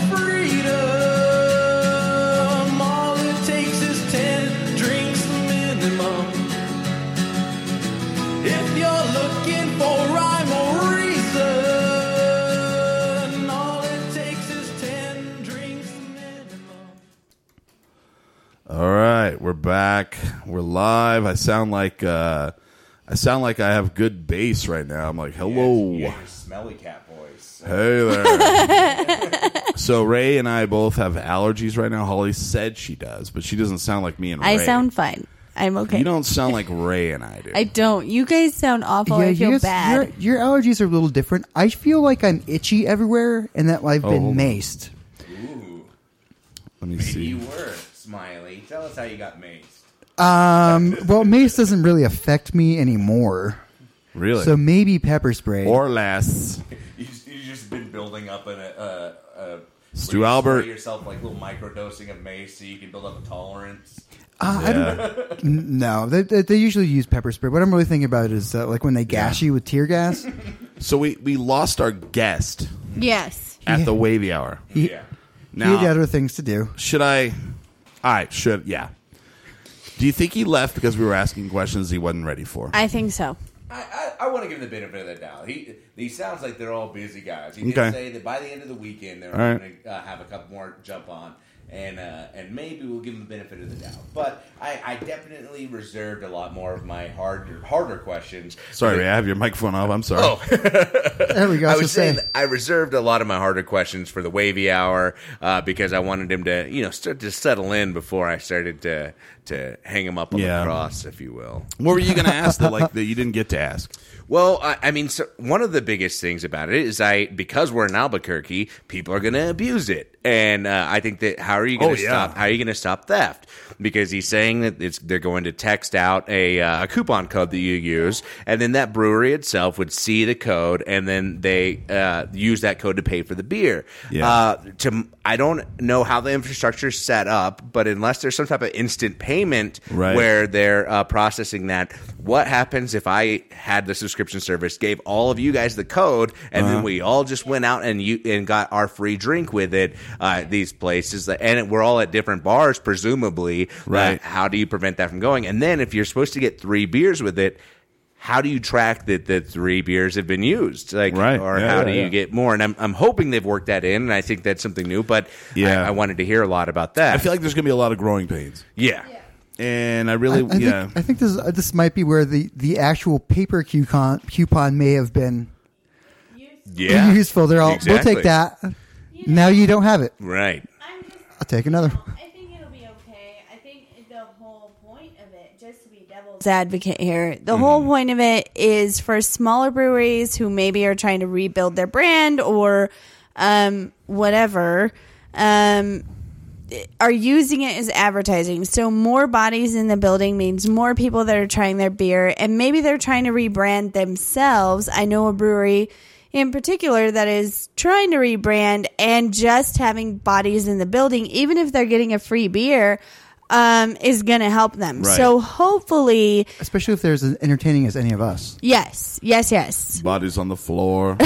[SPEAKER 1] freedom, all it takes is ten drinks minimum. If you're looking for rhyme or reason, all it takes is ten drinks minimum.
[SPEAKER 2] All right, we're back. We're live. I sound like uh, I sound like I have good bass right now. I'm like, hello,
[SPEAKER 5] smelly cat voice.
[SPEAKER 2] hey there. so Ray and I both have allergies right now. Holly said she does, but she doesn't sound like me and
[SPEAKER 4] I
[SPEAKER 2] Ray.
[SPEAKER 4] sound fine. I'm okay.
[SPEAKER 2] You don't sound like Ray and I do.
[SPEAKER 4] I don't. You guys sound awful. Oh, I feel
[SPEAKER 3] you guys-
[SPEAKER 4] bad.
[SPEAKER 3] Your, your allergies are a little different. I feel like I'm itchy everywhere and that I've
[SPEAKER 2] Oh,
[SPEAKER 3] been
[SPEAKER 2] hold on.
[SPEAKER 3] maced.
[SPEAKER 5] Ooh,
[SPEAKER 2] Let me
[SPEAKER 5] you
[SPEAKER 2] see.
[SPEAKER 5] were smiley. Tell us how you got maced.
[SPEAKER 3] Um, well, mace doesn't really affect me anymore.
[SPEAKER 2] Really?
[SPEAKER 3] So maybe pepper spray.
[SPEAKER 2] or less.
[SPEAKER 5] You, you just been building up an, uh, uh,
[SPEAKER 2] Stu
[SPEAKER 5] where you
[SPEAKER 2] Albert.
[SPEAKER 5] spray yourself like little micro dosing of mace so you can build up a tolerance.
[SPEAKER 3] Ah, no, they, they, they usually use pepper spray. What I'm really thinking about is uh, like when they gash you with tear gas.
[SPEAKER 2] So we we lost our guest.
[SPEAKER 4] Yes.
[SPEAKER 2] at the wavy hour.
[SPEAKER 3] Yeah. He had
[SPEAKER 2] Now,
[SPEAKER 3] other things to do.
[SPEAKER 2] should I? All right, should yeah. Do you think he left because we were asking questions he wasn't ready for?
[SPEAKER 4] I think so.
[SPEAKER 5] I, I, I want to give him the benefit of the doubt. He he sounds like they're all busy guys. He
[SPEAKER 2] Okay.
[SPEAKER 5] did say that by the end of the weekend they're
[SPEAKER 2] All right.
[SPEAKER 5] going to uh, have a couple more jump on, and uh, and maybe we'll give him the benefit of the doubt. But I, I definitely reserved a lot more of my harder harder questions.
[SPEAKER 2] sorry, Ray, I have your microphone off. I'm sorry.
[SPEAKER 3] There we go. I
[SPEAKER 5] I
[SPEAKER 3] was
[SPEAKER 5] was
[SPEAKER 3] just saying,
[SPEAKER 5] saying I reserved a lot of my harder questions for the wavy hour uh, because I wanted him to, you know, start to settle in before I started to to hang him up on
[SPEAKER 2] Yeah.
[SPEAKER 5] the cross, if you will.
[SPEAKER 2] What were you going to ask that like that you didn't get to ask?
[SPEAKER 5] Well, I, I mean, so one of the biggest things about it is I because we're in Albuquerque, people are going to abuse it, and uh, I think that how are you going
[SPEAKER 2] Oh,
[SPEAKER 5] to
[SPEAKER 2] yeah.
[SPEAKER 5] stop? How are you going to stop theft? Because he's saying that it's they're going to text out a, uh, a coupon code that you use, and then that brewery itself would see the code, and then they uh, use that code to pay for the beer.
[SPEAKER 2] Yeah.
[SPEAKER 5] Uh, to I don't know how the infrastructure is set up, but unless there's some type of instant payment
[SPEAKER 2] Right.
[SPEAKER 5] where they're uh, processing that. What happens if I had the subscription service, gave all of you guys the code, and
[SPEAKER 2] Uh-huh.
[SPEAKER 5] then we all just went out and you and got our free drink with it? Uh, these places, and it, we're all at different bars, presumably.
[SPEAKER 2] Right.
[SPEAKER 5] Uh, how do you prevent that from going? And then if you're supposed to get three beers with it. How do you track that the three beers have been used? Like,
[SPEAKER 2] Right.
[SPEAKER 5] or
[SPEAKER 2] Yeah,
[SPEAKER 5] how
[SPEAKER 2] yeah,
[SPEAKER 5] do you
[SPEAKER 2] yeah.
[SPEAKER 5] get more? And I'm, I'm hoping they've worked that in, and I think that's something new. But
[SPEAKER 2] Yeah.
[SPEAKER 5] I, I wanted to hear a lot about that.
[SPEAKER 2] I feel like there's going to be a lot of growing pains,
[SPEAKER 5] yeah.
[SPEAKER 2] and I
[SPEAKER 3] I, I
[SPEAKER 2] really
[SPEAKER 3] think,
[SPEAKER 2] yeah.
[SPEAKER 3] I think this uh, this might be where the, the actual paper coupon coupon may have been
[SPEAKER 5] Yeah.
[SPEAKER 3] useful. They're all
[SPEAKER 5] Exactly.
[SPEAKER 3] we'll take that. Now you don't have it.
[SPEAKER 5] Right.
[SPEAKER 4] I'm just,
[SPEAKER 3] I'll take another.
[SPEAKER 4] I think it'll be okay. I think the whole point of it, just to be devil's advocate here, the whole point of it is for smaller breweries who maybe are trying to rebuild their brand or um, whatever. Um, are using it as advertising. So more bodies in the building means more people that are trying their beer and maybe they're trying to rebrand themselves. I know a brewery in particular that is trying to rebrand and just having bodies in the building, even if they're getting a free beer, um, is going to help them.
[SPEAKER 2] Right.
[SPEAKER 4] So hopefully,
[SPEAKER 3] Especially if there's as entertaining as any of us.
[SPEAKER 4] yes, yes, yes.
[SPEAKER 2] Bodies on the floor.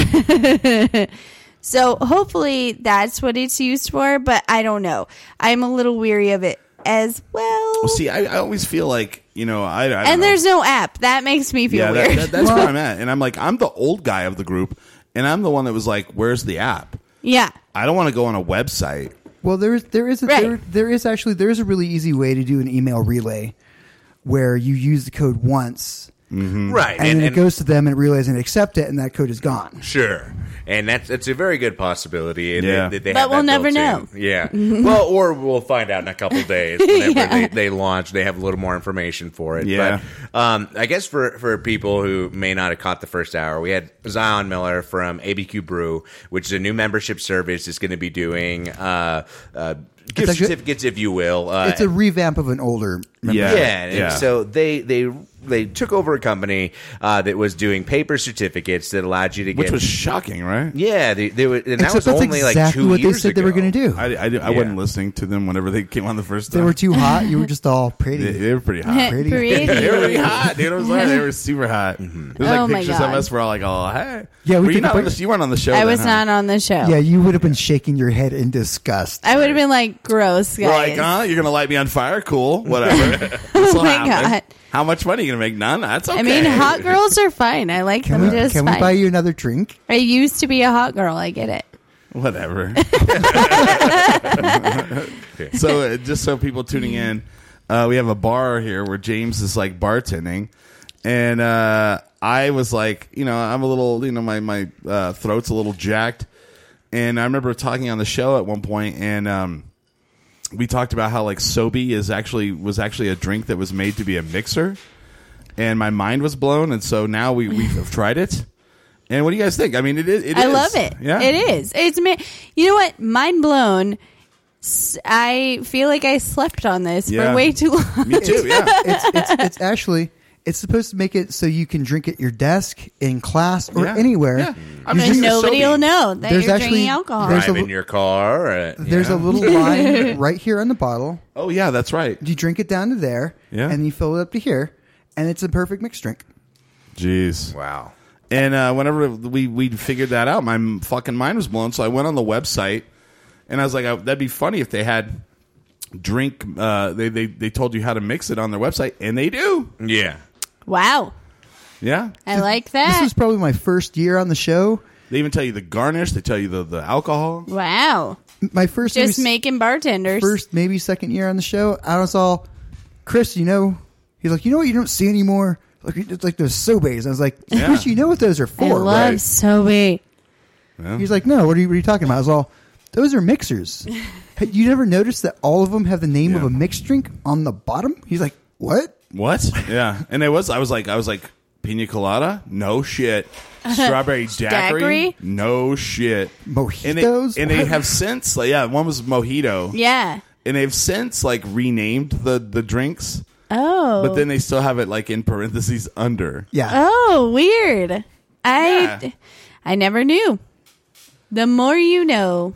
[SPEAKER 4] So hopefully that's what it's used for, but I don't know. I'm a little weary of it as well.
[SPEAKER 2] See, I, I always feel like you know I, I don't
[SPEAKER 4] and
[SPEAKER 2] know.
[SPEAKER 4] there's no app. That makes me feel
[SPEAKER 2] yeah that,
[SPEAKER 4] weird.
[SPEAKER 2] that- that's where I'm at, and I'm like I'm the old guy of the group, and I'm the one that was like, "Where's the app?
[SPEAKER 4] yeah.
[SPEAKER 2] I don't want to go on a website."
[SPEAKER 3] Well, there is there is a,
[SPEAKER 4] Right.
[SPEAKER 3] there, there is actually there is a really easy way to do an email relay where you use the code once
[SPEAKER 5] Right.
[SPEAKER 3] and,
[SPEAKER 5] And,
[SPEAKER 3] then
[SPEAKER 5] and-
[SPEAKER 3] it goes to them and it relays and accept it and that code is gone.
[SPEAKER 5] sure. And that's that's a very good possibility. And
[SPEAKER 2] Yeah.
[SPEAKER 5] they, that they
[SPEAKER 4] But
[SPEAKER 5] have
[SPEAKER 4] we'll
[SPEAKER 5] that
[SPEAKER 4] never
[SPEAKER 5] built in. Yeah. well, or we'll find out in a couple days whenever they, they launch. They have a little more information for it.
[SPEAKER 2] Yeah.
[SPEAKER 5] But um, I guess for, for people who may not have caught the first hour, we had Zion Miller from ABQ Brew, which is a new membership service. is going to be doing uh, uh, gift
[SPEAKER 3] like a-
[SPEAKER 5] certificates, if you will. Uh,
[SPEAKER 3] It's a revamp of an older
[SPEAKER 2] Yeah,
[SPEAKER 5] Yeah, and so they they they took over a company uh, that was doing paper certificates that allowed you to get
[SPEAKER 2] which was shocking, right?
[SPEAKER 5] yeah they, they were and that
[SPEAKER 3] Except
[SPEAKER 5] was
[SPEAKER 3] that's
[SPEAKER 5] only like
[SPEAKER 3] exactly
[SPEAKER 5] two
[SPEAKER 3] what they
[SPEAKER 5] years
[SPEAKER 3] said they were
[SPEAKER 5] ago.
[SPEAKER 3] going to do.
[SPEAKER 2] I, I, I wasn't listening to them whenever they came on the first
[SPEAKER 3] they
[SPEAKER 2] time.
[SPEAKER 3] were too hot. You were just all pretty.
[SPEAKER 2] they, they were pretty hot.
[SPEAKER 3] Pretty.
[SPEAKER 2] They were really hot, dude. I was like, they were super hot. There's like
[SPEAKER 4] Oh, my
[SPEAKER 2] pictures of
[SPEAKER 4] God.
[SPEAKER 2] us. We're all like, oh, hey.
[SPEAKER 3] Yeah, we
[SPEAKER 2] were you,
[SPEAKER 3] took a
[SPEAKER 2] not on
[SPEAKER 3] pic-
[SPEAKER 2] the, you weren't on the show.
[SPEAKER 4] I
[SPEAKER 2] then,
[SPEAKER 4] was
[SPEAKER 2] huh?
[SPEAKER 4] not on the show.
[SPEAKER 3] yeah, you would have been shaking your head in disgust.
[SPEAKER 4] I would have been like, gross,
[SPEAKER 2] We're like,
[SPEAKER 4] guys.
[SPEAKER 2] huh? You're gonna light me on fire? Cool, whatever. oh
[SPEAKER 4] my God.
[SPEAKER 2] How much money you gonna make? None. That's okay.
[SPEAKER 4] I mean, hot girls are fine. I like
[SPEAKER 3] Can
[SPEAKER 4] them
[SPEAKER 3] we
[SPEAKER 4] just
[SPEAKER 3] can
[SPEAKER 4] fine.
[SPEAKER 3] we buy you another drink?
[SPEAKER 4] I used to be a hot girl. I get it.
[SPEAKER 2] whatever. so, uh, just so people tuning
[SPEAKER 4] Mm-hmm.
[SPEAKER 2] in, uh, we have a bar here where James is like bartending, and uh, I was like, you know, I'm a little, you know, my my uh, throat's a little jacked, and I remember talking on the show at one point, and um, we talked about how like Sobe is actually was actually a drink that was made to be a mixer, and my mind was blown, and so now we we've tried it. And what do you guys think? I mean, it is. It
[SPEAKER 4] I
[SPEAKER 2] is.
[SPEAKER 4] love it.
[SPEAKER 2] Yeah,
[SPEAKER 4] It is. It's ma- you know what? Mind blown. S- I feel like I slept on this
[SPEAKER 2] Yeah.
[SPEAKER 4] for way too long.
[SPEAKER 2] Me too. Yeah.
[SPEAKER 3] It's it's, it's actually it's supposed to make it so you can drink at your desk in class or
[SPEAKER 2] Yeah.
[SPEAKER 3] anywhere.
[SPEAKER 2] Yeah. I
[SPEAKER 3] You
[SPEAKER 2] mean,
[SPEAKER 3] just-
[SPEAKER 4] And nobody
[SPEAKER 2] Sobe.
[SPEAKER 4] will know that
[SPEAKER 3] There's
[SPEAKER 4] you're
[SPEAKER 3] actually-
[SPEAKER 4] drinking alcohol.
[SPEAKER 3] there's-
[SPEAKER 5] drive
[SPEAKER 3] a-
[SPEAKER 5] in your car. uh, you
[SPEAKER 3] There's
[SPEAKER 5] know.
[SPEAKER 3] a little line right here on the bottle.
[SPEAKER 2] Oh yeah, that's right.
[SPEAKER 3] You drink it down to there,
[SPEAKER 2] Yeah.
[SPEAKER 3] and you fill it up to here, and it's a perfect mixed drink.
[SPEAKER 2] Jeez.
[SPEAKER 5] wow.
[SPEAKER 2] And uh, whenever we we figured that out, my m- fucking mind was blown. So I went on the website, and I was like, I, "That'd be funny if they had drink." Uh, they they they told you how to mix it on their website, and they do.
[SPEAKER 5] Yeah.
[SPEAKER 4] Wow.
[SPEAKER 2] Yeah,
[SPEAKER 4] I like that.
[SPEAKER 3] This was probably my first year on the show.
[SPEAKER 2] they even tell you the garnish. They tell you the the alcohol.
[SPEAKER 4] wow.
[SPEAKER 3] My first
[SPEAKER 4] Just
[SPEAKER 3] maybe,
[SPEAKER 4] making bartenders.
[SPEAKER 3] first maybe second year on the show. I was all, Chris, you know, he's like, you know what you don't see anymore. Like it's like those sobays. I was like,
[SPEAKER 2] Yeah.
[SPEAKER 3] Chris, you know what those are
[SPEAKER 4] I
[SPEAKER 3] for,
[SPEAKER 4] love
[SPEAKER 3] right?
[SPEAKER 4] Sobe.
[SPEAKER 3] He's like, no, what are you, what are you talking about? I was all, those are mixers. Hey, you never noticed that all of them have the name of
[SPEAKER 2] Yeah.
[SPEAKER 3] a mixed drink on the bottom? He's like, what?
[SPEAKER 2] What? Yeah, and it was. I was like, I was like, pina colada. No shit. Strawberry daiquiri.
[SPEAKER 4] Daiquiri?
[SPEAKER 2] No shit. And
[SPEAKER 3] Mojitos?
[SPEAKER 2] they, and they
[SPEAKER 3] What?
[SPEAKER 2] have since like yeah, one was mojito.
[SPEAKER 4] Yeah.
[SPEAKER 2] and they've since like renamed the the drinks,
[SPEAKER 4] Oh.
[SPEAKER 2] but then they still have it like in parentheses under.
[SPEAKER 3] Yeah.
[SPEAKER 4] Oh, weird. I
[SPEAKER 2] Yeah.
[SPEAKER 4] I never knew. The more you know.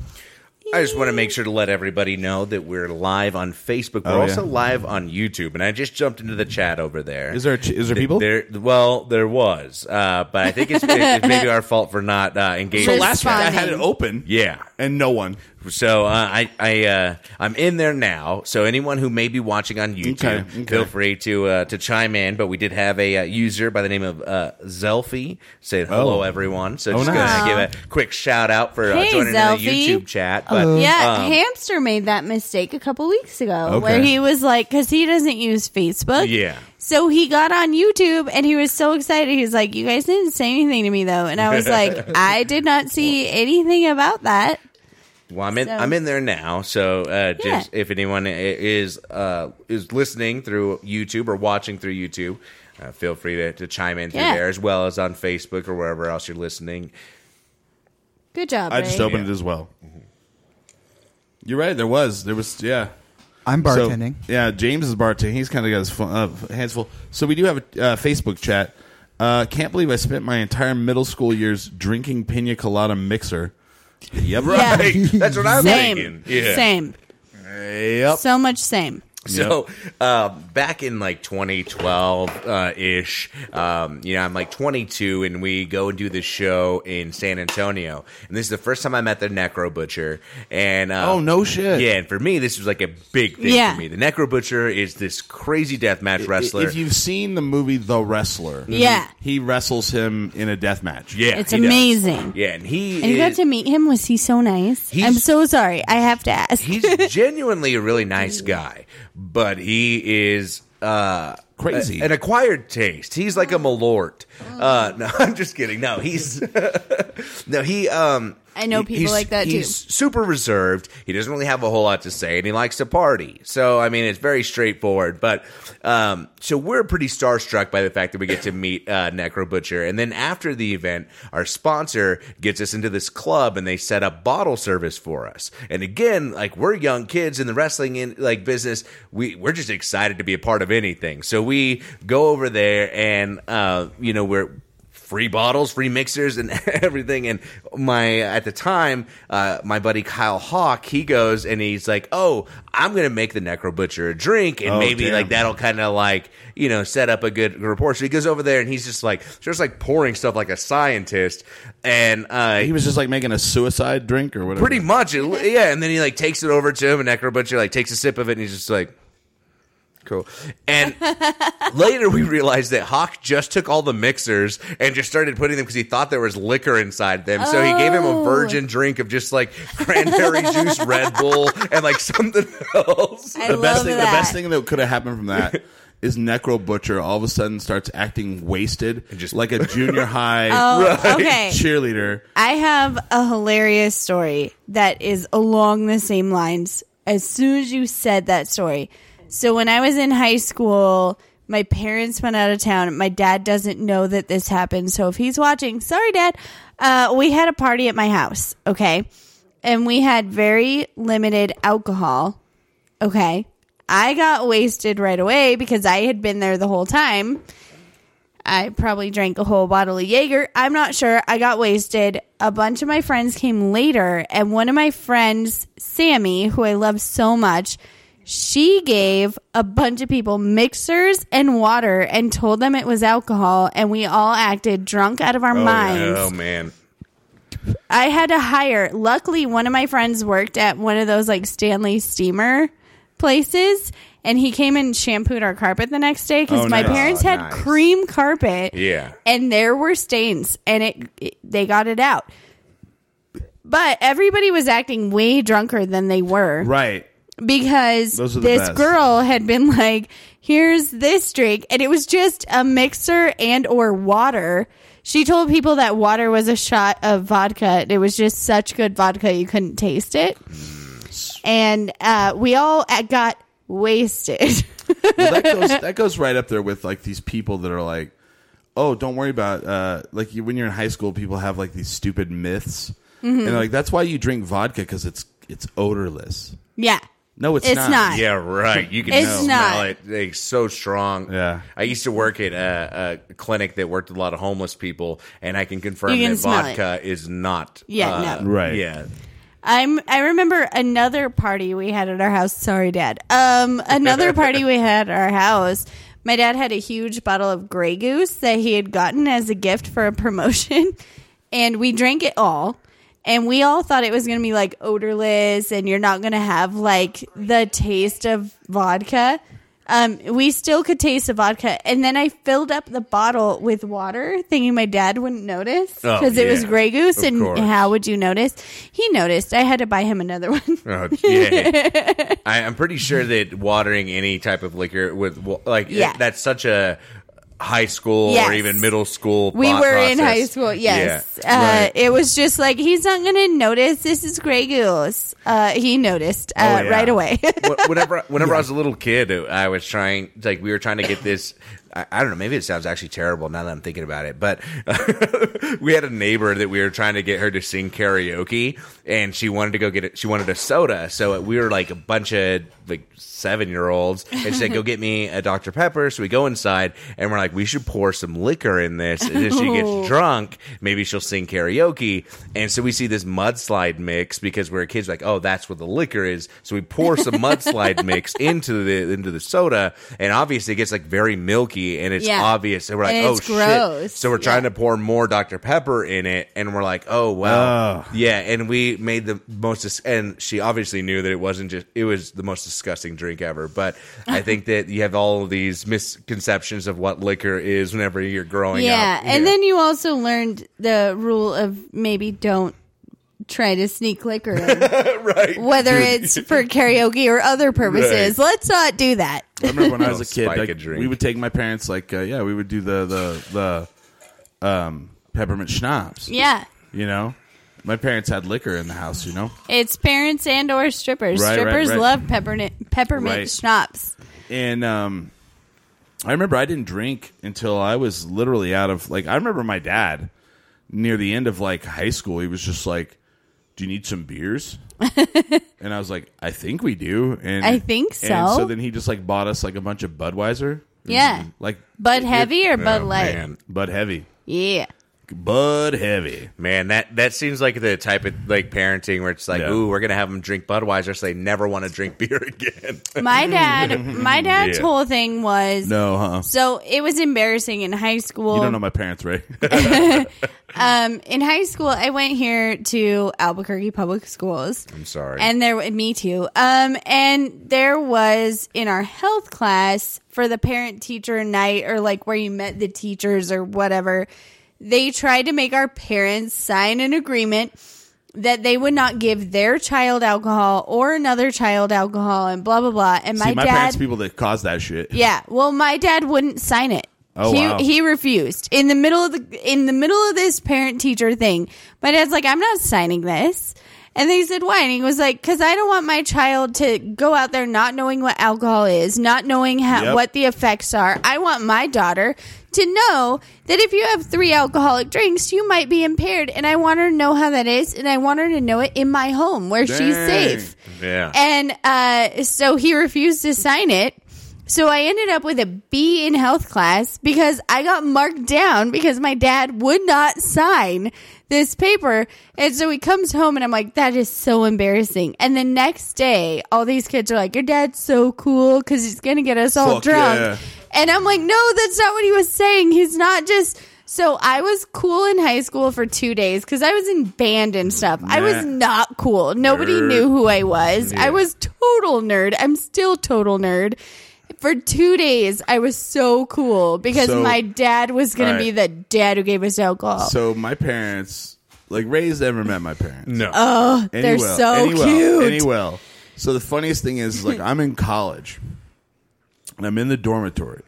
[SPEAKER 5] I just want to make sure to let everybody know that we're live on Facebook. We're
[SPEAKER 2] Oh, yeah.
[SPEAKER 5] also live on YouTube, and I just jumped into the chat over there.
[SPEAKER 2] Is there ch- is there people?
[SPEAKER 5] There, well, there was, uh, but I think it's, it's maybe our fault for not uh, engaging.
[SPEAKER 2] so
[SPEAKER 5] in the
[SPEAKER 2] last week
[SPEAKER 5] chat.
[SPEAKER 2] I had it open,
[SPEAKER 5] yeah.
[SPEAKER 2] and no one.
[SPEAKER 5] So uh, I I uh, I'm in there now. So anyone who may be watching on YouTube,
[SPEAKER 2] Okay, okay.
[SPEAKER 5] feel free to uh, to chime in. But we did have a uh, user by the name of uh, Zelfie say hello
[SPEAKER 2] Oh.
[SPEAKER 5] everyone. So
[SPEAKER 2] Oh,
[SPEAKER 5] just
[SPEAKER 2] nice.
[SPEAKER 5] gonna give a quick shout out for uh,
[SPEAKER 4] Hey,
[SPEAKER 5] joining in
[SPEAKER 4] Zelfie. Oh,
[SPEAKER 5] the YouTube chat. But,
[SPEAKER 4] Yeah,
[SPEAKER 5] um,
[SPEAKER 4] Hamster made that mistake a couple weeks ago
[SPEAKER 2] Okay.
[SPEAKER 4] where he was like, because he doesn't use Facebook.
[SPEAKER 5] uh, Yeah.
[SPEAKER 4] So he got on YouTube and he was so excited. He was like, You guys didn't say anything to me though. And I was like, I did not see anything about that.
[SPEAKER 5] Well, I'm in.
[SPEAKER 4] So-
[SPEAKER 5] I'm in there now. So uh,
[SPEAKER 4] Yeah.
[SPEAKER 5] just if anyone i- is uh, is listening through YouTube or watching through YouTube, uh, feel free to, to chime in through
[SPEAKER 4] Yeah.
[SPEAKER 5] there as well as on Facebook or wherever else you're listening.
[SPEAKER 4] Good job.
[SPEAKER 2] I just
[SPEAKER 4] Ray.
[SPEAKER 2] opened it as well. You're right. There was there was yeah.
[SPEAKER 3] I'm
[SPEAKER 2] So,
[SPEAKER 3] bartending.
[SPEAKER 2] yeah, James is bartending. He's kind of got his fu- uh, hands full. So we do have a uh, Facebook chat. Uh, can't believe I spent my entire middle school years drinking pina colada mixer. Yep.
[SPEAKER 4] Yeah.
[SPEAKER 5] That's what I'm
[SPEAKER 4] Same.
[SPEAKER 5] thinking. Yeah.
[SPEAKER 4] Same.
[SPEAKER 2] Yep.
[SPEAKER 4] So much same.
[SPEAKER 5] So uh, back in like 2012 uh, ish, um, you know, I'm like 22, and we go and do this show in San Antonio, and this is the first time I met the Necro Butcher, and uh,
[SPEAKER 2] Oh no shit.
[SPEAKER 5] Yeah, and for me, this was like a big thing
[SPEAKER 4] Yeah.
[SPEAKER 5] for me. The Necro Butcher is this crazy deathmatch wrestler.
[SPEAKER 2] If you've seen the movie The Wrestler,
[SPEAKER 4] Yeah.
[SPEAKER 2] he wrestles him in a death match.
[SPEAKER 5] Mm-hmm. yeah,
[SPEAKER 4] It's
[SPEAKER 5] he does.
[SPEAKER 4] amazing.
[SPEAKER 5] Yeah, and he
[SPEAKER 4] And you got
[SPEAKER 5] is,
[SPEAKER 4] to meet him. Was he so nice?
[SPEAKER 5] He's-
[SPEAKER 4] I'm so sorry. I have to ask.
[SPEAKER 5] he's genuinely a really nice guy, but he is uh,
[SPEAKER 2] Crazy.
[SPEAKER 5] a- an acquired taste. He's like a malort. Uh, no, I'm just kidding. No, he's no he. Um,
[SPEAKER 4] I know
[SPEAKER 5] he-
[SPEAKER 4] people
[SPEAKER 5] he's-
[SPEAKER 4] like that, too.
[SPEAKER 5] He's super reserved. He doesn't really have a whole lot to say, and he likes to party. So I mean, it's very straightforward. But um, so we're pretty starstruck by the fact that we get to meet uh, Necro Butcher, and then after the event, our sponsor gets us into this club, and they set up bottle service for us. And again, like we're young kids in the wrestling in like business, we we're just excited to be a part of anything. So we go over there, and uh, you know we're free bottles, free mixers, and everything. And my at the time, uh, my buddy Kyle Hawk, he goes and he's like, "Oh, I'm gonna make the Necro Butcher a drink, and
[SPEAKER 2] Oh,
[SPEAKER 5] maybe
[SPEAKER 2] damn.
[SPEAKER 5] like that'll kind of like you know set up a good rapport." So he goes over there and he's just like just like pouring stuff like a scientist, and uh,
[SPEAKER 2] He was just like making a suicide drink or whatever.
[SPEAKER 5] pretty much it, yeah. And then he like takes it over to him, and Necro Butcher like takes a sip of it, and he's just like. Cool. And later we realized that Hawk just took all the mixers and just started putting them because he thought there was liquor inside them. So he gave him a
[SPEAKER 4] Oh.
[SPEAKER 5] virgin drink of just like cranberry juice, Red Bull, and like something else.
[SPEAKER 4] I
[SPEAKER 2] The
[SPEAKER 4] love
[SPEAKER 2] best thing.
[SPEAKER 4] that.
[SPEAKER 2] The best thing that could have happened from that is Necro Butcher all of a sudden starts acting wasted,
[SPEAKER 5] just-
[SPEAKER 2] like a junior high
[SPEAKER 4] Oh, okay.
[SPEAKER 2] cheerleader.
[SPEAKER 4] I have a hilarious story that is along the same lines as soon as you said that story. So when I was in high school, my parents went out of town. My dad doesn't know that this happened. So if he's watching, sorry, dad. Uh, we had a party at my house. Okay. And we had very limited alcohol. Okay. I got wasted right away because I had been there the whole time. I probably drank a whole bottle of Jaeger. I'm not sure. I got wasted. A bunch of my friends came later, and one of my friends, Sammy, who I love so much, she gave a bunch of people mixers and water and told them it was alcohol, and we all acted drunk out of our minds.
[SPEAKER 5] Oh man.
[SPEAKER 4] I had to hire. Luckily, one of my friends worked at one of those like Stanley Steamer places, and he came and shampooed our carpet the next day because
[SPEAKER 2] Oh,
[SPEAKER 4] my
[SPEAKER 2] nice.
[SPEAKER 4] parents
[SPEAKER 5] Oh,
[SPEAKER 4] had
[SPEAKER 5] nice.
[SPEAKER 4] cream carpet.
[SPEAKER 5] Yeah.
[SPEAKER 4] and there were stains, and it, it- they got it out. But everybody was acting way drunker than they were
[SPEAKER 2] Right.
[SPEAKER 4] because
[SPEAKER 2] Those are the
[SPEAKER 4] this
[SPEAKER 2] best.
[SPEAKER 4] girl had been like, "Here's this drink," and it was just a mixer and or water. She told people that water was a shot of vodka. and It was just such good vodka you couldn't taste it, and uh, we all uh, got wasted.
[SPEAKER 2] Well, that goes that goes right up there with like these people that are like, oh, don't worry about uh, like you, when you're in high school, people have like these stupid myths,
[SPEAKER 4] Mm-hmm.
[SPEAKER 2] and they're like that's why you drink vodka because it's it's odorless.
[SPEAKER 4] yeah,
[SPEAKER 2] No, it's,
[SPEAKER 4] It's not.
[SPEAKER 5] Yeah, right. You can
[SPEAKER 4] It's
[SPEAKER 5] smell
[SPEAKER 4] not.
[SPEAKER 5] it. Like, so strong.
[SPEAKER 2] Yeah.
[SPEAKER 5] I used to work at a, a clinic that worked with a lot of homeless people, and I can confirm
[SPEAKER 4] You can
[SPEAKER 5] that
[SPEAKER 4] smell
[SPEAKER 5] vodka is not.
[SPEAKER 4] Yeah,
[SPEAKER 5] uh,
[SPEAKER 4] no.
[SPEAKER 2] Right.
[SPEAKER 5] Yeah.
[SPEAKER 4] I'm. I remember another party we had at our house. Sorry, Dad. Um, another party we had at our house. My dad had a huge bottle of Grey Goose that he had gotten as a gift for a promotion, and we drank it all. And we all thought it was going to be like odorless, and you're not going to have like the taste of vodka. Um, we still could taste the vodka, and then I filled up the bottle with water, thinking my dad wouldn't notice
[SPEAKER 5] Oh,
[SPEAKER 4] because it was
[SPEAKER 5] yeah.
[SPEAKER 4] Grey Goose,
[SPEAKER 5] Of
[SPEAKER 4] and
[SPEAKER 5] course.
[SPEAKER 4] how would you notice? He noticed. I had to buy him another one.
[SPEAKER 5] Oh, yeah. I, I'm pretty sure that watering any type of liquor with wa- like
[SPEAKER 4] Yeah.
[SPEAKER 5] that's such a high school
[SPEAKER 4] Yes.
[SPEAKER 5] or even middle school.
[SPEAKER 4] We
[SPEAKER 5] thought
[SPEAKER 4] were in
[SPEAKER 5] process.
[SPEAKER 4] high school. Yes,
[SPEAKER 5] Yeah.
[SPEAKER 4] uh,
[SPEAKER 5] Right.
[SPEAKER 4] it was just like he's not going to notice. This is Grey Goose. Uh, he noticed uh,
[SPEAKER 5] Oh, yeah.
[SPEAKER 4] right away.
[SPEAKER 5] Wh- whenever whenever I was a little kid, uh, I was trying like we were trying to get this. I, I don't know. Maybe it sounds actually terrible now that I'm thinking about it, but we had a neighbor that we were trying to get her to sing karaoke, and she wanted to go get it. She wanted a soda, so we were like a bunch of like seven year olds, and she said, "Go get me a Dr Pepper." So we go inside, and we're like, "We should pour some liquor in this." And if she gets drunk, maybe she'll sing karaoke. And so we see this mudslide mix because we we're kids, like, "Oh, that's where the liquor is." So we pour some mudslide mix into the into the soda, and obviously it gets like very milky, and it's
[SPEAKER 4] Yeah.
[SPEAKER 5] obvious. And we're like,
[SPEAKER 4] And
[SPEAKER 5] "Oh
[SPEAKER 4] it's
[SPEAKER 5] shit!"
[SPEAKER 4] gross.
[SPEAKER 5] So we're
[SPEAKER 4] Yeah.
[SPEAKER 5] trying to pour more Dr Pepper in it, and we're like, "Oh wow, yeah." And we made the most, dis- and she obviously knew that it wasn't just it was the most disgusting drink ever. But I think that you have all of these misconceptions of what liquor is whenever you're growing
[SPEAKER 4] yeah,
[SPEAKER 5] up.
[SPEAKER 4] and then you also learned the rule of maybe don't try to sneak liquor in,
[SPEAKER 5] right.
[SPEAKER 4] whether it's for karaoke or other purposes. Let's not do that.
[SPEAKER 2] I remember when I was a
[SPEAKER 5] Little
[SPEAKER 2] kid,
[SPEAKER 5] spike
[SPEAKER 2] like,
[SPEAKER 5] of drink.
[SPEAKER 2] we would take my parents like uh, yeah, we would do the the the um, peppermint schnapps.
[SPEAKER 4] Yeah,
[SPEAKER 2] You know, my parents had liquor in the house. You know,
[SPEAKER 4] it's parents and or strippers.
[SPEAKER 2] Right, right,
[SPEAKER 4] strippers
[SPEAKER 2] right.
[SPEAKER 4] love peppermint peppermint
[SPEAKER 2] Right.
[SPEAKER 4] schnapps.
[SPEAKER 2] and um, I remember I didn't drink until I was literally out of like I remember my dad near the end of like high school. He was just like, "Do you need some beers?" and I was like, "I think we do." And
[SPEAKER 4] I think
[SPEAKER 2] And
[SPEAKER 4] so.
[SPEAKER 2] so then he just like bought us like a bunch of Budweiser,
[SPEAKER 5] Mm-hmm.
[SPEAKER 4] Yeah,
[SPEAKER 2] like
[SPEAKER 4] Bud heavy or Bud
[SPEAKER 5] Oh,
[SPEAKER 4] light?
[SPEAKER 5] man.
[SPEAKER 2] Bud Heavy,
[SPEAKER 4] Yeah.
[SPEAKER 2] Bud Heavy.
[SPEAKER 5] Man, that that seems like the type of like parenting where it's like,
[SPEAKER 2] Yeah.
[SPEAKER 5] ooh, we're gonna have them drink Budweiser, so they never want to drink beer again.
[SPEAKER 4] My dad, my dad's
[SPEAKER 5] Yeah.
[SPEAKER 4] whole thing was
[SPEAKER 2] No, huh?
[SPEAKER 4] So it was embarrassing in high school.
[SPEAKER 2] You don't know my parents, right?
[SPEAKER 4] um, in high school, I went here to Albuquerque Public Schools.
[SPEAKER 5] I'm sorry.
[SPEAKER 4] And there, me too. Um, and there was in our health class for the parent teacher night or like where you met the teachers or whatever, they tried to make our parents sign an agreement that they would not give their child alcohol or another child alcohol and blah blah blah. And my,
[SPEAKER 2] See, my
[SPEAKER 4] dad,
[SPEAKER 2] parents, people that caused that shit.
[SPEAKER 4] Yeah. Well, my dad wouldn't sign it.
[SPEAKER 2] Oh,
[SPEAKER 4] he,
[SPEAKER 2] wow.
[SPEAKER 4] he refused in the middle of the in the middle of this parent teacher thing. My dad's like, I'm not signing this. And they said, why? And he was like, because I don't want my child to go out there not knowing what alcohol is, not knowing how,
[SPEAKER 2] Yep.
[SPEAKER 4] what the effects are. I want my daughter to know that if you have three alcoholic drinks, you might be impaired. And I want her to know how that is. And I want her to know it in my home where she's
[SPEAKER 2] Dang.
[SPEAKER 4] safe.
[SPEAKER 5] yeah.
[SPEAKER 4] And uh, so he refused to sign it. So I ended up with a B in health class because I got marked down because my dad would not sign this paper. And so he comes home and I'm like, that is so embarrassing. And the next day, all these kids are like, your dad's so cool because he's going to get us all
[SPEAKER 2] Fuck
[SPEAKER 4] drunk.
[SPEAKER 2] yeah.
[SPEAKER 4] And I'm like, no, that's not what he was saying. He's not just. So I was cool in high school for two days because I was in band and stuff. I was not cool. Nobody
[SPEAKER 2] Nerd.
[SPEAKER 4] knew who I was. I was total nerd. I'm still total nerd. For two days, I was so cool because
[SPEAKER 2] So-
[SPEAKER 4] my dad was going
[SPEAKER 2] All
[SPEAKER 4] to be
[SPEAKER 2] right.
[SPEAKER 4] the dad who gave us alcohol.
[SPEAKER 2] So my parents, like Ray's never met my parents.
[SPEAKER 5] No.
[SPEAKER 4] uh,
[SPEAKER 2] Any
[SPEAKER 4] They're
[SPEAKER 2] well,
[SPEAKER 4] so
[SPEAKER 2] any well,
[SPEAKER 4] cute.
[SPEAKER 2] any well. So the funniest thing is, like, I'm in college, and I'm in the dormitory.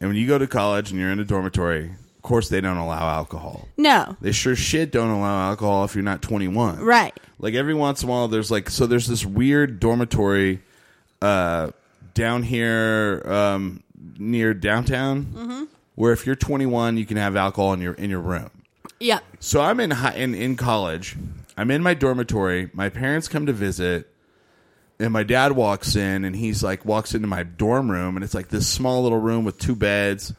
[SPEAKER 2] And when you go to college and you're in a dormitory, of course they don't allow alcohol.
[SPEAKER 4] no,
[SPEAKER 2] They sure shit don't allow alcohol if you're not 21.
[SPEAKER 4] right.
[SPEAKER 2] Like every once in a while, there's like so there's this weird dormitory uh, down here um, near downtown where if you're 21, you can have alcohol in your in your room.
[SPEAKER 4] Yeah.
[SPEAKER 2] So I'm in high, in in college. I'm in my dormitory. My parents come to visit, and my dad walks in, and he's like walks into my dorm room, and it's like this small little room with two beds,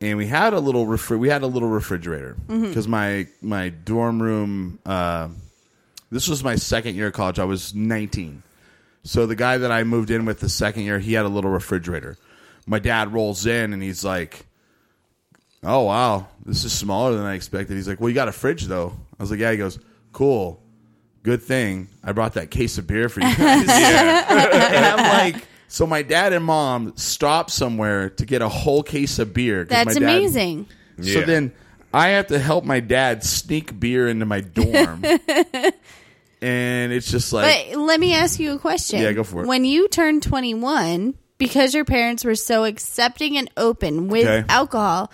[SPEAKER 2] and we had a little refri- we had a little refrigerator because my my dorm room. Uh, this was my second year of college. I was 19. So the guy that I moved in with the second year, he had a little refrigerator. My dad rolls in and he's like, "Oh wow, this is smaller than I expected." He's like, "Well, you got a fridge though." I was like, "Yeah." He goes, "Cool, good thing I brought that case of beer for you guys." and I'm like, so my dad and mom stopped somewhere to get a whole case of beer. 'cause my
[SPEAKER 4] That's
[SPEAKER 2] dad-
[SPEAKER 4] amazing.
[SPEAKER 2] so
[SPEAKER 5] Yeah.
[SPEAKER 2] then I have to help my dad sneak beer into my dorm. and it's just like
[SPEAKER 4] But let me ask you a question.
[SPEAKER 2] Yeah, go for it.
[SPEAKER 4] When you turned 21, because your parents were so accepting and open with
[SPEAKER 2] Okay.
[SPEAKER 4] alcohol,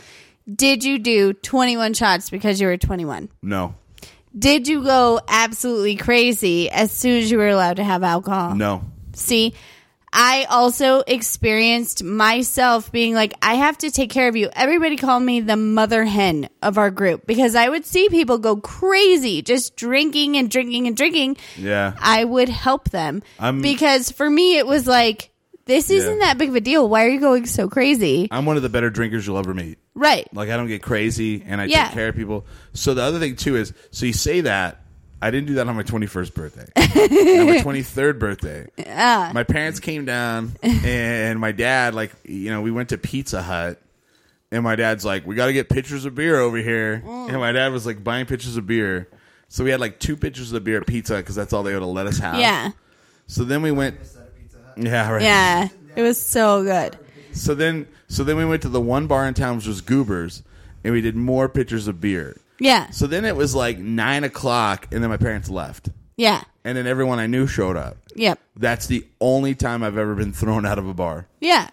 [SPEAKER 4] did you do 21 shots because you were 21?
[SPEAKER 2] no.
[SPEAKER 4] Did you go absolutely crazy as soon as you were allowed to have alcohol?
[SPEAKER 2] No.
[SPEAKER 4] See, I also experienced myself being like, I have to take care of you. Everybody called me the mother hen of our group because I would see people go crazy just drinking and drinking and drinking.
[SPEAKER 2] Yeah.
[SPEAKER 4] I would help them
[SPEAKER 2] I'm-
[SPEAKER 4] because for me, it was like, this isn't that big of a deal. Why are you going so crazy?
[SPEAKER 2] I'm one of the better drinkers you'll ever meet.
[SPEAKER 4] Right.
[SPEAKER 2] Like I don't get crazy and I
[SPEAKER 4] Yeah.
[SPEAKER 2] take care of people. So the other thing too is so you say that I didn't do that on my 21st birthday. on my 23rd birthday. My parents came down and my dad like you know we went to Pizza Hut and my dad's like we got to get pitchers of beer over here
[SPEAKER 4] Mm.
[SPEAKER 2] and my dad was like buying pitchers of beer. So we had like two pitchers of beer at Pizza Hut cuz that's all they would have let us have.
[SPEAKER 4] yeah.
[SPEAKER 2] So then we went Yeah, right.
[SPEAKER 4] Yeah. It was so good.
[SPEAKER 2] So then, so then we went to the one bar in town, which was Goobers, and we did more pitchers of beer.
[SPEAKER 4] Yeah.
[SPEAKER 2] So then it was like nine o'clock, and then my parents left,
[SPEAKER 4] Yeah.
[SPEAKER 2] and then everyone I knew showed up.
[SPEAKER 4] Yep.
[SPEAKER 2] That's the only time I've ever been thrown out of a bar.
[SPEAKER 4] Yeah.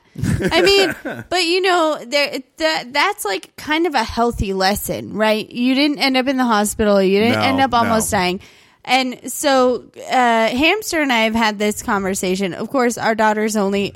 [SPEAKER 4] I mean, but you know, there that that's like kind of a healthy lesson, right? You didn't end up in the hospital, you didn't
[SPEAKER 2] No,
[SPEAKER 4] end up
[SPEAKER 2] no.
[SPEAKER 4] almost dying. And so uh Hamster and I have had this conversation. Of course, our daughter's only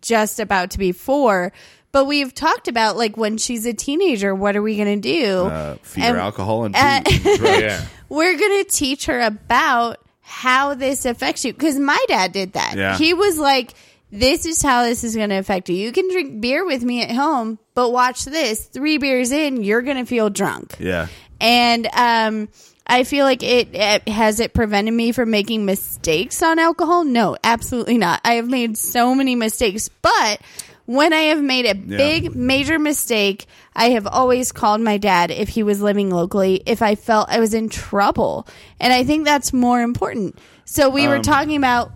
[SPEAKER 4] just about to be 4, but we've talked about like when she's a teenager, what are we going to do?
[SPEAKER 2] Uh, fear,
[SPEAKER 4] And- uh,
[SPEAKER 2] alcohol, and booze and drugs.
[SPEAKER 5] Yeah.
[SPEAKER 4] we're going to teach her about how this affects you. Because my dad did that.
[SPEAKER 2] Yeah.
[SPEAKER 4] He was like, this is how this is going to affect you. You can drink beer with me at home, but watch this. Three beers in, you're going to feel drunk.
[SPEAKER 2] yeah.
[SPEAKER 4] And, um, I feel like it, it has it prevented me from making mistakes on alcohol. No, absolutely not. I have made so many mistakes, but when I have made a big major mistake, I have always called my dad if he was living locally if I felt I was in trouble. And I think that's more important. So we
[SPEAKER 2] Um,
[SPEAKER 4] were talking about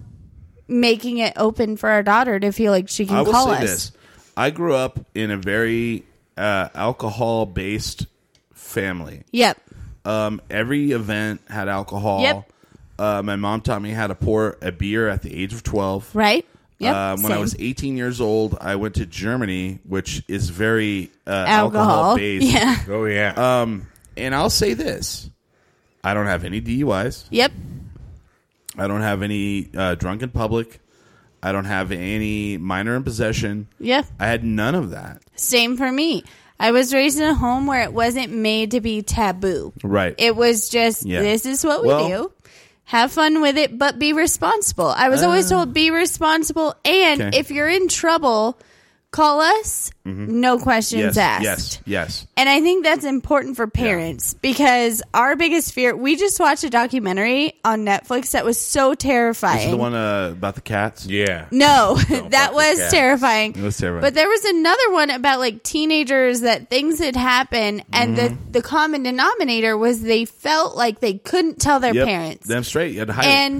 [SPEAKER 4] making it open for our daughter to feel like she can
[SPEAKER 2] I will
[SPEAKER 4] call
[SPEAKER 2] say
[SPEAKER 4] us.
[SPEAKER 2] this: I grew up in a very uh, alcohol-based family.
[SPEAKER 4] Yep.
[SPEAKER 2] Um, every event had alcohol.
[SPEAKER 4] Yep.
[SPEAKER 2] Uh, my mom taught me how to pour a beer at the age of twelve.
[SPEAKER 4] Right? Yep.
[SPEAKER 2] Um, when I
[SPEAKER 4] Same.
[SPEAKER 2] was 18 years old, I went to Germany, which is very uh,
[SPEAKER 4] alcohol.
[SPEAKER 2] alcohol based.
[SPEAKER 4] Yeah.
[SPEAKER 5] Oh yeah.
[SPEAKER 4] uh,
[SPEAKER 2] And I'll say this I don't have any DUIs.
[SPEAKER 4] Yep.
[SPEAKER 2] I don't have any uh, drunk in public. I don't have any minor in possession.
[SPEAKER 4] Yeah.
[SPEAKER 2] I had none of that.
[SPEAKER 4] Same for me. I was raised in a home where it wasn't made to be taboo.
[SPEAKER 2] Right.
[SPEAKER 4] It was just
[SPEAKER 2] Yeah.
[SPEAKER 4] this is what we
[SPEAKER 2] Well,
[SPEAKER 4] do. have fun with it, but be responsible. I was always told be responsible, and
[SPEAKER 2] Okay. Mm-hmm.
[SPEAKER 4] if you're in trouble, call us. No
[SPEAKER 2] Yes,
[SPEAKER 4] questions asked.
[SPEAKER 2] yes, yes.
[SPEAKER 4] And I think that's important for parents because our biggest fear. We just watched a documentary on Netflix that was so
[SPEAKER 2] This is
[SPEAKER 4] terrifying.
[SPEAKER 2] the one uh, about the cats.
[SPEAKER 5] Yeah.
[SPEAKER 4] No, that
[SPEAKER 5] fuck with
[SPEAKER 4] was
[SPEAKER 5] cats.
[SPEAKER 4] terrifying.
[SPEAKER 2] It was terrifying.
[SPEAKER 4] But there was another one about like teenagers that things had happened, and the the common denominator was they felt like they couldn't tell their
[SPEAKER 2] Yep.
[SPEAKER 4] parents.
[SPEAKER 2] Damn straight. You had to hide it.
[SPEAKER 4] and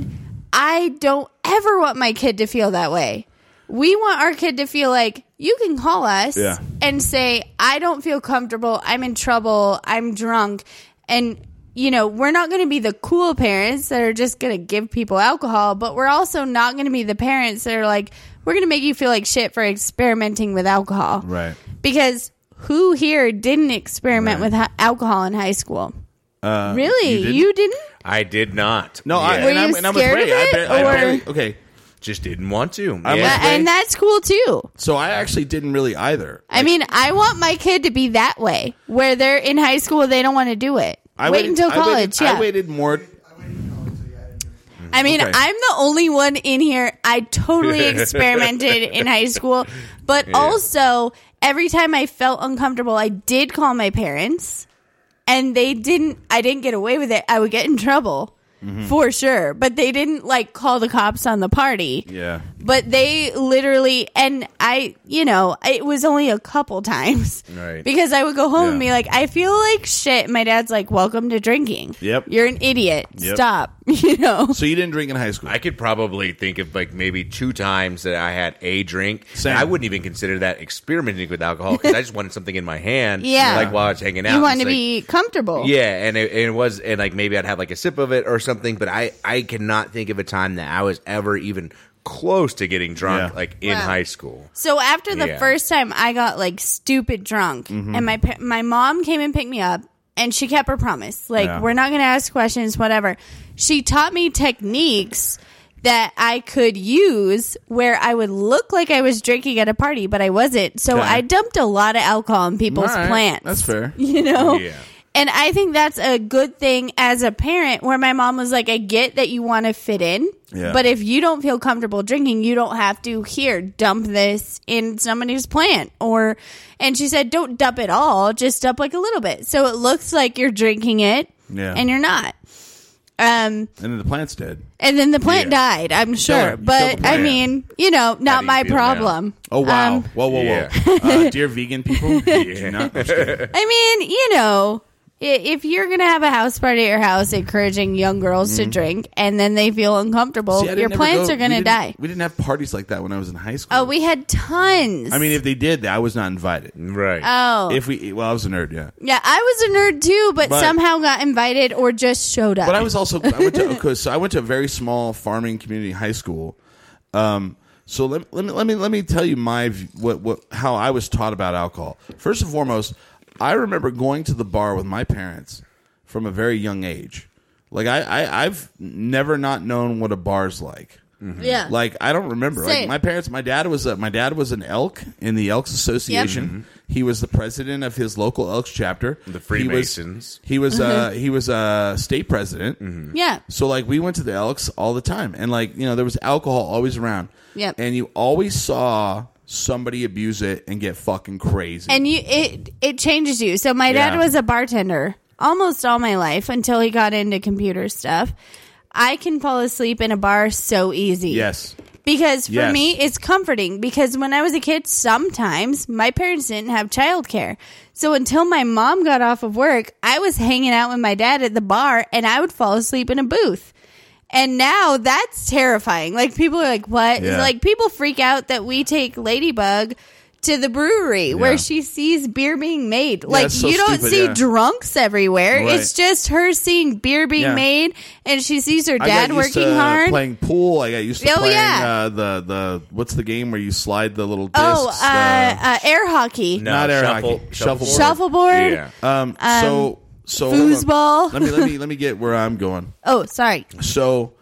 [SPEAKER 4] I don't ever want my kid to feel that way. We want our kid to feel like you can call us
[SPEAKER 2] Yeah.
[SPEAKER 4] and say, I don't feel comfortable. I'm in trouble. I'm drunk. And, you know, we're not going to be the cool parents that are just going to give people alcohol, but we're also not going to be the parents that are like, we're going to make you feel like shit for experimenting with alcohol.
[SPEAKER 2] Right.
[SPEAKER 4] Because who here didn't experiment
[SPEAKER 2] Right. Uh,
[SPEAKER 4] with ha- alcohol in high school? really?
[SPEAKER 2] you didn't?
[SPEAKER 4] You didn't?
[SPEAKER 5] I did not.
[SPEAKER 2] No, I,
[SPEAKER 5] Yeah.
[SPEAKER 4] Were
[SPEAKER 2] and,
[SPEAKER 4] you
[SPEAKER 2] I, and I was
[SPEAKER 4] scared of
[SPEAKER 2] right. I
[SPEAKER 4] it,
[SPEAKER 2] bar- I
[SPEAKER 4] or-
[SPEAKER 2] barely- okay,
[SPEAKER 5] just didn't want to.
[SPEAKER 2] I
[SPEAKER 5] Yeah.
[SPEAKER 2] was-
[SPEAKER 4] Uh, and that's cool too.
[SPEAKER 2] so I actually didn't really either.
[SPEAKER 4] I mean, I want my kid to be that way, where they're in high school, they don't want to do it.
[SPEAKER 2] I
[SPEAKER 4] Wait
[SPEAKER 2] waited-
[SPEAKER 4] until
[SPEAKER 2] I waited-
[SPEAKER 4] college.
[SPEAKER 2] I
[SPEAKER 4] yeah.
[SPEAKER 2] waited more.
[SPEAKER 4] I mean,
[SPEAKER 2] Okay.
[SPEAKER 4] I'm the only one in here. I totally experimented in high school, but also every time I felt uncomfortable, I did call my parents, and they didn't. I didn't get away with it. I would get in trouble
[SPEAKER 2] Mm-hmm.
[SPEAKER 4] for sure, but they didn't like call the cops on the party.
[SPEAKER 2] Yeah.
[SPEAKER 4] But they literally, and I, you know, it was only a couple times
[SPEAKER 5] Right.
[SPEAKER 4] because I would go home and
[SPEAKER 2] Yeah.
[SPEAKER 4] be like, I feel like shit. My dad's like, Welcome to drinking.
[SPEAKER 2] Yep.
[SPEAKER 4] You're an idiot.
[SPEAKER 2] Yep.
[SPEAKER 4] Stop. You know.
[SPEAKER 2] So you didn't drink in high school.
[SPEAKER 5] I could probably think of like maybe two times that I had a drink.
[SPEAKER 2] Same.
[SPEAKER 5] And I wouldn't even consider that experimenting with alcohol because I just wanted something in my hand.
[SPEAKER 4] Yeah.
[SPEAKER 5] Like while I was hanging out.
[SPEAKER 4] you
[SPEAKER 5] It's
[SPEAKER 4] want to
[SPEAKER 5] like-
[SPEAKER 4] be comfortable.
[SPEAKER 5] Yeah, and it, and it was, and like maybe I'd have like a sip of it or something, but I I cannot think of a time that I was ever even close to getting drunk
[SPEAKER 2] Yeah.
[SPEAKER 5] like in
[SPEAKER 4] Wow.
[SPEAKER 5] high school.
[SPEAKER 4] So after the
[SPEAKER 5] Yeah.
[SPEAKER 4] first time I got like stupid drunk
[SPEAKER 2] Mm-hmm.
[SPEAKER 4] and my pa- my mom came and picked me up and she kept her promise. Like
[SPEAKER 2] Yeah.
[SPEAKER 4] we're not going to ask questions whatever. She taught me techniques that I could use where I would look like I was drinking at a party but I wasn't. So
[SPEAKER 2] Okay.
[SPEAKER 4] I dumped a lot of alcohol in people's
[SPEAKER 2] All right,
[SPEAKER 4] plants.
[SPEAKER 2] That's fair.
[SPEAKER 4] You know?
[SPEAKER 5] Yeah.
[SPEAKER 4] And I think that's a good thing as a parent where my mom was like, I get that you want to fit in,
[SPEAKER 2] Yeah.
[SPEAKER 4] but if you don't feel comfortable drinking, you don't have to here dump this in somebody's plant or and she said, Don't dump it all, just dump like a little bit. So it looks like you're drinking it
[SPEAKER 2] Yeah.
[SPEAKER 4] and you're not.
[SPEAKER 2] And
[SPEAKER 4] Um
[SPEAKER 2] then the plant's dead.
[SPEAKER 4] and then the plant
[SPEAKER 5] Yeah.
[SPEAKER 4] died, I'm sure.
[SPEAKER 2] her. You killed the
[SPEAKER 4] But I
[SPEAKER 2] plant.
[SPEAKER 4] mean, you know, not
[SPEAKER 5] you
[SPEAKER 4] my
[SPEAKER 5] feel now?
[SPEAKER 4] problem.
[SPEAKER 2] Oh wow!
[SPEAKER 4] Um,
[SPEAKER 2] whoa, whoa, whoa!
[SPEAKER 5] Yeah.
[SPEAKER 2] Uh, dear vegan people, do not- I'm just kidding.
[SPEAKER 4] I mean, you know, i- if you're gonna have a house party at your house, encouraging young girls to drink, and then they feel uncomfortable,
[SPEAKER 2] Mm-hmm. See, I didn't
[SPEAKER 4] your
[SPEAKER 2] ever
[SPEAKER 4] plants
[SPEAKER 2] go-
[SPEAKER 4] are
[SPEAKER 2] we
[SPEAKER 4] gonna
[SPEAKER 2] didn't-
[SPEAKER 4] die.
[SPEAKER 2] We didn't have parties like that when I was in high school.
[SPEAKER 4] Oh, we had tons.
[SPEAKER 2] I mean, if they did, I was not invited.
[SPEAKER 5] Right.
[SPEAKER 4] oh,
[SPEAKER 2] If we, well, I was a nerd, yeah.
[SPEAKER 4] yeah, I was a nerd too, but,
[SPEAKER 2] But-
[SPEAKER 4] somehow got invited or just showed up.
[SPEAKER 2] But I was also I went to okay, so I went to a very small farming community high school. Um, so let, let me let me let me tell you my v- what what how I was taught about alcohol. First and foremost, I remember going to the bar with my parents from a very young age. Like I, I I've never not known what a bar's like.
[SPEAKER 4] yeah,
[SPEAKER 2] Like I don't remember. Like
[SPEAKER 4] Same.
[SPEAKER 2] my parents, my dad was a, my dad was an elk in the Elks Association. He was the president of his local Elks chapter.
[SPEAKER 5] Mm-hmm. The Freemasons. Mm-hmm.
[SPEAKER 2] He was he was, uh,
[SPEAKER 4] Mm-hmm.
[SPEAKER 2] he was a state president.
[SPEAKER 4] yeah,
[SPEAKER 2] So like we went to the Elks all the time, and like you know there was alcohol always around.
[SPEAKER 4] Yep.
[SPEAKER 2] And you always saw somebody abuse it and get fucking crazy.
[SPEAKER 4] and you it it changes you. So my dad
[SPEAKER 2] Yeah.
[SPEAKER 4] was a bartender almost all my life until he got into computer stuff. I can fall asleep in a bar so easy.
[SPEAKER 2] yes.
[SPEAKER 4] Because for
[SPEAKER 2] Yes.
[SPEAKER 4] me, it's comforting. Because when I was a kid, sometimes my parents didn't have childcare. So until my mom got off of work, I was hanging out with my dad at the bar and I would fall asleep in a booth. And now that's terrifying. Like people are like, what?
[SPEAKER 2] Yeah.
[SPEAKER 4] Like people freak out that we take Ladybug to the brewery where she sees beer being made. like
[SPEAKER 2] it's so
[SPEAKER 4] you don't
[SPEAKER 2] stupid,
[SPEAKER 4] see
[SPEAKER 2] yeah.
[SPEAKER 4] drunks everywhere.
[SPEAKER 2] Right.
[SPEAKER 4] It's just her seeing beer being
[SPEAKER 2] Yeah.
[SPEAKER 4] made and she sees her
[SPEAKER 2] I
[SPEAKER 4] dad
[SPEAKER 2] got used
[SPEAKER 4] working
[SPEAKER 2] to
[SPEAKER 4] hard.
[SPEAKER 2] playing pool. I got used to
[SPEAKER 4] Oh,
[SPEAKER 2] playing
[SPEAKER 4] yeah.
[SPEAKER 2] uh, the the what's the game where you slide the little discs?
[SPEAKER 4] Oh, uh, uh, air hockey,
[SPEAKER 5] No,
[SPEAKER 2] not air
[SPEAKER 5] shuffle-
[SPEAKER 2] hockey.
[SPEAKER 5] shuffleboard.
[SPEAKER 4] shuffleboard.
[SPEAKER 5] yeah.
[SPEAKER 2] the, um, so so hold on.
[SPEAKER 4] foosball.
[SPEAKER 2] Let me let me let me get where I'm going.
[SPEAKER 4] Oh, sorry.
[SPEAKER 2] So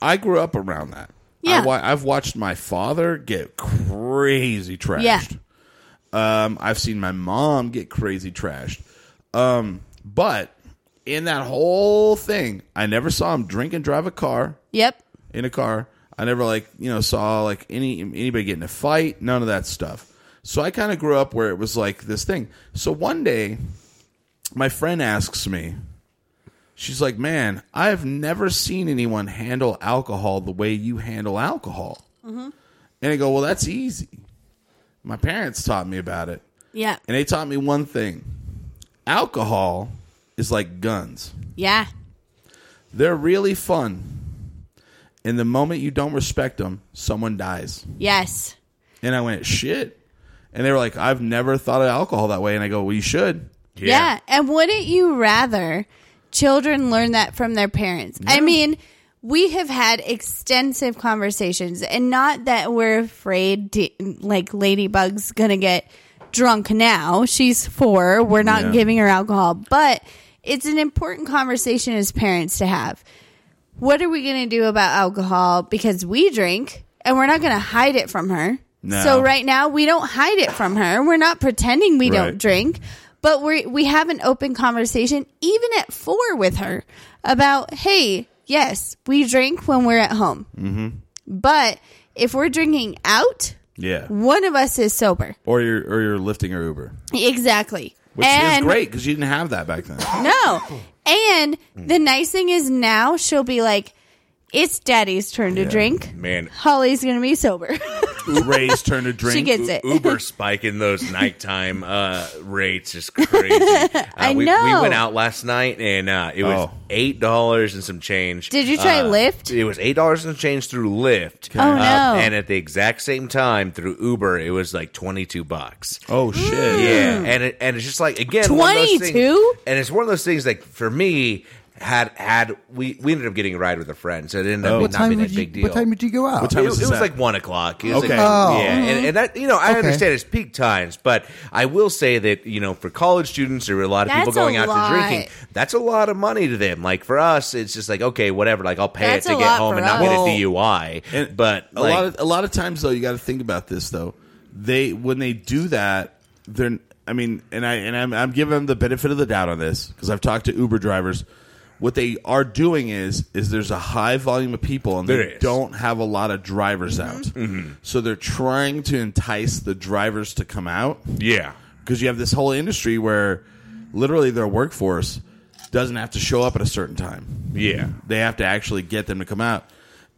[SPEAKER 2] I grew up around that.
[SPEAKER 4] Yeah.
[SPEAKER 2] I wa- I've watched my father get crazy trashed.
[SPEAKER 4] Yeah.
[SPEAKER 2] Um, I've seen my mom get crazy trashed. Um, but in that whole thing, I never saw him drink and drive a car
[SPEAKER 4] Yep.
[SPEAKER 2] in a car. I never like you know saw like any anybody get in a fight, none of that stuff. So I kind of grew up where it was like this thing. So one day, my friend asks me, she's like, "Man, I've never seen anyone handle alcohol the way you handle alcohol." And I go, "Well, that's easy. My parents taught me about it,
[SPEAKER 4] Yeah.
[SPEAKER 2] and they taught me one thing: alcohol is like guns."
[SPEAKER 4] Yeah.
[SPEAKER 2] They're really fun. And the moment you don't respect them, someone dies.
[SPEAKER 4] Yes.
[SPEAKER 2] And I went, shit. And they were like, I've never thought of alcohol that way. And I go, well, you should.
[SPEAKER 4] Yeah. And wouldn't you rather children learn that from their parents? I mean, we have had extensive conversations and not that we're afraid to, like ladybug's going to get drunk now. She's 4. We're not
[SPEAKER 2] Yeah.
[SPEAKER 4] giving her alcohol, but it's an important conversation as parents to have. What are we going to do about alcohol because we drink and we're not going to hide it from her?
[SPEAKER 2] No.
[SPEAKER 4] So right now we don't hide it from her. We're not pretending we
[SPEAKER 2] Right.
[SPEAKER 4] don't drink, but we we have an open conversation even at 4 with her about, "Hey, yes, we drink when we're at home." Mm-hmm. But if we're drinking out,
[SPEAKER 2] Yeah.
[SPEAKER 4] one of us is sober.
[SPEAKER 2] Or you're, or you're lifting or Uber,
[SPEAKER 4] Exactly.
[SPEAKER 2] which
[SPEAKER 4] and
[SPEAKER 2] is great because you didn't have that back then.
[SPEAKER 4] no. And the nice thing is now she'll be like, "It's daddy's turn to drink."
[SPEAKER 5] Man,
[SPEAKER 4] Holly's going to be sober.
[SPEAKER 2] Ray's turn to drink.
[SPEAKER 4] she gets it.
[SPEAKER 5] U- Uber spike in those nighttime uh, rates is crazy. Uh,
[SPEAKER 4] I
[SPEAKER 5] we,
[SPEAKER 4] know.
[SPEAKER 5] We went out last night and uh, it was
[SPEAKER 2] Oh.
[SPEAKER 5] eight dollars and some change.
[SPEAKER 4] Did you try
[SPEAKER 5] Uh,
[SPEAKER 4] Lyft?
[SPEAKER 5] It was eight dollars and some change through Lyft. Uh,
[SPEAKER 4] Oh, no.
[SPEAKER 5] and at the exact same time through Uber, it was like twenty two bucks.
[SPEAKER 2] Oh, shit.
[SPEAKER 5] Yeah, and it, and it's just like again one of those things-
[SPEAKER 4] 22?
[SPEAKER 5] and it's one of those things like for me had had we we ended up getting a ride with a friend, so it ended up
[SPEAKER 2] Oh.
[SPEAKER 5] not
[SPEAKER 2] What
[SPEAKER 5] being
[SPEAKER 3] time
[SPEAKER 5] that
[SPEAKER 3] did you,
[SPEAKER 5] big deal.
[SPEAKER 3] what time did you go out?
[SPEAKER 2] What time
[SPEAKER 5] it,
[SPEAKER 2] was
[SPEAKER 5] it
[SPEAKER 2] this
[SPEAKER 5] was
[SPEAKER 2] at?
[SPEAKER 5] like one o'clock. It was
[SPEAKER 2] Okay.
[SPEAKER 5] like-
[SPEAKER 2] Oh.
[SPEAKER 5] yeah, and, and that you know I
[SPEAKER 3] Okay.
[SPEAKER 5] understand it's peak times, but I will say that you know for college students there were a lot of people
[SPEAKER 4] That's a
[SPEAKER 5] going out
[SPEAKER 4] lot.
[SPEAKER 5] to drinking. That's a lot of money to them. Like for us, it's just like okay, whatever. Like I'll pay
[SPEAKER 4] That's
[SPEAKER 5] it
[SPEAKER 4] a
[SPEAKER 5] to get
[SPEAKER 4] lot
[SPEAKER 5] home
[SPEAKER 4] for
[SPEAKER 5] and not
[SPEAKER 4] us. Well,
[SPEAKER 5] get a DUI.
[SPEAKER 2] And-
[SPEAKER 5] but
[SPEAKER 2] a
[SPEAKER 5] like,
[SPEAKER 2] lot of a lot of times though, you got to think about this though. They when they do that, they're I mean, and I and I'm, I'm giving them the benefit of the doubt on this because I've talked to Uber drivers. What they are doing is is there's a high volume of people and
[SPEAKER 5] There
[SPEAKER 2] they
[SPEAKER 5] is. Mm-hmm.
[SPEAKER 2] don't have a lot of drivers out, so they're trying to entice the drivers to come out
[SPEAKER 5] yeah,
[SPEAKER 2] because you have this whole industry where literally their workforce doesn't have to show up at a certain time
[SPEAKER 5] yeah.
[SPEAKER 2] they have to actually get them to come out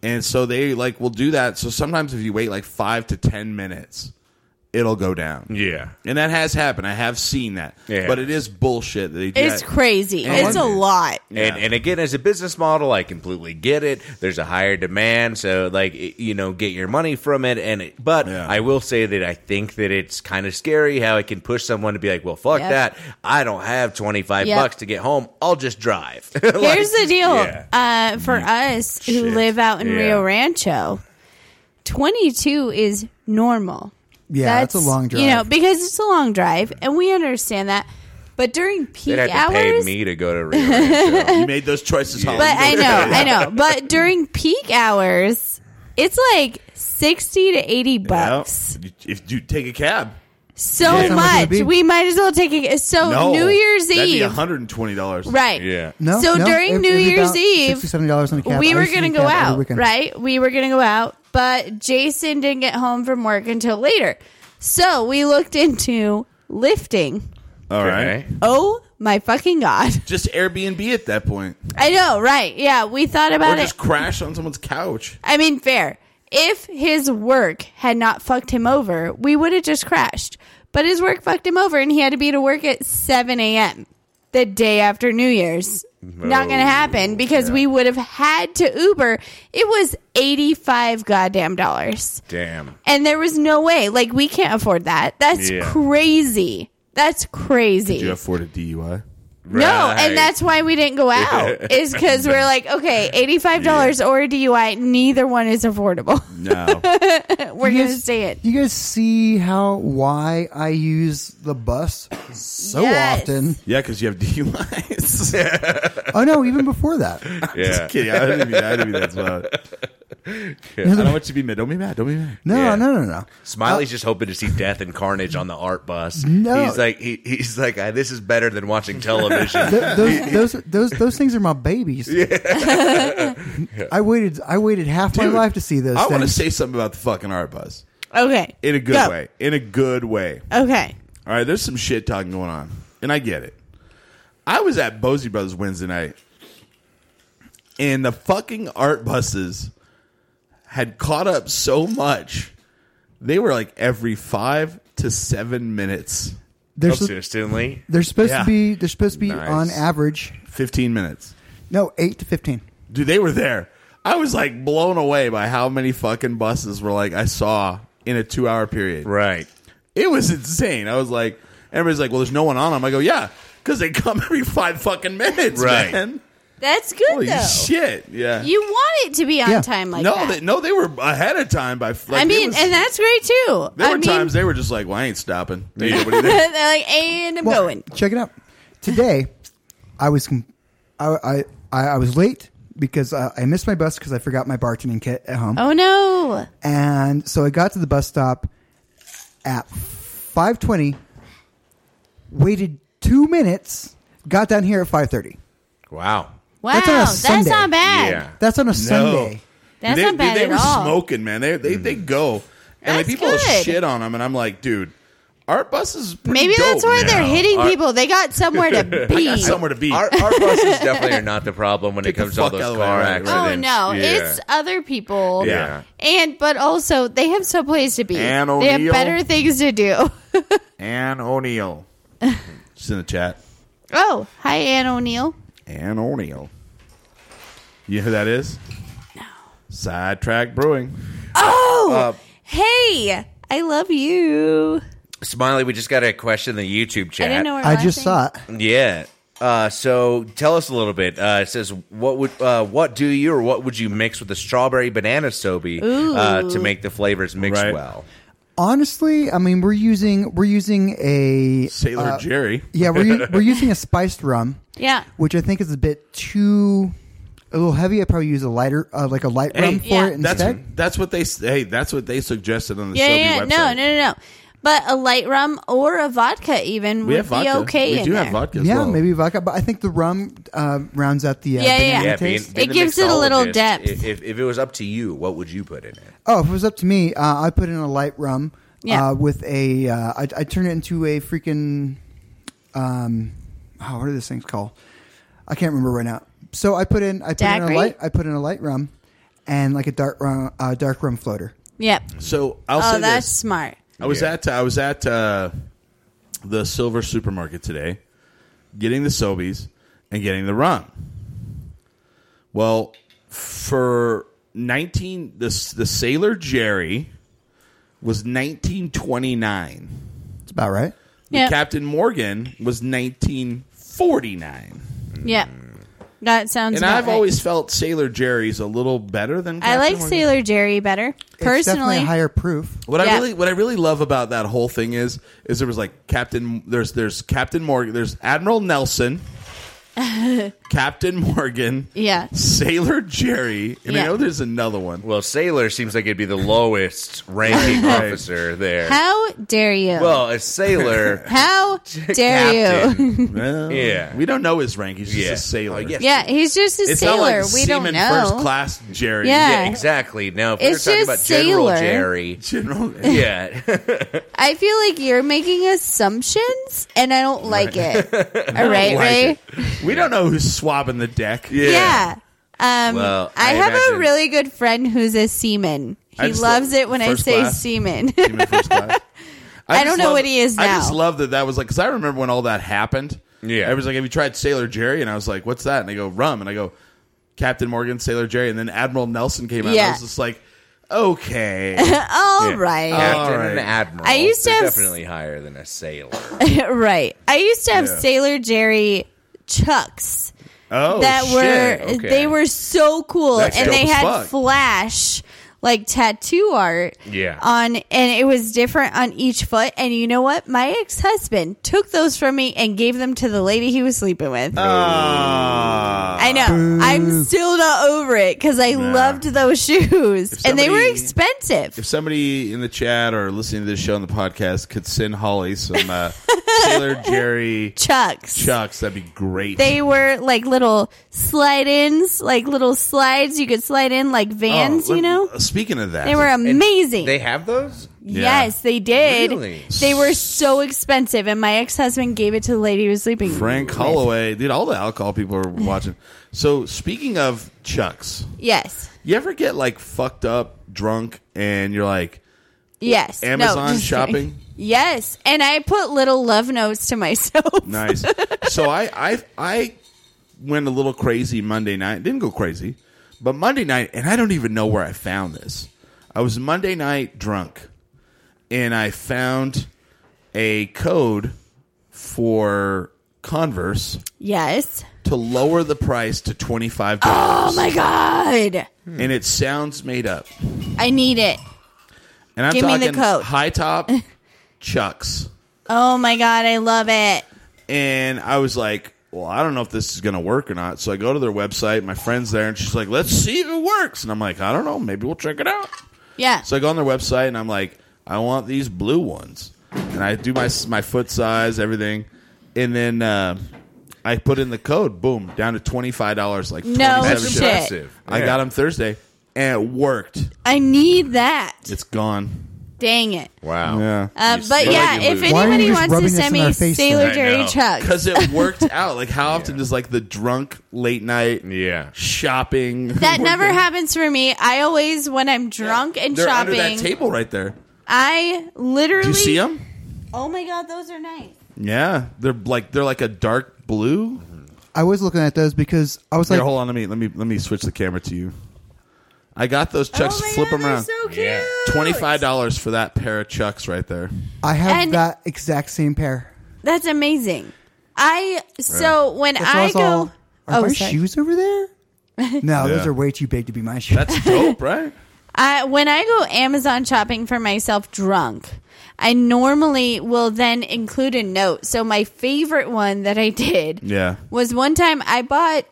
[SPEAKER 2] and so they like will do that so sometimes if you wait like five to ten minutes it'll go down
[SPEAKER 5] Yeah.
[SPEAKER 2] and that has happened i have seen that
[SPEAKER 5] Yeah.
[SPEAKER 2] but it is bullshit that they do
[SPEAKER 4] It's
[SPEAKER 2] that.
[SPEAKER 4] crazy. it's a
[SPEAKER 2] wonder.
[SPEAKER 4] lot.
[SPEAKER 5] And,
[SPEAKER 2] Yeah.
[SPEAKER 5] and again, as a business model, I completely get it. There's a higher demand, so like it- you know, get your money from it. And it, but
[SPEAKER 2] Yeah.
[SPEAKER 5] I will say that I think that it's kind of scary how it can push someone to be like, "Well, fuck
[SPEAKER 4] Yep.
[SPEAKER 5] that! I don't have 25
[SPEAKER 4] Yep.
[SPEAKER 5] bucks to get home. I'll just drive." Like,
[SPEAKER 4] Here's the deal
[SPEAKER 5] yeah. Mm.
[SPEAKER 4] uh, for us who
[SPEAKER 2] Shit.
[SPEAKER 4] live out in
[SPEAKER 5] Yeah.
[SPEAKER 4] Rio Rancho, 22 is normal.
[SPEAKER 3] Yeah, that's a long
[SPEAKER 4] You know,
[SPEAKER 3] drive.
[SPEAKER 4] because it's a long drive, and we understand that. But during peak
[SPEAKER 5] They'd have to pay
[SPEAKER 4] hours,
[SPEAKER 5] me to go to Rio Rancho.
[SPEAKER 2] you made those choices Holly.
[SPEAKER 4] but I know, I know. But during peak hours, it's like 60 to 80
[SPEAKER 2] Yeah.
[SPEAKER 4] bucks.
[SPEAKER 2] if you take a cab
[SPEAKER 4] So
[SPEAKER 3] Yeah. How much would it
[SPEAKER 4] much.
[SPEAKER 3] be?
[SPEAKER 4] We might as well take a. So
[SPEAKER 2] no
[SPEAKER 4] Oh, New Year's
[SPEAKER 2] that'd be
[SPEAKER 4] Eve.
[SPEAKER 2] 120 dollars
[SPEAKER 4] Right.
[SPEAKER 5] yeah,
[SPEAKER 3] No.
[SPEAKER 4] So
[SPEAKER 3] no,
[SPEAKER 4] during
[SPEAKER 3] it-
[SPEAKER 4] New
[SPEAKER 3] it'd be
[SPEAKER 4] Year's
[SPEAKER 3] about
[SPEAKER 4] Eve,
[SPEAKER 3] $60, 70 dollars on a cab.
[SPEAKER 4] we
[SPEAKER 3] I
[SPEAKER 4] were
[SPEAKER 3] used
[SPEAKER 4] gonna
[SPEAKER 3] do
[SPEAKER 4] go
[SPEAKER 3] cab every
[SPEAKER 4] out,
[SPEAKER 3] weekend.
[SPEAKER 4] right? We were gonna go out, but Jason didn't get home from work until later. So we looked into lifting.
[SPEAKER 2] all right
[SPEAKER 4] Oh my fucking god!
[SPEAKER 2] just airbnb at that point
[SPEAKER 4] I know, right? Yeah, we thought
[SPEAKER 2] or
[SPEAKER 4] about it.
[SPEAKER 2] just crash on someone's couch
[SPEAKER 4] I mean, fair. If his work had not fucked him over, we would have just crashed. But his work fucked him over, and he had to be to work at seven a.m. the day after New Year's. Not going to happen because we would have had to Uber. It was eighty-five goddamn dollars.
[SPEAKER 5] Damn.
[SPEAKER 4] And there was no way. Like, we can't afford that. That's
[SPEAKER 5] Yeah.
[SPEAKER 4] crazy. That's crazy.
[SPEAKER 2] do you afford a dui
[SPEAKER 4] no, and that's why we didn't go out. is because we're like, okay, eighty-five dollars or a DUI. Neither one is affordable.
[SPEAKER 2] no
[SPEAKER 4] we're
[SPEAKER 3] You
[SPEAKER 4] gonna
[SPEAKER 3] guys-
[SPEAKER 4] say it.
[SPEAKER 3] You guys see how why I use the bus so
[SPEAKER 4] Yes.
[SPEAKER 3] often?
[SPEAKER 2] yeah because you have duis
[SPEAKER 3] Oh no, even before that.
[SPEAKER 5] yeah.
[SPEAKER 2] Just kidding. I didn't mean, I didn't mean that. I don't want you to be mad. Don't be mad. Don't be mad.
[SPEAKER 3] No,
[SPEAKER 5] Yeah.
[SPEAKER 3] no, no, no.
[SPEAKER 5] Smiley's just hoping to see death and carnage on the art bus.
[SPEAKER 3] No.
[SPEAKER 5] he's like he, he's like "Ah, this is better than watching television.
[SPEAKER 3] Th- those, those, those, those things are my babies. I waited, I waited half my
[SPEAKER 2] Dude,
[SPEAKER 3] life to see those.
[SPEAKER 2] I want to
[SPEAKER 3] things.
[SPEAKER 2] say something about the fucking art bus
[SPEAKER 4] Okay.
[SPEAKER 2] in a good
[SPEAKER 4] Go.
[SPEAKER 2] way. In a good way.
[SPEAKER 4] Okay.
[SPEAKER 2] All right, there's some shit talking going on, and I get it. I was at Bosie Brothers Wednesday night, and the fucking art buses had caught up so much. They were like every five to seven minutes,
[SPEAKER 3] they're, su-
[SPEAKER 5] Consistently,
[SPEAKER 3] they're supposed
[SPEAKER 2] Yeah.
[SPEAKER 3] to be, they're supposed to be
[SPEAKER 2] Nice.
[SPEAKER 3] on average,
[SPEAKER 2] fifteen minutes.
[SPEAKER 3] no, eight to fifteen.
[SPEAKER 2] Dude, they were there. I was like blown away by how many fucking buses were like I saw in a two hour period.
[SPEAKER 5] right?
[SPEAKER 2] It was insane. I was like, everybody's like, well, there's no one on them. I go, yeah, because they come every five fucking minutes,
[SPEAKER 5] Right.
[SPEAKER 2] man.
[SPEAKER 4] That's good
[SPEAKER 2] Holy
[SPEAKER 4] though.
[SPEAKER 2] shit! Yeah.
[SPEAKER 4] You want it to be on
[SPEAKER 3] Yeah.
[SPEAKER 4] time like
[SPEAKER 2] no,
[SPEAKER 4] that.
[SPEAKER 2] they, no, they were ahead of time by. Like,
[SPEAKER 4] I
[SPEAKER 2] it
[SPEAKER 4] mean,
[SPEAKER 2] was-
[SPEAKER 4] and that's great too.
[SPEAKER 2] there
[SPEAKER 4] I
[SPEAKER 2] were
[SPEAKER 4] mean,
[SPEAKER 2] times they were just like, "Well, I ain't stopping." There you go, what do you think?
[SPEAKER 4] they're like, and I'm
[SPEAKER 3] Well,
[SPEAKER 4] going.
[SPEAKER 3] Check it out. Today, I was com- I, I I I was late because uh, I missed my bus because I forgot my bartending kit at home,
[SPEAKER 4] Oh no.
[SPEAKER 3] and so I got to the bus stop at five twenty. Waited two minutes. Got down here at five thirty.
[SPEAKER 5] Wow.
[SPEAKER 4] Wow.
[SPEAKER 3] That's on a
[SPEAKER 4] That's,
[SPEAKER 3] Sunday.
[SPEAKER 4] not bad.
[SPEAKER 5] Yeah.
[SPEAKER 3] That's on a Sunday.
[SPEAKER 4] That's
[SPEAKER 2] they,
[SPEAKER 4] not bad
[SPEAKER 2] They, they
[SPEAKER 4] at
[SPEAKER 2] were
[SPEAKER 4] all.
[SPEAKER 2] smoking, man. They they they go, and like
[SPEAKER 4] That's
[SPEAKER 2] people
[SPEAKER 4] good.
[SPEAKER 2] shit on them, and I'm like, dude, art bus is pretty
[SPEAKER 4] Maybe
[SPEAKER 2] dope
[SPEAKER 4] that's why they're
[SPEAKER 2] now.
[SPEAKER 4] hitting people. They got somewhere to be.
[SPEAKER 2] Got somewhere to be.
[SPEAKER 5] Our, our buses definitely are not the problem when it
[SPEAKER 2] Get the
[SPEAKER 5] comes to all
[SPEAKER 2] fuck out
[SPEAKER 5] those
[SPEAKER 2] of the way,
[SPEAKER 5] car
[SPEAKER 2] right, right.
[SPEAKER 4] Oh
[SPEAKER 5] accidents.
[SPEAKER 4] no,
[SPEAKER 5] Yeah.
[SPEAKER 4] it's other people.
[SPEAKER 5] Yeah.
[SPEAKER 4] And but also they have someplace to be.
[SPEAKER 2] Ann
[SPEAKER 4] they have
[SPEAKER 2] O'Neill.
[SPEAKER 4] better things to do.
[SPEAKER 2] Ann O'Neill. She's in the chat.
[SPEAKER 4] oh, hi Ann O'Neill.
[SPEAKER 2] Ann O'Neill. You know who that is? No. Sidetrack Brewing.
[SPEAKER 4] Oh,
[SPEAKER 2] Uh,
[SPEAKER 4] hey, I love you.
[SPEAKER 5] Smiley, we just got a question in the YouTube
[SPEAKER 4] I
[SPEAKER 5] chat.
[SPEAKER 4] didn't know her
[SPEAKER 3] I
[SPEAKER 4] last
[SPEAKER 3] just
[SPEAKER 4] name.
[SPEAKER 3] saw it.
[SPEAKER 5] Yeah. Uh, so tell us a little bit. Uh, it says, "What would uh, what do you or what would you mix with the strawberry banana sobe uh, to make the flavors mix
[SPEAKER 2] Right.
[SPEAKER 5] well?"
[SPEAKER 3] Honestly, I mean, we're using we're using a
[SPEAKER 2] Sailor
[SPEAKER 3] uh,
[SPEAKER 2] Jerry.
[SPEAKER 3] Yeah, we're u- we're using a spiced rum.
[SPEAKER 4] Yeah.
[SPEAKER 3] which I think is a bit too a little heavy. I would probably use a lighter, uh, like a light rum for
[SPEAKER 4] yeah.
[SPEAKER 3] it
[SPEAKER 2] That's
[SPEAKER 3] instead.
[SPEAKER 2] that's what they hey that's what they suggested on the
[SPEAKER 4] Yeah,
[SPEAKER 2] Sobe
[SPEAKER 4] yeah, yeah.
[SPEAKER 2] website.
[SPEAKER 4] no, no, no, no. But a light rum or a vodka even
[SPEAKER 2] We
[SPEAKER 4] would
[SPEAKER 2] have vodka.
[SPEAKER 4] be okay.
[SPEAKER 2] we
[SPEAKER 4] in
[SPEAKER 2] do
[SPEAKER 4] there.
[SPEAKER 2] have vodka. As
[SPEAKER 3] yeah,
[SPEAKER 2] well.
[SPEAKER 3] maybe vodka, but I think the rum uh, rounds out the uh,
[SPEAKER 4] Yeah, yeah,
[SPEAKER 3] banana
[SPEAKER 4] yeah.
[SPEAKER 5] being-
[SPEAKER 3] taste.
[SPEAKER 5] being
[SPEAKER 4] It
[SPEAKER 5] the
[SPEAKER 4] gives it a little
[SPEAKER 5] mixologist,
[SPEAKER 4] depth.
[SPEAKER 5] i- If, if it was up to you, what would you put in it?
[SPEAKER 3] Oh, if it was up to me, uh, I'd put in a light rum.
[SPEAKER 4] Yeah.
[SPEAKER 3] Uh, with a, uh, I'd, I'd turn it into a freaking, um, oh, what are these things called? I can't remember right now. So I put in, I put in
[SPEAKER 4] Daiquiri?
[SPEAKER 3] a light, I put in a light rum, and like a dark rum, uh, dark rum floater.
[SPEAKER 4] Yep.
[SPEAKER 2] So I'll
[SPEAKER 4] Oh,
[SPEAKER 2] say
[SPEAKER 4] that's
[SPEAKER 2] this.
[SPEAKER 4] smart.
[SPEAKER 2] I was
[SPEAKER 5] Yeah.
[SPEAKER 2] at I was at uh, the Silver Supermarket today, getting the Sobies and getting the rum. Well, for nineteen the the Sailor Jerry was nineteen twenty nine.
[SPEAKER 3] That's about right.
[SPEAKER 4] Yep.
[SPEAKER 2] Captain Morgan was nineteen forty nine.
[SPEAKER 4] yep. That sounds.
[SPEAKER 2] Mm. And
[SPEAKER 4] about
[SPEAKER 2] I've
[SPEAKER 4] right.
[SPEAKER 2] always felt Sailor Jerry's a little better than
[SPEAKER 4] I
[SPEAKER 2] Captain
[SPEAKER 4] like
[SPEAKER 2] Morgan.
[SPEAKER 4] Sailor Jerry better
[SPEAKER 3] it's
[SPEAKER 4] personally.
[SPEAKER 3] definitely a higher proof.
[SPEAKER 2] What
[SPEAKER 4] Yeah.
[SPEAKER 2] I really what I really love about that whole thing is is there was like Captain there's there's Captain Morgan there's Admiral Nelson, Captain Morgan,
[SPEAKER 4] Yeah.
[SPEAKER 2] Sailor Jerry, and
[SPEAKER 4] Yeah.
[SPEAKER 2] I know there's another one.
[SPEAKER 5] Well, sailor seems like it'd be the lowest ranking officer there.
[SPEAKER 4] How dare you?
[SPEAKER 5] well, a sailor.
[SPEAKER 4] How dare you?
[SPEAKER 5] Captain.
[SPEAKER 2] Well,
[SPEAKER 5] Yeah.
[SPEAKER 2] we don't know his rank. He's just
[SPEAKER 5] Yeah.
[SPEAKER 2] a sailor.
[SPEAKER 5] Oh, yes.
[SPEAKER 4] Yeah, he's just a
[SPEAKER 2] it's
[SPEAKER 4] sailor.
[SPEAKER 2] not like
[SPEAKER 4] we don't
[SPEAKER 2] seaman
[SPEAKER 4] know.
[SPEAKER 2] first class Jerry.
[SPEAKER 4] Yeah.
[SPEAKER 5] Yeah, exactly. Now, if we we're
[SPEAKER 4] Eh. It's
[SPEAKER 5] talking
[SPEAKER 4] just
[SPEAKER 5] about General
[SPEAKER 4] sailor.
[SPEAKER 5] Jerry,
[SPEAKER 2] General.
[SPEAKER 5] yeah,
[SPEAKER 4] I feel like you're making assumptions, and I don't like it. All right, Ray.
[SPEAKER 2] we don't know who's swabbing the deck.
[SPEAKER 5] Yeah.
[SPEAKER 4] Yeah. Um,
[SPEAKER 5] Well,
[SPEAKER 4] I,
[SPEAKER 5] I
[SPEAKER 4] have a
[SPEAKER 5] imagine-
[SPEAKER 4] really good friend who's a seaman.
[SPEAKER 2] Uh, I
[SPEAKER 4] He
[SPEAKER 2] just
[SPEAKER 4] loves
[SPEAKER 2] love
[SPEAKER 4] it when I
[SPEAKER 2] first
[SPEAKER 4] say
[SPEAKER 2] class.
[SPEAKER 4] seaman.
[SPEAKER 2] Seaman first class.
[SPEAKER 4] I
[SPEAKER 2] just
[SPEAKER 4] don't know
[SPEAKER 2] love-
[SPEAKER 4] what he is
[SPEAKER 2] I just
[SPEAKER 4] now.
[SPEAKER 2] love that that was like because I remember when all that happened.
[SPEAKER 5] Yeah.
[SPEAKER 2] I was like, "Have you tried Sailor Jerry?" And I was like, "What's that?" And they go, "Rum." And I go, "Captain Morgan, Sailor Jerry." And then Admiral Nelson came out. And
[SPEAKER 4] Yeah.
[SPEAKER 2] I was just like, "Okay,
[SPEAKER 4] All
[SPEAKER 5] Yeah.
[SPEAKER 4] right,
[SPEAKER 5] Captain
[SPEAKER 2] All
[SPEAKER 5] and
[SPEAKER 2] right.
[SPEAKER 5] admiral.
[SPEAKER 4] I used to
[SPEAKER 5] They're
[SPEAKER 4] have-
[SPEAKER 5] definitely higher than a sailor.
[SPEAKER 4] right. I used to have
[SPEAKER 2] Yeah.
[SPEAKER 4] Sailor Jerry chucks
[SPEAKER 2] oh
[SPEAKER 4] that
[SPEAKER 2] shit.
[SPEAKER 4] were
[SPEAKER 5] okay.
[SPEAKER 4] they were so cool,
[SPEAKER 2] That's
[SPEAKER 4] and
[SPEAKER 2] dope
[SPEAKER 4] they
[SPEAKER 2] as
[SPEAKER 4] had
[SPEAKER 2] fuck.
[SPEAKER 4] flash like tattoo art
[SPEAKER 5] Yeah.
[SPEAKER 4] on and it was different on each foot and you know what my ex-husband took those from me and gave them to the lady he was sleeping with
[SPEAKER 2] Uh,
[SPEAKER 4] i know i'm still not over it because i loved those shoes
[SPEAKER 2] If
[SPEAKER 4] and they were
[SPEAKER 2] somebody-
[SPEAKER 4] expensive
[SPEAKER 2] If somebody in the chat or listening to this show on the podcast could send Holly some uh, Taylor Jerry
[SPEAKER 4] chucks
[SPEAKER 2] chucks, that'd be great.
[SPEAKER 4] they were like little slide-ins like little slides you could slide in like vans
[SPEAKER 2] Oh, let-
[SPEAKER 4] you know
[SPEAKER 2] Speaking of that,
[SPEAKER 4] they were amazing
[SPEAKER 5] They have those?
[SPEAKER 2] Yeah.
[SPEAKER 4] Yes, they did.
[SPEAKER 5] Really?
[SPEAKER 4] They were so expensive, and my ex husband gave it to the lady who was sleeping.
[SPEAKER 2] Frank
[SPEAKER 4] with.
[SPEAKER 2] Holloway, dude. All the alcohol people are watching. so speaking of chucks,
[SPEAKER 4] Yes,
[SPEAKER 2] you ever get like fucked up, drunk, and you're like,
[SPEAKER 4] yes. No,
[SPEAKER 2] Amazon
[SPEAKER 4] just kidding.
[SPEAKER 2] shopping?
[SPEAKER 4] Yes, and I put little love notes to myself.
[SPEAKER 2] Nice. so I, I I went a little crazy Monday night. Didn't go crazy, but Monday night, and I don't even know where I found this. I was Monday night drunk, and I found a code for Converse
[SPEAKER 4] Yes.
[SPEAKER 2] to lower the price to twenty five
[SPEAKER 4] Oh
[SPEAKER 2] dollars,
[SPEAKER 4] my god,
[SPEAKER 2] and it sounds made up.
[SPEAKER 4] I need it.
[SPEAKER 2] And I'm
[SPEAKER 4] Give me the
[SPEAKER 2] talking
[SPEAKER 4] code.
[SPEAKER 2] high top chucks.
[SPEAKER 4] Oh my god, I love it.
[SPEAKER 2] and I was like, "Well, I don't know if this is going to work or not." So I go to their website. My friend's there, and she's like, "Let's see if it works." And I'm like, "I don't know. Maybe we'll check it out."
[SPEAKER 4] Yeah.
[SPEAKER 2] So I go on their website, and I'm like, "I want these blue ones," and I do my my foot size, everything, and then uh, I put in the code. Boom, down to twenty five dollars. Like
[SPEAKER 4] No
[SPEAKER 2] 27
[SPEAKER 4] Oh, shit.
[SPEAKER 2] bucks. I
[SPEAKER 5] Yeah.
[SPEAKER 2] got them Thursday, and it worked.
[SPEAKER 4] I need that.
[SPEAKER 2] It's gone.
[SPEAKER 4] Dang it.
[SPEAKER 5] Wow.
[SPEAKER 2] Yeah.
[SPEAKER 4] Uh, but
[SPEAKER 5] smell
[SPEAKER 4] yeah,
[SPEAKER 5] like you
[SPEAKER 4] if
[SPEAKER 5] lose.
[SPEAKER 3] Why are you
[SPEAKER 4] anybody
[SPEAKER 3] just
[SPEAKER 4] wants to
[SPEAKER 3] rubbing this
[SPEAKER 4] send
[SPEAKER 3] in
[SPEAKER 4] me
[SPEAKER 3] our face,
[SPEAKER 4] Sailor
[SPEAKER 5] though? I
[SPEAKER 4] Jerry
[SPEAKER 5] know.
[SPEAKER 4] Chucks,
[SPEAKER 2] Because it worked out. Like, how often does like the drunk late night
[SPEAKER 5] Yeah.
[SPEAKER 2] shopping?
[SPEAKER 4] that never
[SPEAKER 2] happens.
[SPEAKER 4] happens for me. I always, when I'm drunk and
[SPEAKER 2] They're
[SPEAKER 4] shopping,
[SPEAKER 2] under that table right there.
[SPEAKER 4] I literally.
[SPEAKER 2] Do you see them?
[SPEAKER 4] Oh my god, those are nice.
[SPEAKER 2] Yeah, they're like they're like a dark blue.
[SPEAKER 3] I was looking at those because I was
[SPEAKER 2] Here,
[SPEAKER 3] like,
[SPEAKER 2] hold on. Let me let me let me switch the camera to you. I got those chucks.
[SPEAKER 4] oh my
[SPEAKER 2] Flip
[SPEAKER 4] god,
[SPEAKER 2] them
[SPEAKER 4] they're
[SPEAKER 2] around.
[SPEAKER 4] So cute.
[SPEAKER 5] Yeah.
[SPEAKER 2] Twenty five dollars for that pair of chucks right there.
[SPEAKER 3] I have
[SPEAKER 4] And-
[SPEAKER 3] that exact same pair.
[SPEAKER 4] That's amazing. I so when
[SPEAKER 3] That's why
[SPEAKER 4] I go.
[SPEAKER 3] all, are
[SPEAKER 4] oh,
[SPEAKER 3] my
[SPEAKER 4] sorry.
[SPEAKER 3] shoes over there?
[SPEAKER 2] Yeah.
[SPEAKER 3] No, those are way too big to be my shoes.
[SPEAKER 2] That's dope, right?
[SPEAKER 4] I when I go Amazon shopping for myself drunk, I normally will then include a note. So my favorite one that I did
[SPEAKER 2] Yeah.
[SPEAKER 4] was one time I bought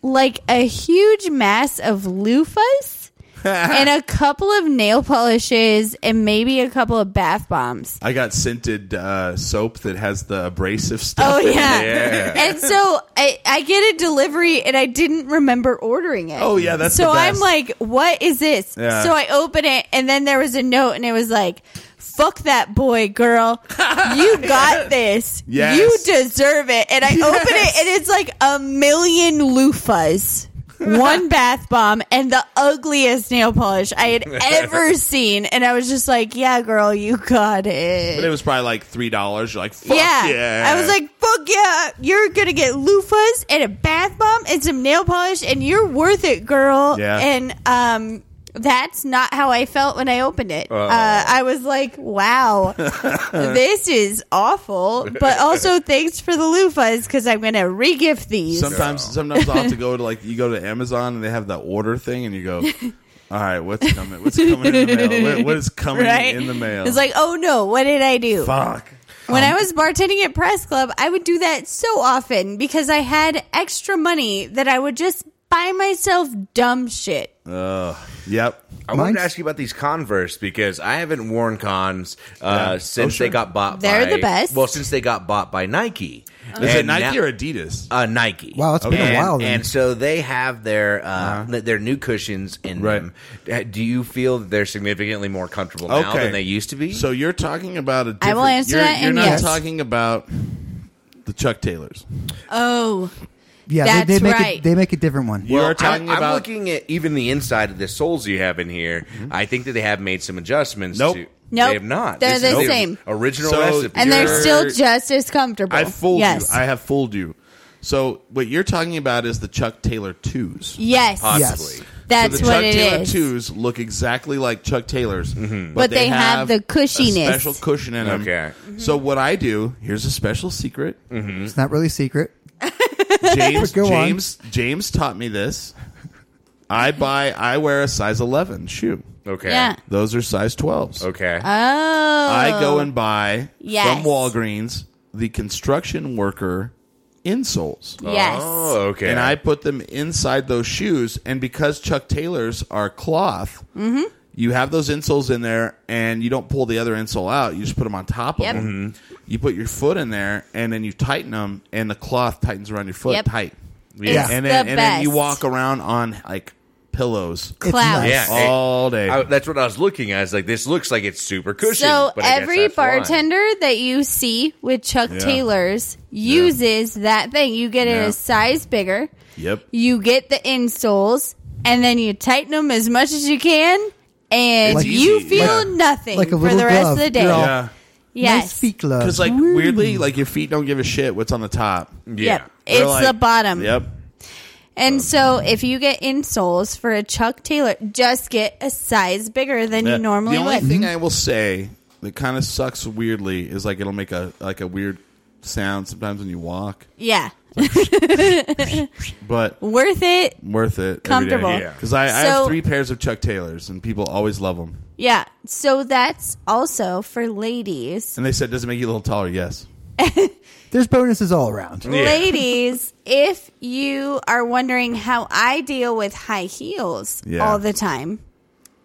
[SPEAKER 4] like a huge mass of loofahs and a couple of nail polishes and maybe a couple of bath bombs.
[SPEAKER 2] I got scented uh, soap that has the abrasive stuff.
[SPEAKER 4] Oh
[SPEAKER 2] in it.
[SPEAKER 4] yeah. And so I, I get a delivery and I didn't remember ordering it.
[SPEAKER 2] Oh, yeah, that's
[SPEAKER 4] so
[SPEAKER 2] the
[SPEAKER 4] I'm
[SPEAKER 2] best.
[SPEAKER 4] like, what is this?
[SPEAKER 2] Yeah.
[SPEAKER 4] So I open it and then there was a note and it was like, Fuck that boy, girl. You got this.
[SPEAKER 2] Yes.
[SPEAKER 4] You deserve it. And I open it and it's like a million loofahs. One bath bomb and the ugliest nail polish I had ever seen. And I was just like, yeah, girl, you got it.
[SPEAKER 2] But it was probably like three dollars. You're like, fuck yeah.
[SPEAKER 4] I was like, fuck yeah. You're going to get loofahs and a bath bomb and some nail polish, and you're worth it, girl.
[SPEAKER 2] Yeah.
[SPEAKER 4] And, um,. That's not how I felt when I opened
[SPEAKER 2] Oh.
[SPEAKER 4] it. Uh, I was like, "Wow, this is awful." But also, thanks for the loofahs because I'm gonna regift these.
[SPEAKER 2] Sometimes, sometimes I'll have to go to like you go to Amazon and they have that order thing, and you go, "All right, what's coming? What's coming in the mail? What, what is coming
[SPEAKER 4] right?
[SPEAKER 2] in the mail?"
[SPEAKER 4] It's like, "Oh no, what did I do?"
[SPEAKER 2] fuck.
[SPEAKER 4] When
[SPEAKER 2] Um,
[SPEAKER 4] I was bartending at Press Club, I would do that so often because I had extra money that I would just buy myself dumb shit.
[SPEAKER 2] Yep.
[SPEAKER 5] I wanted to
[SPEAKER 3] Mine's-
[SPEAKER 5] ask you about these Converse because I haven't worn cons uh,
[SPEAKER 2] Yeah.
[SPEAKER 5] since
[SPEAKER 2] Oh, sure.
[SPEAKER 5] they got bought.
[SPEAKER 4] They're
[SPEAKER 5] by-
[SPEAKER 4] the best.
[SPEAKER 5] Well, since they got bought by Nike.
[SPEAKER 2] Is it
[SPEAKER 5] And
[SPEAKER 2] Nike
[SPEAKER 5] now-
[SPEAKER 2] or Adidas?
[SPEAKER 5] uh, Nike.
[SPEAKER 3] Wow, it's
[SPEAKER 5] it's
[SPEAKER 3] been a while then. Uh-huh.
[SPEAKER 5] And so they have their uh, their new cushions in
[SPEAKER 2] Right.
[SPEAKER 5] them. Uh, Do you feel that they're significantly more comfortable now
[SPEAKER 2] Okay.
[SPEAKER 5] than they used to be?
[SPEAKER 2] So you're talking about a different.
[SPEAKER 4] will answer
[SPEAKER 2] you're,
[SPEAKER 4] that
[SPEAKER 2] You're
[SPEAKER 4] in
[SPEAKER 2] not
[SPEAKER 4] yes.
[SPEAKER 2] talking about the Chuck Taylors.
[SPEAKER 4] Oh,
[SPEAKER 3] yeah, they,
[SPEAKER 4] That's
[SPEAKER 3] they make
[SPEAKER 4] right.
[SPEAKER 3] a, they make a different one.
[SPEAKER 2] You are
[SPEAKER 5] I,
[SPEAKER 2] talking
[SPEAKER 5] am
[SPEAKER 2] about. Mm-hmm.
[SPEAKER 5] looking at even the inside of the soles you have in here. I think that they have made some adjustments.
[SPEAKER 2] Nope.
[SPEAKER 5] To,
[SPEAKER 4] Nope.
[SPEAKER 5] They have not.
[SPEAKER 4] They're
[SPEAKER 5] This
[SPEAKER 4] the
[SPEAKER 5] is
[SPEAKER 4] same.
[SPEAKER 5] Original
[SPEAKER 2] So-
[SPEAKER 5] recipe.
[SPEAKER 4] and they're
[SPEAKER 2] You're-
[SPEAKER 4] still just as comfortable.
[SPEAKER 2] I fooled
[SPEAKER 4] yes.
[SPEAKER 2] you. I have fooled you. So what you're talking about is the Chuck Taylor twos.
[SPEAKER 4] yes,
[SPEAKER 5] possibly.
[SPEAKER 3] Yes.
[SPEAKER 4] that's
[SPEAKER 2] so the
[SPEAKER 4] what
[SPEAKER 2] Chuck
[SPEAKER 4] it
[SPEAKER 2] Taylor
[SPEAKER 4] is.
[SPEAKER 2] twos look exactly like Chuck Taylors,
[SPEAKER 5] Mm-hmm.
[SPEAKER 2] but,
[SPEAKER 4] But they have the
[SPEAKER 2] a
[SPEAKER 4] cushiness.
[SPEAKER 2] special cushion in them.
[SPEAKER 5] Okay. Mm-hmm.
[SPEAKER 2] So what I do here's a special secret.
[SPEAKER 3] It's not really secret.
[SPEAKER 2] James
[SPEAKER 3] Go on.
[SPEAKER 2] James James taught me this. I buy I wear a size 11 shoe.
[SPEAKER 5] Okay.
[SPEAKER 4] Yeah.
[SPEAKER 2] Those are size 12s.
[SPEAKER 5] Okay.
[SPEAKER 4] Oh.
[SPEAKER 2] I go and buy
[SPEAKER 4] Yes.
[SPEAKER 2] from Walgreens the construction worker insoles.
[SPEAKER 4] Yes.
[SPEAKER 5] Oh, okay.
[SPEAKER 2] And I put them inside those shoes. And because Chuck Taylors are cloth,
[SPEAKER 4] Mm-hmm.
[SPEAKER 2] you have those insoles in there and you don't pull the other insole out. You just put them on top
[SPEAKER 4] Yep.
[SPEAKER 2] of them.
[SPEAKER 5] Mm-hmm.
[SPEAKER 2] You put your foot in there and then you tighten them and the cloth tightens around your foot
[SPEAKER 4] Yep.
[SPEAKER 2] tight.
[SPEAKER 4] Yeah. It's
[SPEAKER 2] And, then,
[SPEAKER 4] the
[SPEAKER 2] and then you
[SPEAKER 4] best.
[SPEAKER 2] walk around on like pillows
[SPEAKER 4] Clout.
[SPEAKER 3] nice.
[SPEAKER 5] yeah. it-
[SPEAKER 2] all day.
[SPEAKER 5] I- that's what I was looking at. I was like, this looks like it's super cushy.
[SPEAKER 4] So
[SPEAKER 5] but I guess
[SPEAKER 4] every
[SPEAKER 5] that's why.
[SPEAKER 4] bartender that you see with Chuck Taylors uses that thing. You get it
[SPEAKER 2] Yeah.
[SPEAKER 4] a size bigger.
[SPEAKER 2] yep.
[SPEAKER 4] You get the insoles, and then you tighten them as much as you can, and
[SPEAKER 3] Like-
[SPEAKER 4] you
[SPEAKER 2] easy,
[SPEAKER 4] feel
[SPEAKER 2] yeah.
[SPEAKER 4] nothing
[SPEAKER 3] Like a
[SPEAKER 4] for
[SPEAKER 3] little
[SPEAKER 4] the rest
[SPEAKER 3] glove.
[SPEAKER 4] of the day.
[SPEAKER 3] You're all-
[SPEAKER 2] Yeah.
[SPEAKER 4] Yes.
[SPEAKER 3] Nice feet gloves.
[SPEAKER 2] Because Oh, like weirdly, like your feet don't give a shit what's on the top.
[SPEAKER 5] Yeah.
[SPEAKER 4] Yep. It's
[SPEAKER 2] They're like-
[SPEAKER 4] the bottom.
[SPEAKER 2] Yep. Um,
[SPEAKER 4] And so if you get insoles for a Chuck Taylor, just get a size bigger than you normally
[SPEAKER 2] the only
[SPEAKER 4] would.
[SPEAKER 5] Mm-hmm.
[SPEAKER 2] thing I will say that kind of sucks weirdly is like it'll make a like a weird sound sometimes when you walk,
[SPEAKER 4] yeah.
[SPEAKER 2] but
[SPEAKER 4] Worth it.
[SPEAKER 2] worth it.
[SPEAKER 4] Comfortable.
[SPEAKER 5] Yeah.
[SPEAKER 2] Because I, I have
[SPEAKER 4] So-
[SPEAKER 2] three pairs of Chuck Taylors and people always love them.
[SPEAKER 4] Yeah. So that's also for ladies.
[SPEAKER 2] And they said, "Does it make you a little taller?" Yes.
[SPEAKER 3] There's bonuses all around.
[SPEAKER 4] Ladies, if you are wondering how I deal with high heels
[SPEAKER 2] Yeah.
[SPEAKER 4] all the time,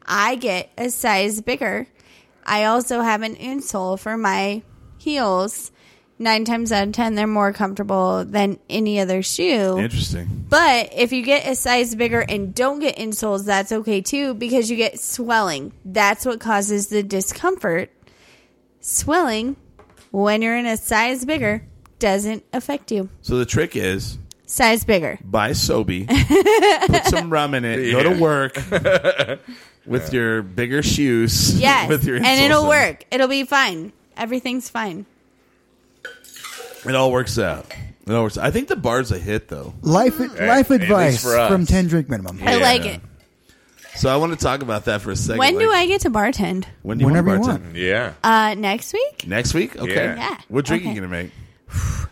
[SPEAKER 4] I get a size bigger. I also have an insole for my heels. Nine times out of ten, they're more comfortable than any other shoe.
[SPEAKER 2] Interesting.
[SPEAKER 4] But if you get a size bigger and don't get insoles, that's okay too because you get swelling. That's what causes the discomfort. Swelling when you're in a size bigger doesn't affect you.
[SPEAKER 2] So the trick is
[SPEAKER 4] Size bigger.
[SPEAKER 2] buy Sobe, put some rum in it, go to
[SPEAKER 5] Yeah.
[SPEAKER 2] work with your bigger shoes.
[SPEAKER 4] Yes.
[SPEAKER 2] with your
[SPEAKER 4] and it'll
[SPEAKER 2] insoles in.
[SPEAKER 4] work. It'll be fine. Everything's fine.
[SPEAKER 2] It all works out. It all works. I think the bar's a hit though.
[SPEAKER 3] Life life
[SPEAKER 5] at least
[SPEAKER 3] advice
[SPEAKER 5] for us.
[SPEAKER 3] from ten drink minimum.
[SPEAKER 4] I
[SPEAKER 5] Yeah.
[SPEAKER 4] like it.
[SPEAKER 2] So I want to talk about that for a second.
[SPEAKER 4] When do
[SPEAKER 2] Like,
[SPEAKER 4] I get to bartend?
[SPEAKER 2] When do you
[SPEAKER 3] Whenever
[SPEAKER 2] want
[SPEAKER 3] you
[SPEAKER 2] to bartend?
[SPEAKER 3] want.
[SPEAKER 5] Yeah.
[SPEAKER 4] Uh, next week?
[SPEAKER 2] Next week? Okay.
[SPEAKER 5] Yeah.
[SPEAKER 4] Yeah.
[SPEAKER 2] What drink are you
[SPEAKER 4] Okay.
[SPEAKER 2] gonna make?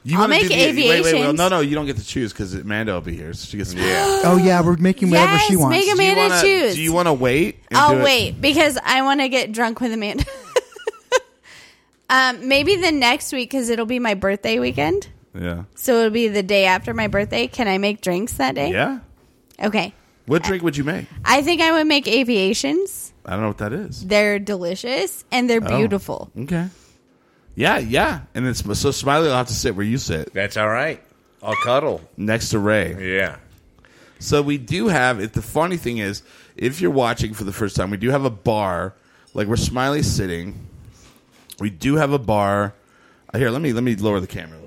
[SPEAKER 2] You
[SPEAKER 4] I'll
[SPEAKER 2] wanna
[SPEAKER 4] make
[SPEAKER 2] do the- Wait, wait, wait.
[SPEAKER 4] aviations.
[SPEAKER 2] No, no, you don't get to choose because Amanda will be here, so she gets. To
[SPEAKER 5] Yeah.
[SPEAKER 3] Oh yeah, we're making whatever she
[SPEAKER 4] Yes,
[SPEAKER 3] wants.
[SPEAKER 4] make 'em-
[SPEAKER 2] Do you
[SPEAKER 4] Amanda,
[SPEAKER 2] wanna-
[SPEAKER 4] choose.
[SPEAKER 2] Do you want to wait? and do
[SPEAKER 4] I'll
[SPEAKER 2] it-
[SPEAKER 4] wait because I want to get drunk with Amanda. um, maybe the next week because it'll be my birthday weekend.
[SPEAKER 2] Yeah.
[SPEAKER 4] So it'll be the day after my birthday. Can I make drinks that day?
[SPEAKER 2] Yeah.
[SPEAKER 4] Okay.
[SPEAKER 2] What drink would you make?
[SPEAKER 4] I think I would make aviations.
[SPEAKER 2] I don't know what that is.
[SPEAKER 4] They're delicious and they're
[SPEAKER 2] Oh.
[SPEAKER 4] beautiful.
[SPEAKER 2] Okay. Yeah, yeah. And it's so Smiley will have to sit where you sit
[SPEAKER 5] That's all right. I'll cuddle.
[SPEAKER 2] next to Ray.
[SPEAKER 5] Yeah.
[SPEAKER 2] So we do have. If the funny thing is, if you're watching for the first time, we do have a bar, like where Smiley's sitting. We do have a bar. uh, Here, let me let me lower the camera a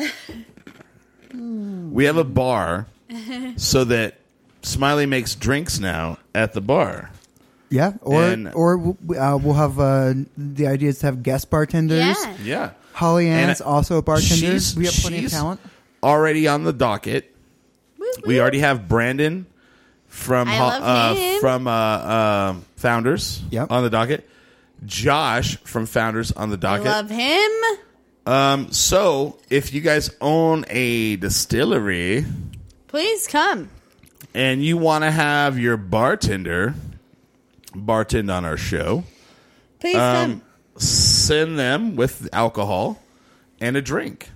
[SPEAKER 2] little. we have a bar, so that Smiley makes drinks now at the bar.
[SPEAKER 3] Yeah, or
[SPEAKER 2] And-
[SPEAKER 3] or we'll- uh, we'll have uh, the idea is to have guest bartenders.
[SPEAKER 4] Yeah.
[SPEAKER 2] Yeah,
[SPEAKER 3] Holly
[SPEAKER 2] And
[SPEAKER 3] Ann's also a bartender.
[SPEAKER 2] she's-
[SPEAKER 3] We have plenty of
[SPEAKER 2] she's
[SPEAKER 3] talent.
[SPEAKER 2] Already on the docket. We
[SPEAKER 4] woo.
[SPEAKER 2] already have Brandon from
[SPEAKER 4] I
[SPEAKER 2] Ho-
[SPEAKER 4] love
[SPEAKER 2] uh,
[SPEAKER 4] him.
[SPEAKER 2] from uh, uh, Founders
[SPEAKER 3] Yep.
[SPEAKER 2] on the docket. Josh from Founders on the
[SPEAKER 4] I
[SPEAKER 2] docket.
[SPEAKER 4] love him.
[SPEAKER 2] Um, so if you guys own a distillery
[SPEAKER 4] Please come.
[SPEAKER 2] and you want to have your bartender bartend on our show,
[SPEAKER 4] Please
[SPEAKER 2] Um,
[SPEAKER 4] come.
[SPEAKER 2] send them with alcohol and a drink.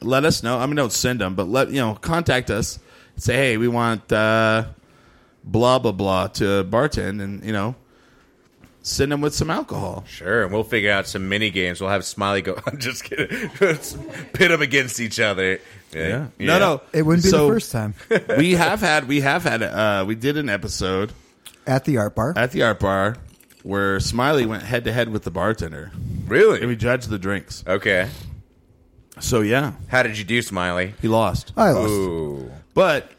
[SPEAKER 2] Let us know. I mean, don't send them, but let you know. Contact us. Say, hey, we want uh, blah blah blah to bartend, and you know, send them with some alcohol.
[SPEAKER 5] Sure, and we'll figure out some mini games. We'll have Smiley go. I'm just kidding. Pit them against each other. Yeah.
[SPEAKER 2] No, no,
[SPEAKER 3] It wouldn't be
[SPEAKER 2] So,
[SPEAKER 3] the first time
[SPEAKER 2] we have had, we have had, uh, we did an episode
[SPEAKER 3] at the art bar.
[SPEAKER 2] at the art bar where Smiley went head to head with the bartender, and we
[SPEAKER 5] Really?
[SPEAKER 2] judged the drinks.
[SPEAKER 5] Okay.
[SPEAKER 2] So yeah,
[SPEAKER 5] How did you do, Smiley?
[SPEAKER 2] he lost.
[SPEAKER 3] I lost.
[SPEAKER 5] Ooh.
[SPEAKER 2] But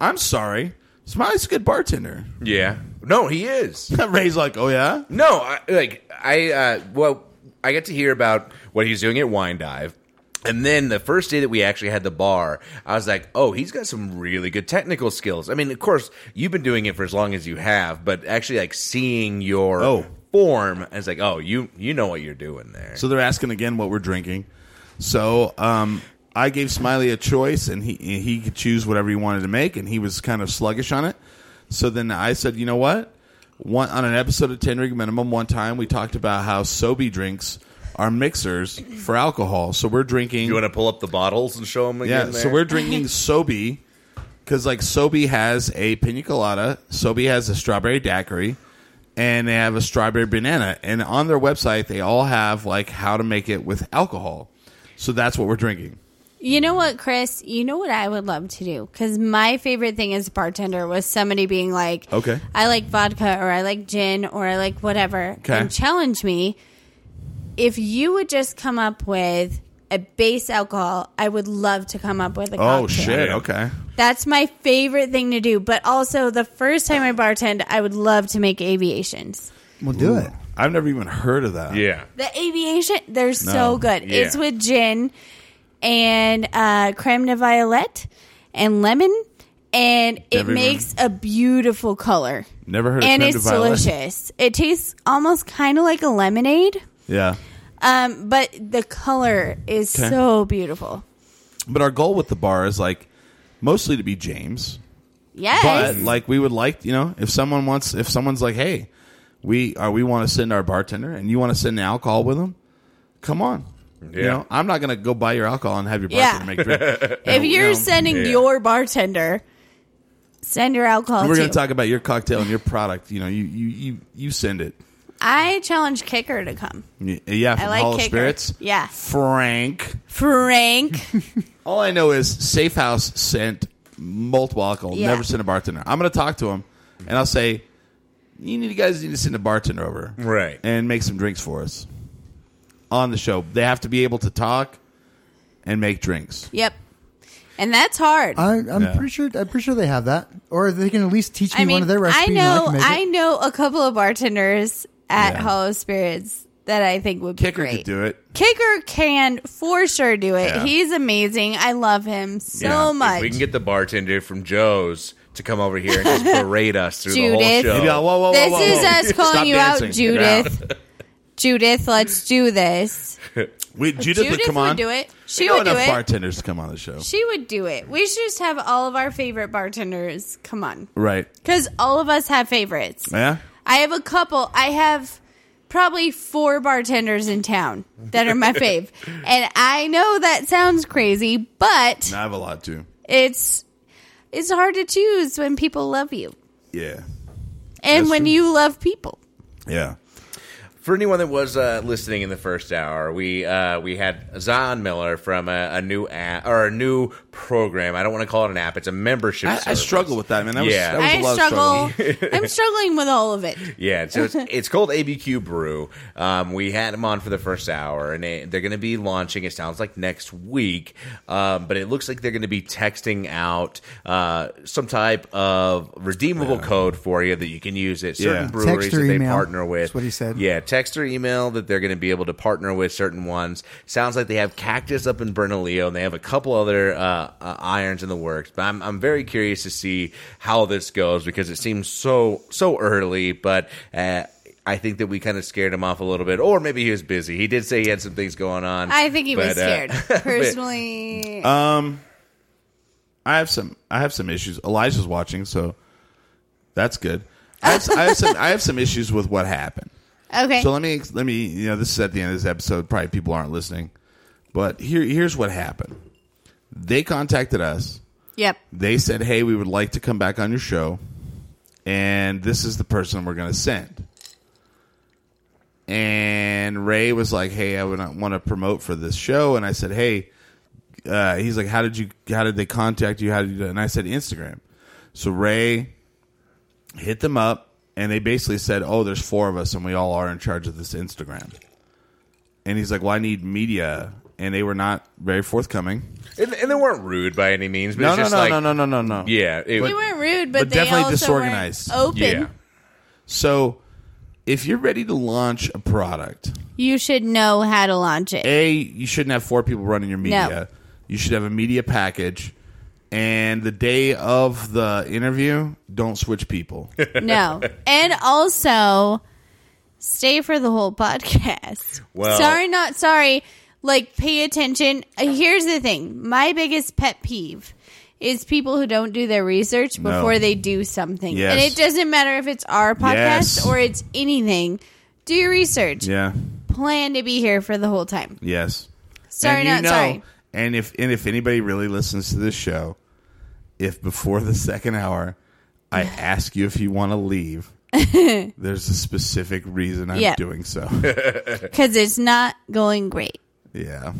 [SPEAKER 2] I'm sorry, Smiley's a good bartender.
[SPEAKER 5] Yeah. No, he is.
[SPEAKER 2] Ray's like, oh yeah,
[SPEAKER 5] No, I, like I uh, well, I got to hear about what he was doing at Wine Dive. And then the first day that we actually had the bar, I was like, "Oh, he's got some really good technical skills." I mean, of course, you've been doing it for as long as you have, but actually, like seeing your
[SPEAKER 2] Oh.
[SPEAKER 5] form, I was like, "Oh, you you know what you're doing there."
[SPEAKER 2] So they're asking again what we're drinking. So um, I gave Smiley a choice, and he he could choose whatever he wanted to make, and he was kind of sluggish on it. So then I said, you know what? one on an episode of Ten Rig Minimum one time we talked about how Sobe drinks are mixers for alcohol. So we're drinking.
[SPEAKER 5] You want to pull up the bottles and show them
[SPEAKER 2] yeah.
[SPEAKER 5] again?
[SPEAKER 2] So
[SPEAKER 5] there?
[SPEAKER 2] we're drinking Sobe because like Sobe has a pina colada, Sobe has a strawberry daiquiri, and they have a strawberry banana. And on their website, they all have like how to make it with alcohol. So that's what we're drinking.
[SPEAKER 4] You know what, Chris? You know what I would love to do? Because my favorite thing as a bartender was somebody being like,
[SPEAKER 2] Okay.
[SPEAKER 4] I like vodka or I like gin or I like whatever.
[SPEAKER 2] Okay.
[SPEAKER 4] And challenge me. If you would just come up with a base alcohol, I would love to come up with a cocktail.
[SPEAKER 2] Oh shit! Okay.
[SPEAKER 4] That's my favorite thing to do. But also, the first time I bartend, I would love to make aviations.
[SPEAKER 3] We'll do it.
[SPEAKER 2] I've never even heard of that.
[SPEAKER 5] yeah.
[SPEAKER 4] The aviation, they're
[SPEAKER 2] No.
[SPEAKER 4] so good.
[SPEAKER 5] Yeah.
[SPEAKER 4] It's with gin and uh, creme de violette and lemon, and it
[SPEAKER 2] Never even-
[SPEAKER 4] makes a beautiful color.
[SPEAKER 2] Never heard of
[SPEAKER 4] and
[SPEAKER 2] creme
[SPEAKER 4] it's
[SPEAKER 2] de violet.
[SPEAKER 4] delicious. It tastes almost kind of like a lemonade,
[SPEAKER 2] Yeah.
[SPEAKER 4] um, but the color is
[SPEAKER 2] Okay.
[SPEAKER 4] so beautiful.
[SPEAKER 2] But our goal with the bar is like mostly to be James.
[SPEAKER 4] Yes.
[SPEAKER 2] But like we would like, you know, if someone wants if someone's like, "Hey, we are we want to send our bartender and you want to send alcohol with them?" Come on. You
[SPEAKER 5] Yeah.
[SPEAKER 2] know, I'm not going to go buy your alcohol and have your
[SPEAKER 4] Yeah.
[SPEAKER 2] bartender make drink.
[SPEAKER 4] if you're
[SPEAKER 2] know,
[SPEAKER 4] sending your bartender, send your alcohol.
[SPEAKER 2] We're going
[SPEAKER 4] too.
[SPEAKER 2] to talk about your cocktail and your product, you know, you you you, you send it.
[SPEAKER 4] I challenge Kicker to come.
[SPEAKER 2] Y- Yeah, from
[SPEAKER 4] like
[SPEAKER 2] Hall of
[SPEAKER 4] kicker.
[SPEAKER 2] Spirits.
[SPEAKER 4] Yeah.
[SPEAKER 2] Frank.
[SPEAKER 4] Frank.
[SPEAKER 2] All I know is Safe House sent multiple alcohol,
[SPEAKER 4] Yeah.
[SPEAKER 2] never sent a bartender. I'm going to talk to him, and I'll say, "You need you guys need to send a bartender over,
[SPEAKER 5] Right.
[SPEAKER 2] and make some drinks for us on the show. They have to be able to talk and make drinks.
[SPEAKER 4] yep. And that's hard.
[SPEAKER 3] I, I'm
[SPEAKER 2] Yeah.
[SPEAKER 3] pretty sure. I'm pretty sure they have that, or they can at least teach me
[SPEAKER 4] I mean,
[SPEAKER 3] one of their recipes.
[SPEAKER 4] I
[SPEAKER 3] and
[SPEAKER 4] know,
[SPEAKER 3] can make
[SPEAKER 4] I
[SPEAKER 3] it.
[SPEAKER 4] know a couple of bartenders at
[SPEAKER 2] Yeah.
[SPEAKER 4] Hollow Spirits that I think would be
[SPEAKER 2] Kicker
[SPEAKER 4] great.
[SPEAKER 2] could do it.
[SPEAKER 4] Kicker can for sure do it.
[SPEAKER 2] Yeah.
[SPEAKER 4] He's amazing. I love him so
[SPEAKER 2] Yeah. If
[SPEAKER 4] much.
[SPEAKER 5] If we can get the bartender from Joe's to come over here and just berate us through the whole
[SPEAKER 4] Judith.
[SPEAKER 5] show.
[SPEAKER 2] Maybe I'll- whoa, whoa, whoa,
[SPEAKER 4] this
[SPEAKER 2] whoa,
[SPEAKER 4] is
[SPEAKER 2] whoa.
[SPEAKER 4] us calling
[SPEAKER 2] Stop
[SPEAKER 4] you
[SPEAKER 2] dancing.
[SPEAKER 4] out, Judith. Judith, let's do this.
[SPEAKER 2] We, Judith, would
[SPEAKER 4] Judith
[SPEAKER 2] come
[SPEAKER 4] would
[SPEAKER 2] on.
[SPEAKER 4] do it.
[SPEAKER 2] We
[SPEAKER 4] She
[SPEAKER 2] know
[SPEAKER 4] would do
[SPEAKER 2] enough
[SPEAKER 4] it.
[SPEAKER 2] bartenders to come on the show,
[SPEAKER 4] she would do it. We should just have all of our favorite bartenders come on.
[SPEAKER 2] right?
[SPEAKER 4] Because all of us have favorites.
[SPEAKER 2] Yeah.
[SPEAKER 4] I have a couple. I have probably four bartenders in town that are my fave. And I know that sounds crazy, but
[SPEAKER 2] And I have a lot too.
[SPEAKER 4] it's it's hard to choose when people love you
[SPEAKER 2] Yeah.
[SPEAKER 4] and
[SPEAKER 2] That's
[SPEAKER 4] when
[SPEAKER 2] true.
[SPEAKER 4] you love people.
[SPEAKER 2] Yeah.
[SPEAKER 5] For anyone that was uh, listening in the first hour, we uh, we had Zahn Miller from a, a new app or a new program. I don't want to call it an app; it's a membership.
[SPEAKER 2] I, I
[SPEAKER 5] service.
[SPEAKER 2] struggle with that, man. That was,
[SPEAKER 5] Yeah.
[SPEAKER 2] that was a
[SPEAKER 4] I
[SPEAKER 2] lot Of
[SPEAKER 4] struggle. I'm struggling with all of it.
[SPEAKER 5] Yeah, so it's, it's called ABQ Brew. Um, we had them on for the first hour, and it, they're going to be launching. It sounds like next week, um, but it looks like they're going to be texting out uh, some type of redeemable code for you that you can use at certain
[SPEAKER 2] Yeah.
[SPEAKER 5] breweries
[SPEAKER 3] Text or
[SPEAKER 5] that they
[SPEAKER 3] email.
[SPEAKER 5] partner with.
[SPEAKER 3] That's what he said.
[SPEAKER 5] Yeah, text or email that they're going to be able to partner with certain ones. Sounds like they have Cactus up in Bernalillo, and they have a couple other uh, uh, irons in the works. But I'm, I'm very curious to see how this goes because it seems so so early. But uh, I think that we kind of scared him off a little bit, or maybe he was busy. He did say he had some things going on.
[SPEAKER 4] I think he was
[SPEAKER 5] But, uh,
[SPEAKER 4] scared. Personally,
[SPEAKER 2] uh, I have some I have some issues. Elijah's watching, so that's good. I have, I have some I have some issues with what happened.
[SPEAKER 4] okay.
[SPEAKER 2] So let me let me you know this is at the end of this episode. Probably people aren't listening, but here here's what happened. They contacted us.
[SPEAKER 4] yep.
[SPEAKER 2] They said, "Hey, we would like to come back on your show, and this is the person we're going to send." And Ray was like, "Hey, I would want to promote for this show," and I said, "Hey." Uh, he's like, "How did you? How did they contact you? How did you?" do it?" And I said, "Instagram." So Ray hit them up, and they basically said, "Oh, there's four of us, and we all are in charge of this Instagram." And he's like, "Well, I need media," and they were not very forthcoming.
[SPEAKER 5] and, and they weren't rude by any means, but
[SPEAKER 2] No,
[SPEAKER 5] it's
[SPEAKER 2] no,
[SPEAKER 5] just
[SPEAKER 2] no,
[SPEAKER 5] like,
[SPEAKER 2] no, no, no, no, no.
[SPEAKER 5] yeah,
[SPEAKER 4] They
[SPEAKER 5] it,
[SPEAKER 4] weren't rude, but,
[SPEAKER 2] but
[SPEAKER 4] they
[SPEAKER 2] definitely
[SPEAKER 4] also
[SPEAKER 2] disorganized.
[SPEAKER 4] weren't open.
[SPEAKER 5] yeah.
[SPEAKER 2] So, if you're ready to launch a product,
[SPEAKER 4] You should know how to launch it.
[SPEAKER 2] A, you shouldn't have four people running your media. You should have a media package. And the day of the interview, don't switch people.
[SPEAKER 4] No. And also, stay for the whole podcast.
[SPEAKER 5] Well-
[SPEAKER 4] sorry, not sorry. Like, pay attention. Uh, Here's the thing my biggest pet peeve is people who don't do their research
[SPEAKER 2] No.
[SPEAKER 4] before they do something.
[SPEAKER 2] Yes.
[SPEAKER 4] And it doesn't matter if it's our podcast
[SPEAKER 2] Yes.
[SPEAKER 4] or it's anything. Do your research.
[SPEAKER 2] Yeah.
[SPEAKER 4] Plan to be here for the whole time.
[SPEAKER 2] Yes.
[SPEAKER 4] Sorry,
[SPEAKER 2] And you
[SPEAKER 4] not
[SPEAKER 2] know-
[SPEAKER 4] sorry.
[SPEAKER 2] And if and if anybody really listens to this show, if before the second hour I ask you if you want to leave, there's a specific reason I'm
[SPEAKER 4] Yeah.
[SPEAKER 2] doing so.
[SPEAKER 4] Because it's not going great.
[SPEAKER 2] yeah.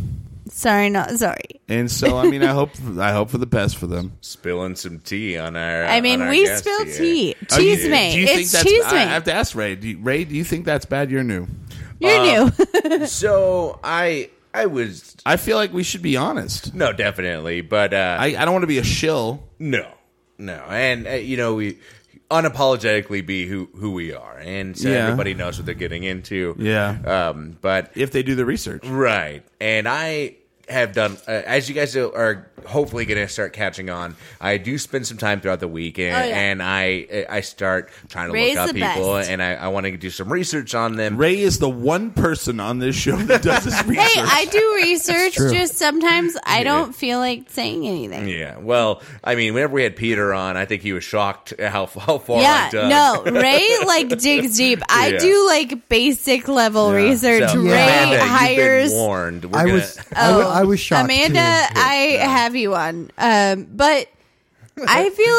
[SPEAKER 4] Sorry, not sorry.
[SPEAKER 2] And so I mean I hope I hope for the best for them.
[SPEAKER 5] Spilling some tea on our.
[SPEAKER 2] Uh,
[SPEAKER 4] I mean, we spill
[SPEAKER 5] spilled
[SPEAKER 4] tea.
[SPEAKER 2] Oh, you-
[SPEAKER 4] Cheese mate.
[SPEAKER 2] do you think
[SPEAKER 4] It's
[SPEAKER 2] that's-
[SPEAKER 4] cheese
[SPEAKER 2] I, I
[SPEAKER 4] mate.
[SPEAKER 2] have to ask Ray. Do you, Ray, do you think that's bad? You're new.
[SPEAKER 4] You're
[SPEAKER 2] Uh,
[SPEAKER 4] new.
[SPEAKER 5] So I, I was
[SPEAKER 2] I feel like we should be honest.
[SPEAKER 5] no, definitely, but uh,
[SPEAKER 2] I, I don't want to be a shill.
[SPEAKER 5] No, no, and uh, you know we unapologetically be who who we are, and so
[SPEAKER 2] Yeah.
[SPEAKER 5] everybody knows what they're getting into.
[SPEAKER 2] Yeah.
[SPEAKER 5] Um. But
[SPEAKER 2] uh, If they do the research,
[SPEAKER 5] right, and I have done uh, as you guys are hopefully going to start catching on. I do spend some time throughout the weekend,
[SPEAKER 4] Oh, yeah.
[SPEAKER 5] and I I start trying to
[SPEAKER 4] Raise
[SPEAKER 5] look up
[SPEAKER 4] the
[SPEAKER 5] people,
[SPEAKER 4] best.
[SPEAKER 5] and I, I want to do some research on them.
[SPEAKER 2] Ray is the one person on this show that does his research.
[SPEAKER 4] Hey, I do research.
[SPEAKER 3] true.
[SPEAKER 4] just sometimes I don't feel like saying anything.
[SPEAKER 5] Yeah. Well, I mean, whenever we had Peter on, I think he was shocked how how far uh,
[SPEAKER 4] Yeah,
[SPEAKER 5] I've done.
[SPEAKER 4] no. Ray like digs deep. I
[SPEAKER 5] Yeah.
[SPEAKER 4] do like basic level research.
[SPEAKER 5] Uh, So,
[SPEAKER 4] Ray
[SPEAKER 5] Amanda, you've been
[SPEAKER 4] hires.
[SPEAKER 5] warned. We're
[SPEAKER 3] I
[SPEAKER 5] gonna-
[SPEAKER 3] was, I was, I was shocked.
[SPEAKER 4] Oh, Amanda,
[SPEAKER 3] too.
[SPEAKER 4] I have you on, um, but I feel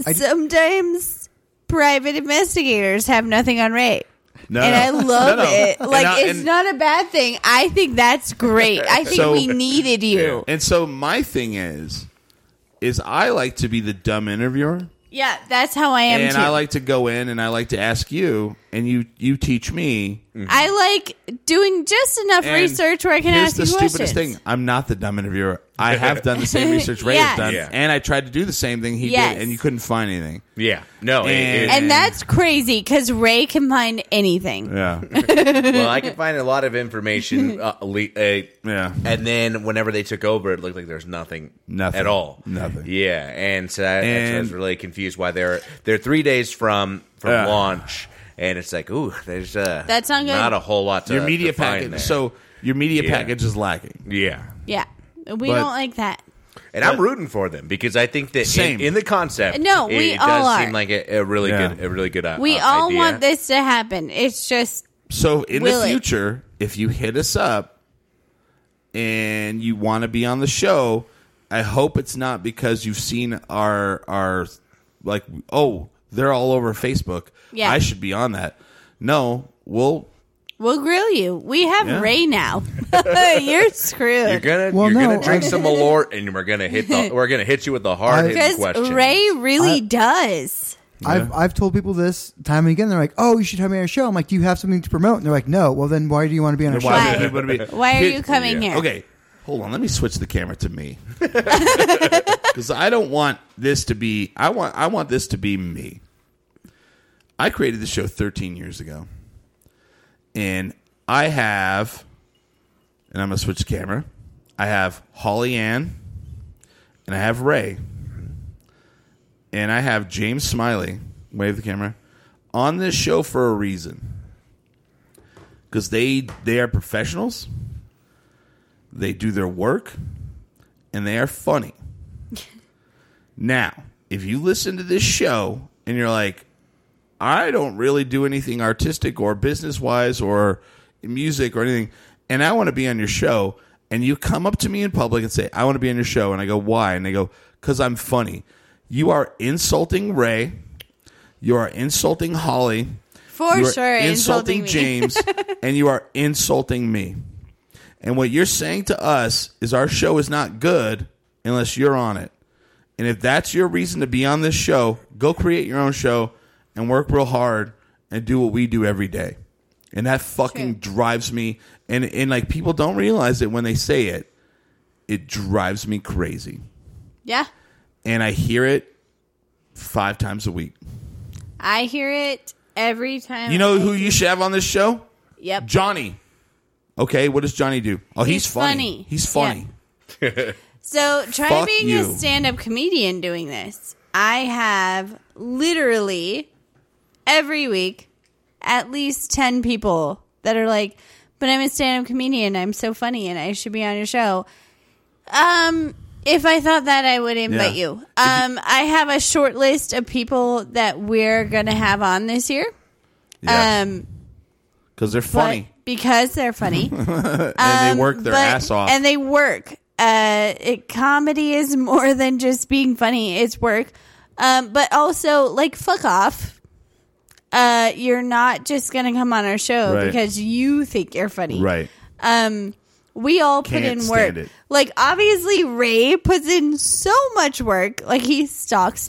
[SPEAKER 4] like sometimes private investigators have nothing on Ray.
[SPEAKER 2] No,
[SPEAKER 4] and I
[SPEAKER 2] no.
[SPEAKER 4] love
[SPEAKER 2] No, no.
[SPEAKER 4] it.
[SPEAKER 2] And
[SPEAKER 4] Like
[SPEAKER 2] I-
[SPEAKER 4] it's
[SPEAKER 2] and-
[SPEAKER 4] not a bad thing. I think that's great. I think
[SPEAKER 2] So-
[SPEAKER 4] we needed you.
[SPEAKER 2] And so my thing is, is I like to be the dumb interviewer,
[SPEAKER 4] Yeah, that's how I am
[SPEAKER 2] and
[SPEAKER 4] too.
[SPEAKER 2] I like to go in and I like to ask you, and you you teach me.
[SPEAKER 4] I like doing just enough
[SPEAKER 2] And
[SPEAKER 4] research where I can
[SPEAKER 2] here's
[SPEAKER 4] ask
[SPEAKER 2] the
[SPEAKER 4] you
[SPEAKER 2] stupidest
[SPEAKER 4] questions.
[SPEAKER 2] thing: I'm not the dumb interviewer. I have done the same research Ray
[SPEAKER 4] Yeah.
[SPEAKER 2] has done,
[SPEAKER 5] Yeah.
[SPEAKER 2] and I tried to do the same thing he
[SPEAKER 4] Yes.
[SPEAKER 2] did, and you couldn't find anything.
[SPEAKER 5] Yeah. No. it-
[SPEAKER 2] And-
[SPEAKER 5] it-
[SPEAKER 4] And that's crazy because Ray can find anything.
[SPEAKER 2] Yeah,
[SPEAKER 5] well, I could find a lot of information. Uh, le- uh,
[SPEAKER 2] Yeah.
[SPEAKER 5] And then whenever they took over, it looked like there's nothing,
[SPEAKER 2] Nothing.
[SPEAKER 5] at all,
[SPEAKER 2] Nothing.
[SPEAKER 5] Yeah. And so I, that's why I was
[SPEAKER 2] And- Uh.
[SPEAKER 5] really confused why they're they're three days from from
[SPEAKER 2] Yeah.
[SPEAKER 5] launch, and it's like, ooh, there's uh,
[SPEAKER 4] That's not good.
[SPEAKER 5] Not a whole lot. To,
[SPEAKER 2] your media
[SPEAKER 5] to find
[SPEAKER 2] package.
[SPEAKER 5] there.
[SPEAKER 2] So your media
[SPEAKER 5] Yeah.
[SPEAKER 2] package is lacking.
[SPEAKER 5] yeah.
[SPEAKER 4] Yeah, we
[SPEAKER 2] But-
[SPEAKER 4] don't like that.
[SPEAKER 5] And I'm rooting for them because I think that
[SPEAKER 2] Same.
[SPEAKER 5] in, in the concept,
[SPEAKER 4] No,
[SPEAKER 5] it,
[SPEAKER 4] we
[SPEAKER 5] it
[SPEAKER 4] all
[SPEAKER 5] does
[SPEAKER 4] are.
[SPEAKER 5] seem like a, a really
[SPEAKER 2] Yeah.
[SPEAKER 5] good, a really good. Uh,
[SPEAKER 4] We
[SPEAKER 5] uh,
[SPEAKER 4] all
[SPEAKER 5] idea.
[SPEAKER 4] want this to happen. It's just
[SPEAKER 2] So in
[SPEAKER 4] Will
[SPEAKER 2] the
[SPEAKER 4] it?
[SPEAKER 2] future, if you hit us up and you want to be on the show, I hope it's not because you've seen our our like oh they're all over Facebook.
[SPEAKER 4] Yeah.
[SPEAKER 2] I should be on that. No, we'll
[SPEAKER 4] we'll grill you. We have
[SPEAKER 2] Yeah.
[SPEAKER 4] Ray now. You're screwed.
[SPEAKER 5] You're gonna
[SPEAKER 3] Well,
[SPEAKER 5] you're
[SPEAKER 3] no,
[SPEAKER 5] gonna drink
[SPEAKER 3] I-
[SPEAKER 5] some Malort, and we're gonna hit the we're gonna hit you with the hard hitting
[SPEAKER 4] because
[SPEAKER 5] question.
[SPEAKER 4] Ray really does.
[SPEAKER 2] Yeah.
[SPEAKER 3] I've, I've told people this time and again. They're like, "Oh, you should have me on your show." I'm like, "Do you have something to promote?" And they're like, "No." Well, then why do you want to be on our show?
[SPEAKER 4] Why?
[SPEAKER 2] would it be-
[SPEAKER 4] Why are
[SPEAKER 2] Here-
[SPEAKER 4] you coming here?
[SPEAKER 2] Okay, hold on. Let me switch the camera to me because I don't want this to be. I want I want this to be me. I created the show 13 years ago, and I have, and I'm gonna switch the camera. I have Holly Ann, and I have Ray, and I have James Smiley. Wave the camera on this show for a reason because they they are professionals. They do their work, and they are funny. now, if you listen to this show and you're like, I don't really do anything artistic or business wise or music or anything, and I want to be on your show, and you come up to me in public and say, I want to be on your show, and I go, why? And they go, because I'm funny. You are insulting Ray. You are insulting Holly
[SPEAKER 4] For
[SPEAKER 2] you are
[SPEAKER 4] sure, insulting, me.
[SPEAKER 2] James, and you are insulting me. And what you're saying to us is our show is not good unless you're on it. And if that's your reason to be on this show, go create your own show and work real hard and do what we do every day. And that fucking drives me. And and like people don't realize it when they say it. It drives me crazy.
[SPEAKER 4] Yeah,
[SPEAKER 2] And I hear it five times a week.
[SPEAKER 4] I hear it every time.
[SPEAKER 2] You know who you should have on this show?
[SPEAKER 4] Yep.
[SPEAKER 2] Johnny. Okay, what does Johnny do? Oh, he's,
[SPEAKER 4] He's
[SPEAKER 2] funny.
[SPEAKER 4] funny.
[SPEAKER 2] He's funny.
[SPEAKER 4] Yeah. So try
[SPEAKER 2] Fuck
[SPEAKER 4] being a
[SPEAKER 2] you.
[SPEAKER 4] stand-up comedian doing this. I have literally every week at least 10 people that are like, "But I'm a stand-up comedian. I'm so funny and I should be on your show." Um If I thought that, I would invite
[SPEAKER 2] Yeah.
[SPEAKER 4] you. Um, I have a short list of people that we're gonna have on this year. Um,
[SPEAKER 2] because they're
[SPEAKER 4] but
[SPEAKER 2] funny
[SPEAKER 4] because they're funny.
[SPEAKER 2] and they work their
[SPEAKER 4] Um, but-
[SPEAKER 2] ass off.
[SPEAKER 4] and they work. Uh, it, comedy is more than just being funny; it's work. Um, but also, like, fuck off. Uh, you're not just gonna come on our show
[SPEAKER 2] Right.
[SPEAKER 4] because you think you're funny,
[SPEAKER 2] right.
[SPEAKER 4] Um, we all put
[SPEAKER 2] Can't
[SPEAKER 4] in work.
[SPEAKER 2] stand it.
[SPEAKER 4] Like, obviously, Ray puts in so much work. Like, he stalks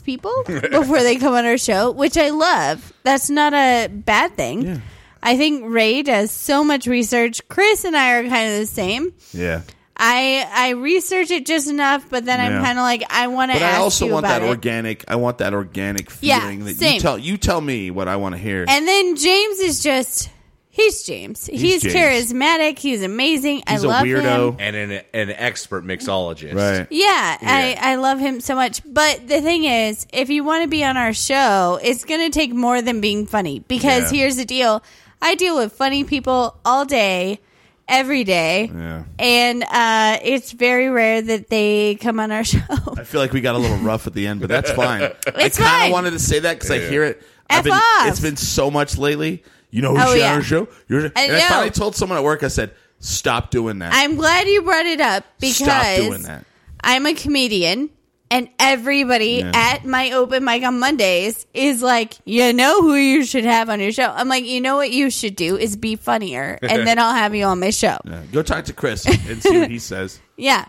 [SPEAKER 4] people before they come on our show, which I love. That's not a bad thing.
[SPEAKER 2] Yeah.
[SPEAKER 4] I think Ray does so much research. Chris and I are kind of the same.
[SPEAKER 2] Yeah.
[SPEAKER 4] I I research it just enough, but then
[SPEAKER 2] Yeah.
[SPEAKER 4] I'm kind of like I want to.
[SPEAKER 2] But
[SPEAKER 4] ask
[SPEAKER 2] I also
[SPEAKER 4] you
[SPEAKER 2] want
[SPEAKER 4] about
[SPEAKER 2] that
[SPEAKER 4] it.
[SPEAKER 2] organic. I want that organic
[SPEAKER 4] Yeah,
[SPEAKER 2] feeling that you
[SPEAKER 4] same.
[SPEAKER 2] tell you tell me what I want to hear.
[SPEAKER 4] And then James is just he's James. He's,
[SPEAKER 2] James.
[SPEAKER 4] charismatic. He's amazing.
[SPEAKER 2] He's
[SPEAKER 4] I
[SPEAKER 2] a
[SPEAKER 4] love him.
[SPEAKER 2] weirdo,
[SPEAKER 5] and an, an expert mixologist.
[SPEAKER 2] right?
[SPEAKER 4] Yeah,
[SPEAKER 5] Yeah.
[SPEAKER 4] I, I love him so much. But the thing is, if you want to be on our show, it's going to take more than being funny because
[SPEAKER 2] Yeah.
[SPEAKER 4] here's the deal I deal with funny people all day, every day.
[SPEAKER 2] Yeah.
[SPEAKER 4] And uh, it's very rare that they come on our show.
[SPEAKER 2] I feel like we got a little rough at the end, but that's fine. I
[SPEAKER 4] It's
[SPEAKER 2] kind of
[SPEAKER 4] fine.
[SPEAKER 2] wanted to say that because I hear it.
[SPEAKER 4] F
[SPEAKER 2] I've been,
[SPEAKER 4] off.
[SPEAKER 2] It's been so much lately. You know who's
[SPEAKER 4] Oh,
[SPEAKER 2] on
[SPEAKER 4] yeah.
[SPEAKER 2] our show? You're, and I
[SPEAKER 4] know.
[SPEAKER 2] finally told someone at work. I said, "Stop doing that.
[SPEAKER 4] I'm glad you brought it up because
[SPEAKER 2] Stop doing that."
[SPEAKER 4] I'm a comedian. And everybody
[SPEAKER 2] Yeah.
[SPEAKER 4] at my open mic on Mondays is like, you know who you should have on your show. I'm like, you know what you should do is be funnier, and then I'll have you on my show.
[SPEAKER 2] Yeah. Go talk to Chris and see what he says.
[SPEAKER 4] Yeah.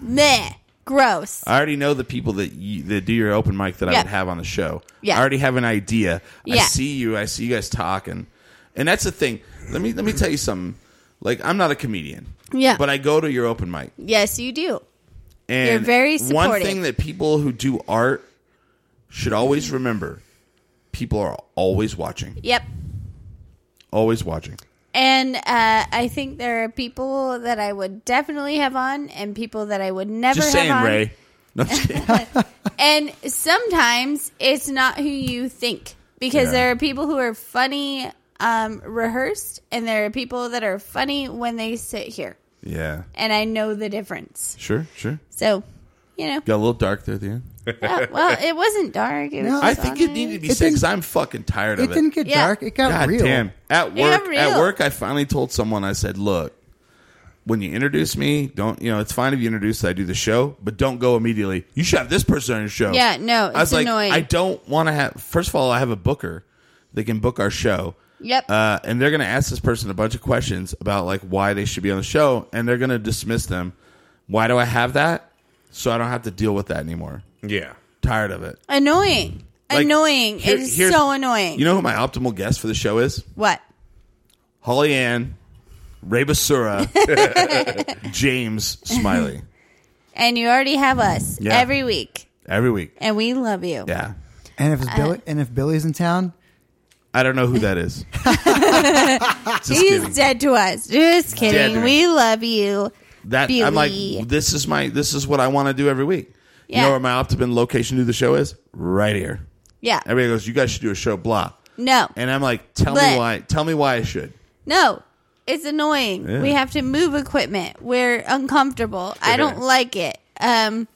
[SPEAKER 4] Meh. Gross.
[SPEAKER 2] I already know the people that you, that do your open mic that I
[SPEAKER 4] Yeah.
[SPEAKER 2] would have on the show.
[SPEAKER 4] Yeah.
[SPEAKER 2] I already have an idea. I
[SPEAKER 4] Yeah.
[SPEAKER 2] see you. I see you guys talking, and that's the thing. Let me let me tell you something. Like I'm not a comedian.
[SPEAKER 4] Yeah.
[SPEAKER 2] But I go to your open mic,
[SPEAKER 4] Yes, you do.
[SPEAKER 2] and
[SPEAKER 4] You're very
[SPEAKER 2] one
[SPEAKER 4] supportive.
[SPEAKER 2] thing that people who do art should always remember: people are always watching,
[SPEAKER 4] Yep.
[SPEAKER 2] always watching.
[SPEAKER 4] And uh, I think there are people that I would definitely have on, and people that I would never
[SPEAKER 2] Just
[SPEAKER 4] have
[SPEAKER 2] saying,
[SPEAKER 4] on.
[SPEAKER 2] Ray. No, I'm just kidding.
[SPEAKER 4] And sometimes it's not who you think because
[SPEAKER 2] Yeah.
[SPEAKER 4] there are people who are funny um, rehearsed, and there are people that are funny when they sit here.
[SPEAKER 2] yeah.
[SPEAKER 4] And I know the difference.
[SPEAKER 2] Sure. Sure.
[SPEAKER 4] So, you know,
[SPEAKER 2] Got a little dark there at the end.
[SPEAKER 4] uh, well, it wasn't dark. It was
[SPEAKER 3] No.
[SPEAKER 4] just
[SPEAKER 2] I think it
[SPEAKER 4] honest.
[SPEAKER 2] needed to be
[SPEAKER 3] It
[SPEAKER 2] said
[SPEAKER 3] didn't-
[SPEAKER 2] because I'm fucking tired of
[SPEAKER 3] It
[SPEAKER 2] it.
[SPEAKER 3] didn't get
[SPEAKER 4] Yeah.
[SPEAKER 3] dark. It got
[SPEAKER 2] God
[SPEAKER 3] real.
[SPEAKER 2] damn! At
[SPEAKER 4] Yeah,
[SPEAKER 2] work,
[SPEAKER 4] real.
[SPEAKER 2] at work, I finally told someone. I said, "Look, when you introduce me, don't you know? It's fine if you introduce that I do the show, but don't go immediately. You should have this person on your show.
[SPEAKER 4] Yeah, no,
[SPEAKER 2] I was
[SPEAKER 4] it's
[SPEAKER 2] like,
[SPEAKER 4] annoying.
[SPEAKER 2] I don't want to have. First of all, I have a booker. They can book our show.
[SPEAKER 4] Yep.
[SPEAKER 2] Uh, and they're going to ask this person a bunch of questions about like why they should be on the show, and they're going to dismiss them. Why do I have that? So I don't have to deal with that anymore.
[SPEAKER 5] Yeah.
[SPEAKER 2] Tired of it.
[SPEAKER 4] Annoying.
[SPEAKER 2] Like,
[SPEAKER 4] annoying.
[SPEAKER 2] here-
[SPEAKER 4] it is
[SPEAKER 2] here's-
[SPEAKER 4] so annoying.
[SPEAKER 2] You know who my optimal guest for the show is?
[SPEAKER 4] what?
[SPEAKER 2] Holly Ann, Ray Basura, James Smiley.
[SPEAKER 4] And you already have us
[SPEAKER 2] Yeah.
[SPEAKER 4] every week,
[SPEAKER 2] Every week.
[SPEAKER 4] and we love you.
[SPEAKER 2] Yeah.
[SPEAKER 3] And if
[SPEAKER 4] Uh,
[SPEAKER 3] it's Billy, and if Billy's in town,
[SPEAKER 2] I don't know who that is. Just
[SPEAKER 4] He's
[SPEAKER 2] kidding.
[SPEAKER 4] dead to us. Just kidding.
[SPEAKER 2] to me.
[SPEAKER 4] We love you.
[SPEAKER 2] That I'm
[SPEAKER 4] Billy.
[SPEAKER 2] like, this is my this is what I want to do every week. You
[SPEAKER 4] Yeah.
[SPEAKER 2] know where my optimum location to the show is? Right here.
[SPEAKER 4] Yeah.
[SPEAKER 2] Everybody goes, You guys should do a show, blah.
[SPEAKER 4] No.
[SPEAKER 2] And I'm like, tell me
[SPEAKER 4] But-
[SPEAKER 2] why tell me why I should.
[SPEAKER 4] No. It's annoying.
[SPEAKER 2] Yeah.
[SPEAKER 4] We have to move equipment. We're uncomfortable. I don't like it. Um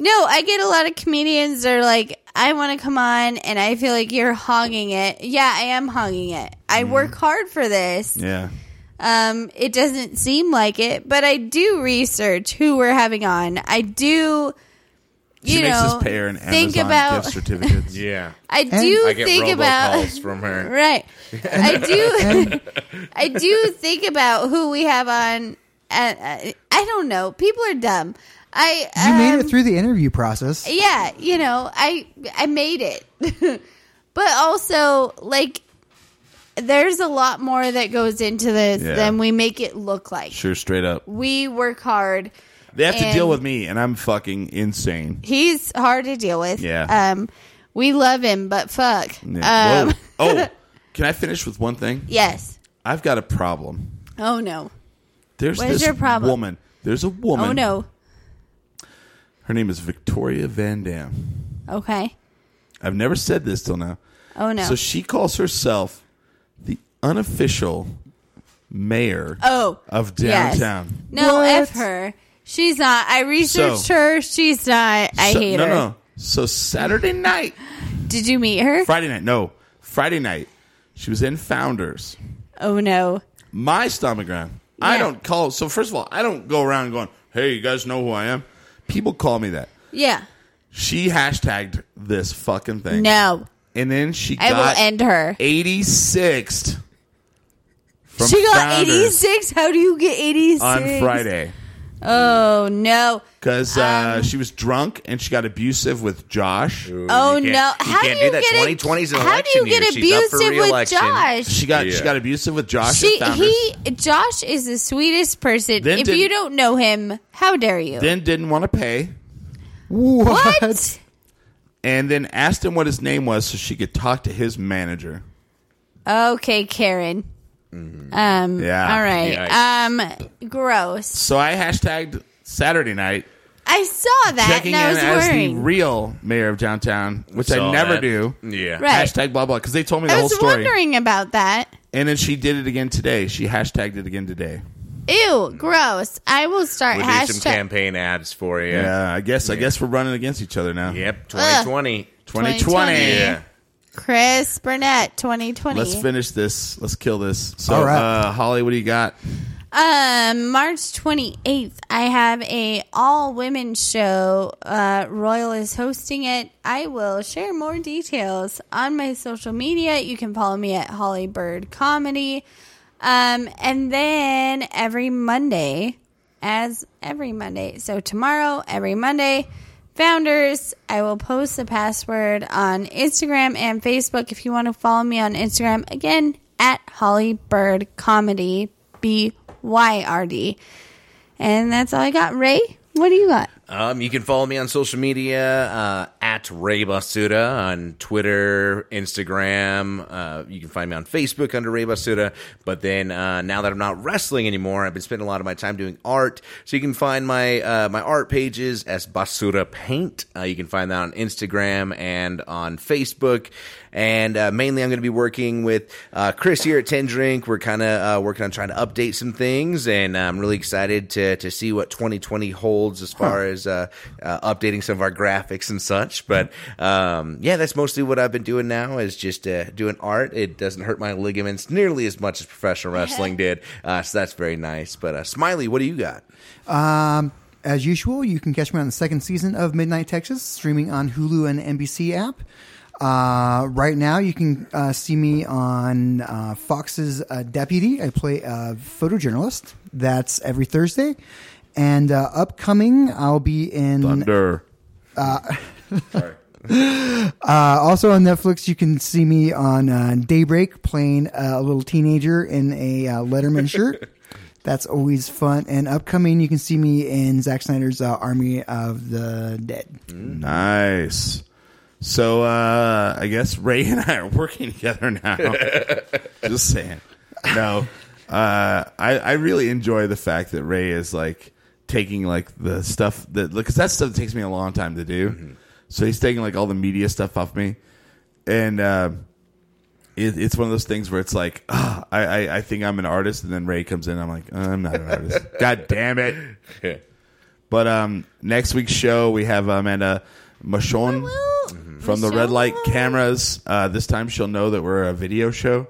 [SPEAKER 4] No, I get a lot of comedians that are like, I want to come on and I feel like you're hogging it. Yeah, I am hogging it. I
[SPEAKER 2] Mm.
[SPEAKER 4] work hard for this.
[SPEAKER 2] Yeah.
[SPEAKER 4] Um, it doesn't seem like it, but I do research who we're having on. I do, you
[SPEAKER 2] She makes
[SPEAKER 4] know,
[SPEAKER 2] us pay her an
[SPEAKER 4] think
[SPEAKER 2] Amazon
[SPEAKER 4] about.
[SPEAKER 2] gift certificates.
[SPEAKER 5] Yeah.
[SPEAKER 4] I do
[SPEAKER 5] I get
[SPEAKER 4] think
[SPEAKER 5] robocalls
[SPEAKER 4] about.
[SPEAKER 5] from her.
[SPEAKER 4] Right, I do. I do think about who we have on. And uh, I don't know. People are dumb. I
[SPEAKER 3] you made
[SPEAKER 4] um,
[SPEAKER 3] it through the interview process.
[SPEAKER 4] yeah, you know, I I made it. but also like there's a lot more that goes into this
[SPEAKER 2] Yeah.
[SPEAKER 4] than we make it look like.
[SPEAKER 2] Sure, straight up.
[SPEAKER 4] We work hard.
[SPEAKER 2] They have to
[SPEAKER 4] And-
[SPEAKER 2] deal with me and I'm fucking insane.
[SPEAKER 4] He's hard to deal with.
[SPEAKER 2] Yeah.
[SPEAKER 4] Um we love him, but fuck.
[SPEAKER 2] Yeah.
[SPEAKER 4] Um,
[SPEAKER 2] Whoa. oh, can I finish with one thing?
[SPEAKER 4] yes.
[SPEAKER 2] I've got a problem.
[SPEAKER 4] Oh no.
[SPEAKER 2] There's
[SPEAKER 4] What is
[SPEAKER 2] this
[SPEAKER 4] your problem?
[SPEAKER 2] woman. There's a woman.
[SPEAKER 4] Oh no.
[SPEAKER 2] Her name is Victoria Van Dam.
[SPEAKER 4] Okay.
[SPEAKER 2] I've never said this till now.
[SPEAKER 4] Oh no.
[SPEAKER 2] So she calls herself the unofficial mayor
[SPEAKER 4] oh.
[SPEAKER 2] of
[SPEAKER 4] yes.
[SPEAKER 2] downtown.
[SPEAKER 4] No,
[SPEAKER 3] What?
[SPEAKER 4] F her. She's not. I researched her. She's not. I
[SPEAKER 2] So-
[SPEAKER 4] hate
[SPEAKER 2] no,
[SPEAKER 4] her.
[SPEAKER 2] No, So Saturday night,
[SPEAKER 4] Did you meet her?
[SPEAKER 2] Friday night, no, Friday night, she was in Founders.
[SPEAKER 4] oh no.
[SPEAKER 2] My stomogram. I
[SPEAKER 4] Yeah.
[SPEAKER 2] don't call. So first of all, I don't go around going, "Hey, you guys know who I am." People call me that.
[SPEAKER 4] Yeah.
[SPEAKER 2] She hashtagged this fucking thing.
[SPEAKER 4] No.
[SPEAKER 2] And then she
[SPEAKER 4] I
[SPEAKER 2] got
[SPEAKER 4] will end her.
[SPEAKER 2] 86th. From
[SPEAKER 4] She got
[SPEAKER 2] Founders
[SPEAKER 4] 86. How do you get 86
[SPEAKER 2] on Friday
[SPEAKER 4] Oh no.
[SPEAKER 2] because uh,
[SPEAKER 4] Um,
[SPEAKER 2] she was drunk and she got abusive with Josh.
[SPEAKER 4] Oh
[SPEAKER 5] You can't-
[SPEAKER 4] no.
[SPEAKER 5] you
[SPEAKER 4] How
[SPEAKER 5] can't
[SPEAKER 4] do you
[SPEAKER 5] do that.
[SPEAKER 4] get a-
[SPEAKER 5] 2020's an
[SPEAKER 4] How do you
[SPEAKER 5] election
[SPEAKER 4] get
[SPEAKER 5] year. She's up for
[SPEAKER 4] abusive with
[SPEAKER 5] reelection.
[SPEAKER 4] Josh?
[SPEAKER 2] She got
[SPEAKER 5] Yeah.
[SPEAKER 2] she got abusive with Josh.
[SPEAKER 4] She
[SPEAKER 2] at Founders.
[SPEAKER 4] he Josh is the sweetest person.
[SPEAKER 2] Then
[SPEAKER 4] if
[SPEAKER 2] did-
[SPEAKER 4] you don't know him, how dare you?
[SPEAKER 2] then didn't want to pay
[SPEAKER 3] What?
[SPEAKER 4] what?
[SPEAKER 2] and then asked him what his name was so she could talk to his manager.
[SPEAKER 4] Okay, Karen. Um
[SPEAKER 2] Mm-hmm. Yeah.
[SPEAKER 4] all right.
[SPEAKER 5] Yikes.
[SPEAKER 4] Um gross.
[SPEAKER 2] So I hashtagged Saturday night
[SPEAKER 4] I saw that
[SPEAKER 2] checking
[SPEAKER 4] and I
[SPEAKER 2] in
[SPEAKER 4] was
[SPEAKER 2] as
[SPEAKER 4] worried.
[SPEAKER 2] the real mayor of downtown, which I
[SPEAKER 5] Saw
[SPEAKER 2] never
[SPEAKER 5] that.
[SPEAKER 2] do.
[SPEAKER 5] Yeah.
[SPEAKER 4] Right.
[SPEAKER 2] Hashtag blah blah because they told me the
[SPEAKER 4] I
[SPEAKER 2] whole
[SPEAKER 4] was
[SPEAKER 2] story.
[SPEAKER 4] wondering about that.
[SPEAKER 2] And then she did it again today. She hashtagged it again today.
[SPEAKER 4] Ew, gross. I will start
[SPEAKER 5] We need some
[SPEAKER 4] hashtag
[SPEAKER 5] campaign ads for you.
[SPEAKER 2] Yeah, I guess I guess we're running against each other now.
[SPEAKER 5] Yep. 2020.
[SPEAKER 2] 2020.
[SPEAKER 4] 2020.
[SPEAKER 5] Yeah.
[SPEAKER 4] Chris Burnett 2020.
[SPEAKER 2] Let's finish this. Let's kill this. So,
[SPEAKER 3] All right.
[SPEAKER 2] uh, Holly, what do you got?
[SPEAKER 4] Um, March 28th, I have a all women show. Uh, Royal is hosting it. I will share more details on my social media. You can follow me at Holly Bird Comedy. Um, and then every Monday, as every Monday, so tomorrow, every Monday, founders, I will post the password on Instagram and Facebook. If you want to follow me on Instagram, again, at Holly Bird Comedy, B Y R D. And that's all I got. Ray, what do you got?
[SPEAKER 5] Um, you can follow me on social media uh, at Ray Basuda on Twitter, Instagram. Uh, you can find me on Facebook under Ray Basuda. But then uh, now that I'm not wrestling anymore, I've been spending a lot of my time doing art. So you can find my uh, my art pages as Basuda Paint. Uh, you can find that on Instagram and on Facebook. And uh, mainly, I'm going to be working with uh, Chris here at Ten Drink. We're kind of uh, working on trying to update some things, and uh, I'm really excited to to see what 2020 holds as far as uh, uh, updating some of our graphics and such. But um, yeah, that's mostly what I've been doing now is just uh, doing art. It doesn't hurt my ligaments nearly as much as professional wrestling did, uh, so that's very nice. But uh, Smiley, what do you got?
[SPEAKER 3] Um, as usual, you can catch me on the second season of Midnight Texas, streaming on Hulu and NBC app. Uh, right now, you can uh, see me on uh, Fox's uh, Deputy. I play a photojournalist. That's every Thursday. And uh, upcoming, I'll be in.
[SPEAKER 2] Thunder.
[SPEAKER 3] also on Netflix, you can see me on uh, Daybreak playing uh, a little teenager in a uh, Letterman shirt. That's always fun. And upcoming, you can see me in Zack Snyder's uh, Army of the Dead.
[SPEAKER 2] Nice. So uh, I guess Ray and I are working together now. Just saying. No, uh, I I really enjoy the fact that Ray is like taking like the stuff that because that stuff takes me a long time to do. So he's taking like all the media stuff off me, and uh, it, it's one of those things where it's like ah, I, I I think I'm an artist, and then Ray comes in, I'm like I'm not an artist. God damn it. But um, next week's show we have um, uh, Amanda Machon Mm-hmm. from the Red Light Cameras. Uh, this time she'll know that we're a video show.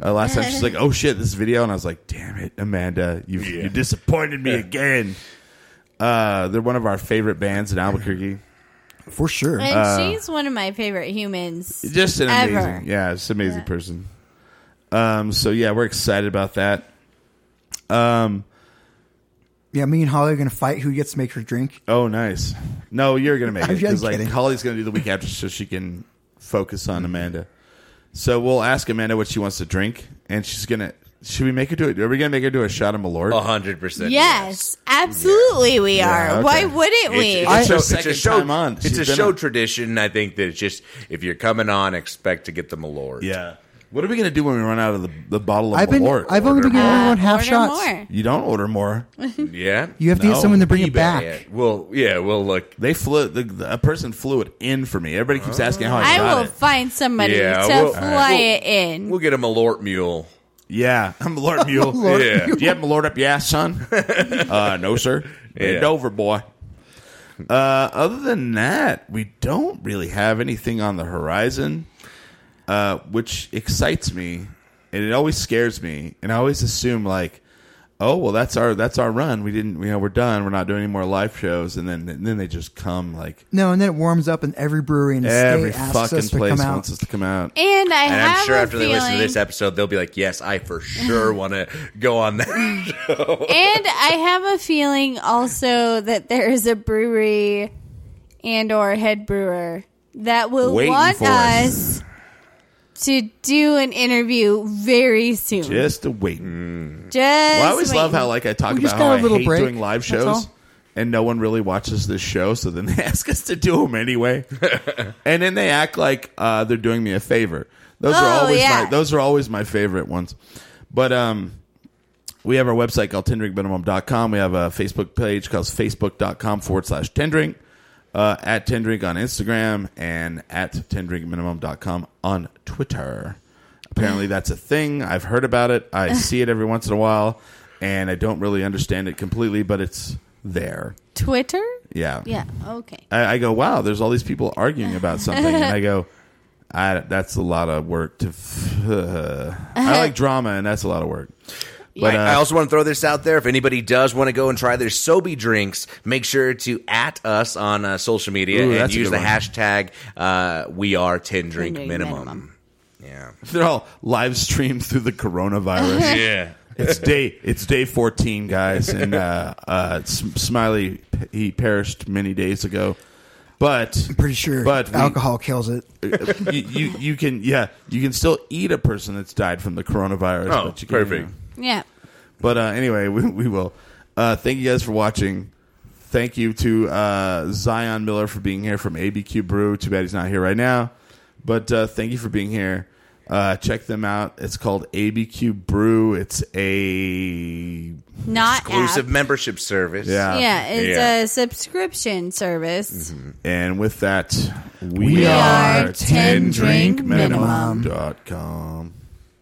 [SPEAKER 2] Uh, last time she's like, "Oh shit, this is video," and I was like, "Damn it, Amanda, you you disappointed me again." Uh, they're one of our favorite bands in Albuquerque.
[SPEAKER 3] For sure.
[SPEAKER 4] And she's one of my favorite humans.
[SPEAKER 2] Just an amazing,
[SPEAKER 4] Ever.
[SPEAKER 2] yeah, just an amazing
[SPEAKER 4] Yeah.
[SPEAKER 2] person. Um, so yeah, we're excited about that.
[SPEAKER 3] Yeah, me and Holly are going to fight who gets to make her drink.
[SPEAKER 2] Oh, nice. No, you're gonna make it
[SPEAKER 3] I'm
[SPEAKER 2] because
[SPEAKER 3] just
[SPEAKER 2] like
[SPEAKER 3] kidding.
[SPEAKER 2] Holly's gonna do the week after, so she can focus on Amanda. So we'll ask Amanda what she wants to drink, and she's gonna. Should we make her do it? Are we gonna make her do a shot of Malort?
[SPEAKER 5] hundred percent.
[SPEAKER 4] Yes, absolutely we are.
[SPEAKER 2] okay.
[SPEAKER 4] Why wouldn't we?
[SPEAKER 2] I- her
[SPEAKER 5] it's
[SPEAKER 2] second time on.
[SPEAKER 5] It's
[SPEAKER 2] She's
[SPEAKER 5] a
[SPEAKER 2] been
[SPEAKER 5] show
[SPEAKER 2] on.
[SPEAKER 5] tradition. I think that it's just if you're coming on, expect to get the malort.
[SPEAKER 2] Yeah. What are we gonna do when we run out of the, the bottle of
[SPEAKER 3] I've been,
[SPEAKER 2] Malort?
[SPEAKER 3] I've only been giving
[SPEAKER 4] Uh,
[SPEAKER 3] everyone half
[SPEAKER 4] order
[SPEAKER 3] shots.
[SPEAKER 4] more.
[SPEAKER 2] you don't order more.
[SPEAKER 5] yeah.
[SPEAKER 3] You have to
[SPEAKER 2] No,
[SPEAKER 3] get someone to bring
[SPEAKER 5] eBay
[SPEAKER 3] it back.
[SPEAKER 5] it. Well, yeah, we'll look.
[SPEAKER 2] They flew the, the- a person flew it in for me. Everybody keeps asking how I,
[SPEAKER 4] I
[SPEAKER 2] got
[SPEAKER 4] will
[SPEAKER 2] it.
[SPEAKER 4] find somebody
[SPEAKER 5] Yeah,
[SPEAKER 4] to
[SPEAKER 5] we'll-
[SPEAKER 4] fly
[SPEAKER 5] we'll-
[SPEAKER 4] it in.
[SPEAKER 5] We'll get a malort mule.
[SPEAKER 2] Yeah, I'm a Lord Mule.
[SPEAKER 3] Lord
[SPEAKER 2] yeah. Do you have my Lord up your ass, son? uh, no, sir. Bend
[SPEAKER 5] Yeah.
[SPEAKER 2] over, boy. Uh, other than that, we don't really have anything on the horizon, uh, which excites me, and it always scares me. And I always assume like, oh well, that's our that's our run. We didn't, you know, we're done. We're not doing any more live shows. And then and then they just come like
[SPEAKER 3] No, and then it warms up, and every brewery in the
[SPEAKER 2] every
[SPEAKER 3] state asks
[SPEAKER 2] fucking
[SPEAKER 3] us to
[SPEAKER 2] place
[SPEAKER 3] come out.
[SPEAKER 2] wants us to come out.
[SPEAKER 4] And I
[SPEAKER 5] And
[SPEAKER 4] have
[SPEAKER 5] I'm sure
[SPEAKER 4] a
[SPEAKER 5] after
[SPEAKER 4] feeling,
[SPEAKER 5] they listen to this episode, they'll be like, "Yes, I for sure want to go on that."
[SPEAKER 4] and I have a feeling also that there is a brewery and or head brewer that will
[SPEAKER 2] Waiting
[SPEAKER 4] want
[SPEAKER 2] for us.
[SPEAKER 4] us to do an interview very soon. Just,
[SPEAKER 2] Just a wait. Well, I always love
[SPEAKER 4] waiting.
[SPEAKER 2] how like I talk
[SPEAKER 3] We
[SPEAKER 2] about
[SPEAKER 3] just
[SPEAKER 2] how
[SPEAKER 3] got a
[SPEAKER 2] I
[SPEAKER 3] little
[SPEAKER 2] hate
[SPEAKER 3] break,
[SPEAKER 2] doing live
[SPEAKER 3] that's
[SPEAKER 2] shows,
[SPEAKER 3] all.
[SPEAKER 2] and no one really watches this show, so then they ask us to do them anyway, and then they act like uh, they're doing me a favor. Those are
[SPEAKER 4] Oh,
[SPEAKER 2] always
[SPEAKER 4] yeah.
[SPEAKER 2] my those are always my favorite ones, but um. We have our website called tendrinkminimum.com. We have a Facebook page called facebook.com forward slash tendrink, uh, at tendrink on Instagram, and at tendrinkminimum.com on Twitter. Apparently, that's a thing. I've heard about it. I see it every once in a while, and I don't really understand it completely, but it's there.
[SPEAKER 4] Twitter?
[SPEAKER 2] Yeah.
[SPEAKER 4] Yeah, okay.
[SPEAKER 2] I, I go, wow, there's all these people arguing about something. and I go, I, that's a lot of work to. F- I like drama, and that's a lot of work. But,
[SPEAKER 5] I, I
[SPEAKER 2] uh,
[SPEAKER 5] also want to throw this out there. If anybody does want to go and try their Sobe drinks, make sure to at us on uh, social media
[SPEAKER 2] Ooh,
[SPEAKER 5] and
[SPEAKER 2] that's a
[SPEAKER 5] use
[SPEAKER 2] good
[SPEAKER 5] the
[SPEAKER 2] one.
[SPEAKER 5] hashtag uh, we are 10 drink
[SPEAKER 4] Drink
[SPEAKER 5] minimum.
[SPEAKER 4] minimum.
[SPEAKER 5] Yeah.
[SPEAKER 2] They're all live streamed through the coronavirus.
[SPEAKER 5] Yeah.
[SPEAKER 2] it's day it's day 14 guys and uh uh S- smiley he perished many days ago but
[SPEAKER 3] I'm pretty sure
[SPEAKER 2] but we-
[SPEAKER 3] alcohol kills it.
[SPEAKER 2] you, you you can yeah you can still eat a person that's died from the coronavirus
[SPEAKER 5] Oh,
[SPEAKER 2] but you can, you
[SPEAKER 5] perfect.
[SPEAKER 2] know.
[SPEAKER 4] Yeah.
[SPEAKER 2] but uh anyway we, we will uh thank you guys for watching thank you to uh zion miller for being here from abq brew too bad he's not here right now but uh thank you for being here uh, check them out. It's called ABQ Brew. It's a
[SPEAKER 4] Not
[SPEAKER 5] Exclusive
[SPEAKER 4] app.
[SPEAKER 5] membership service.
[SPEAKER 2] yeah.
[SPEAKER 4] Yeah, it's
[SPEAKER 5] Yeah. Mm-hmm.
[SPEAKER 4] a subscription service.
[SPEAKER 2] And with that, we,
[SPEAKER 3] We
[SPEAKER 4] are
[SPEAKER 2] are 10drinkminimum.com.
[SPEAKER 3] 10drinkminimum.
[SPEAKER 2] dot com.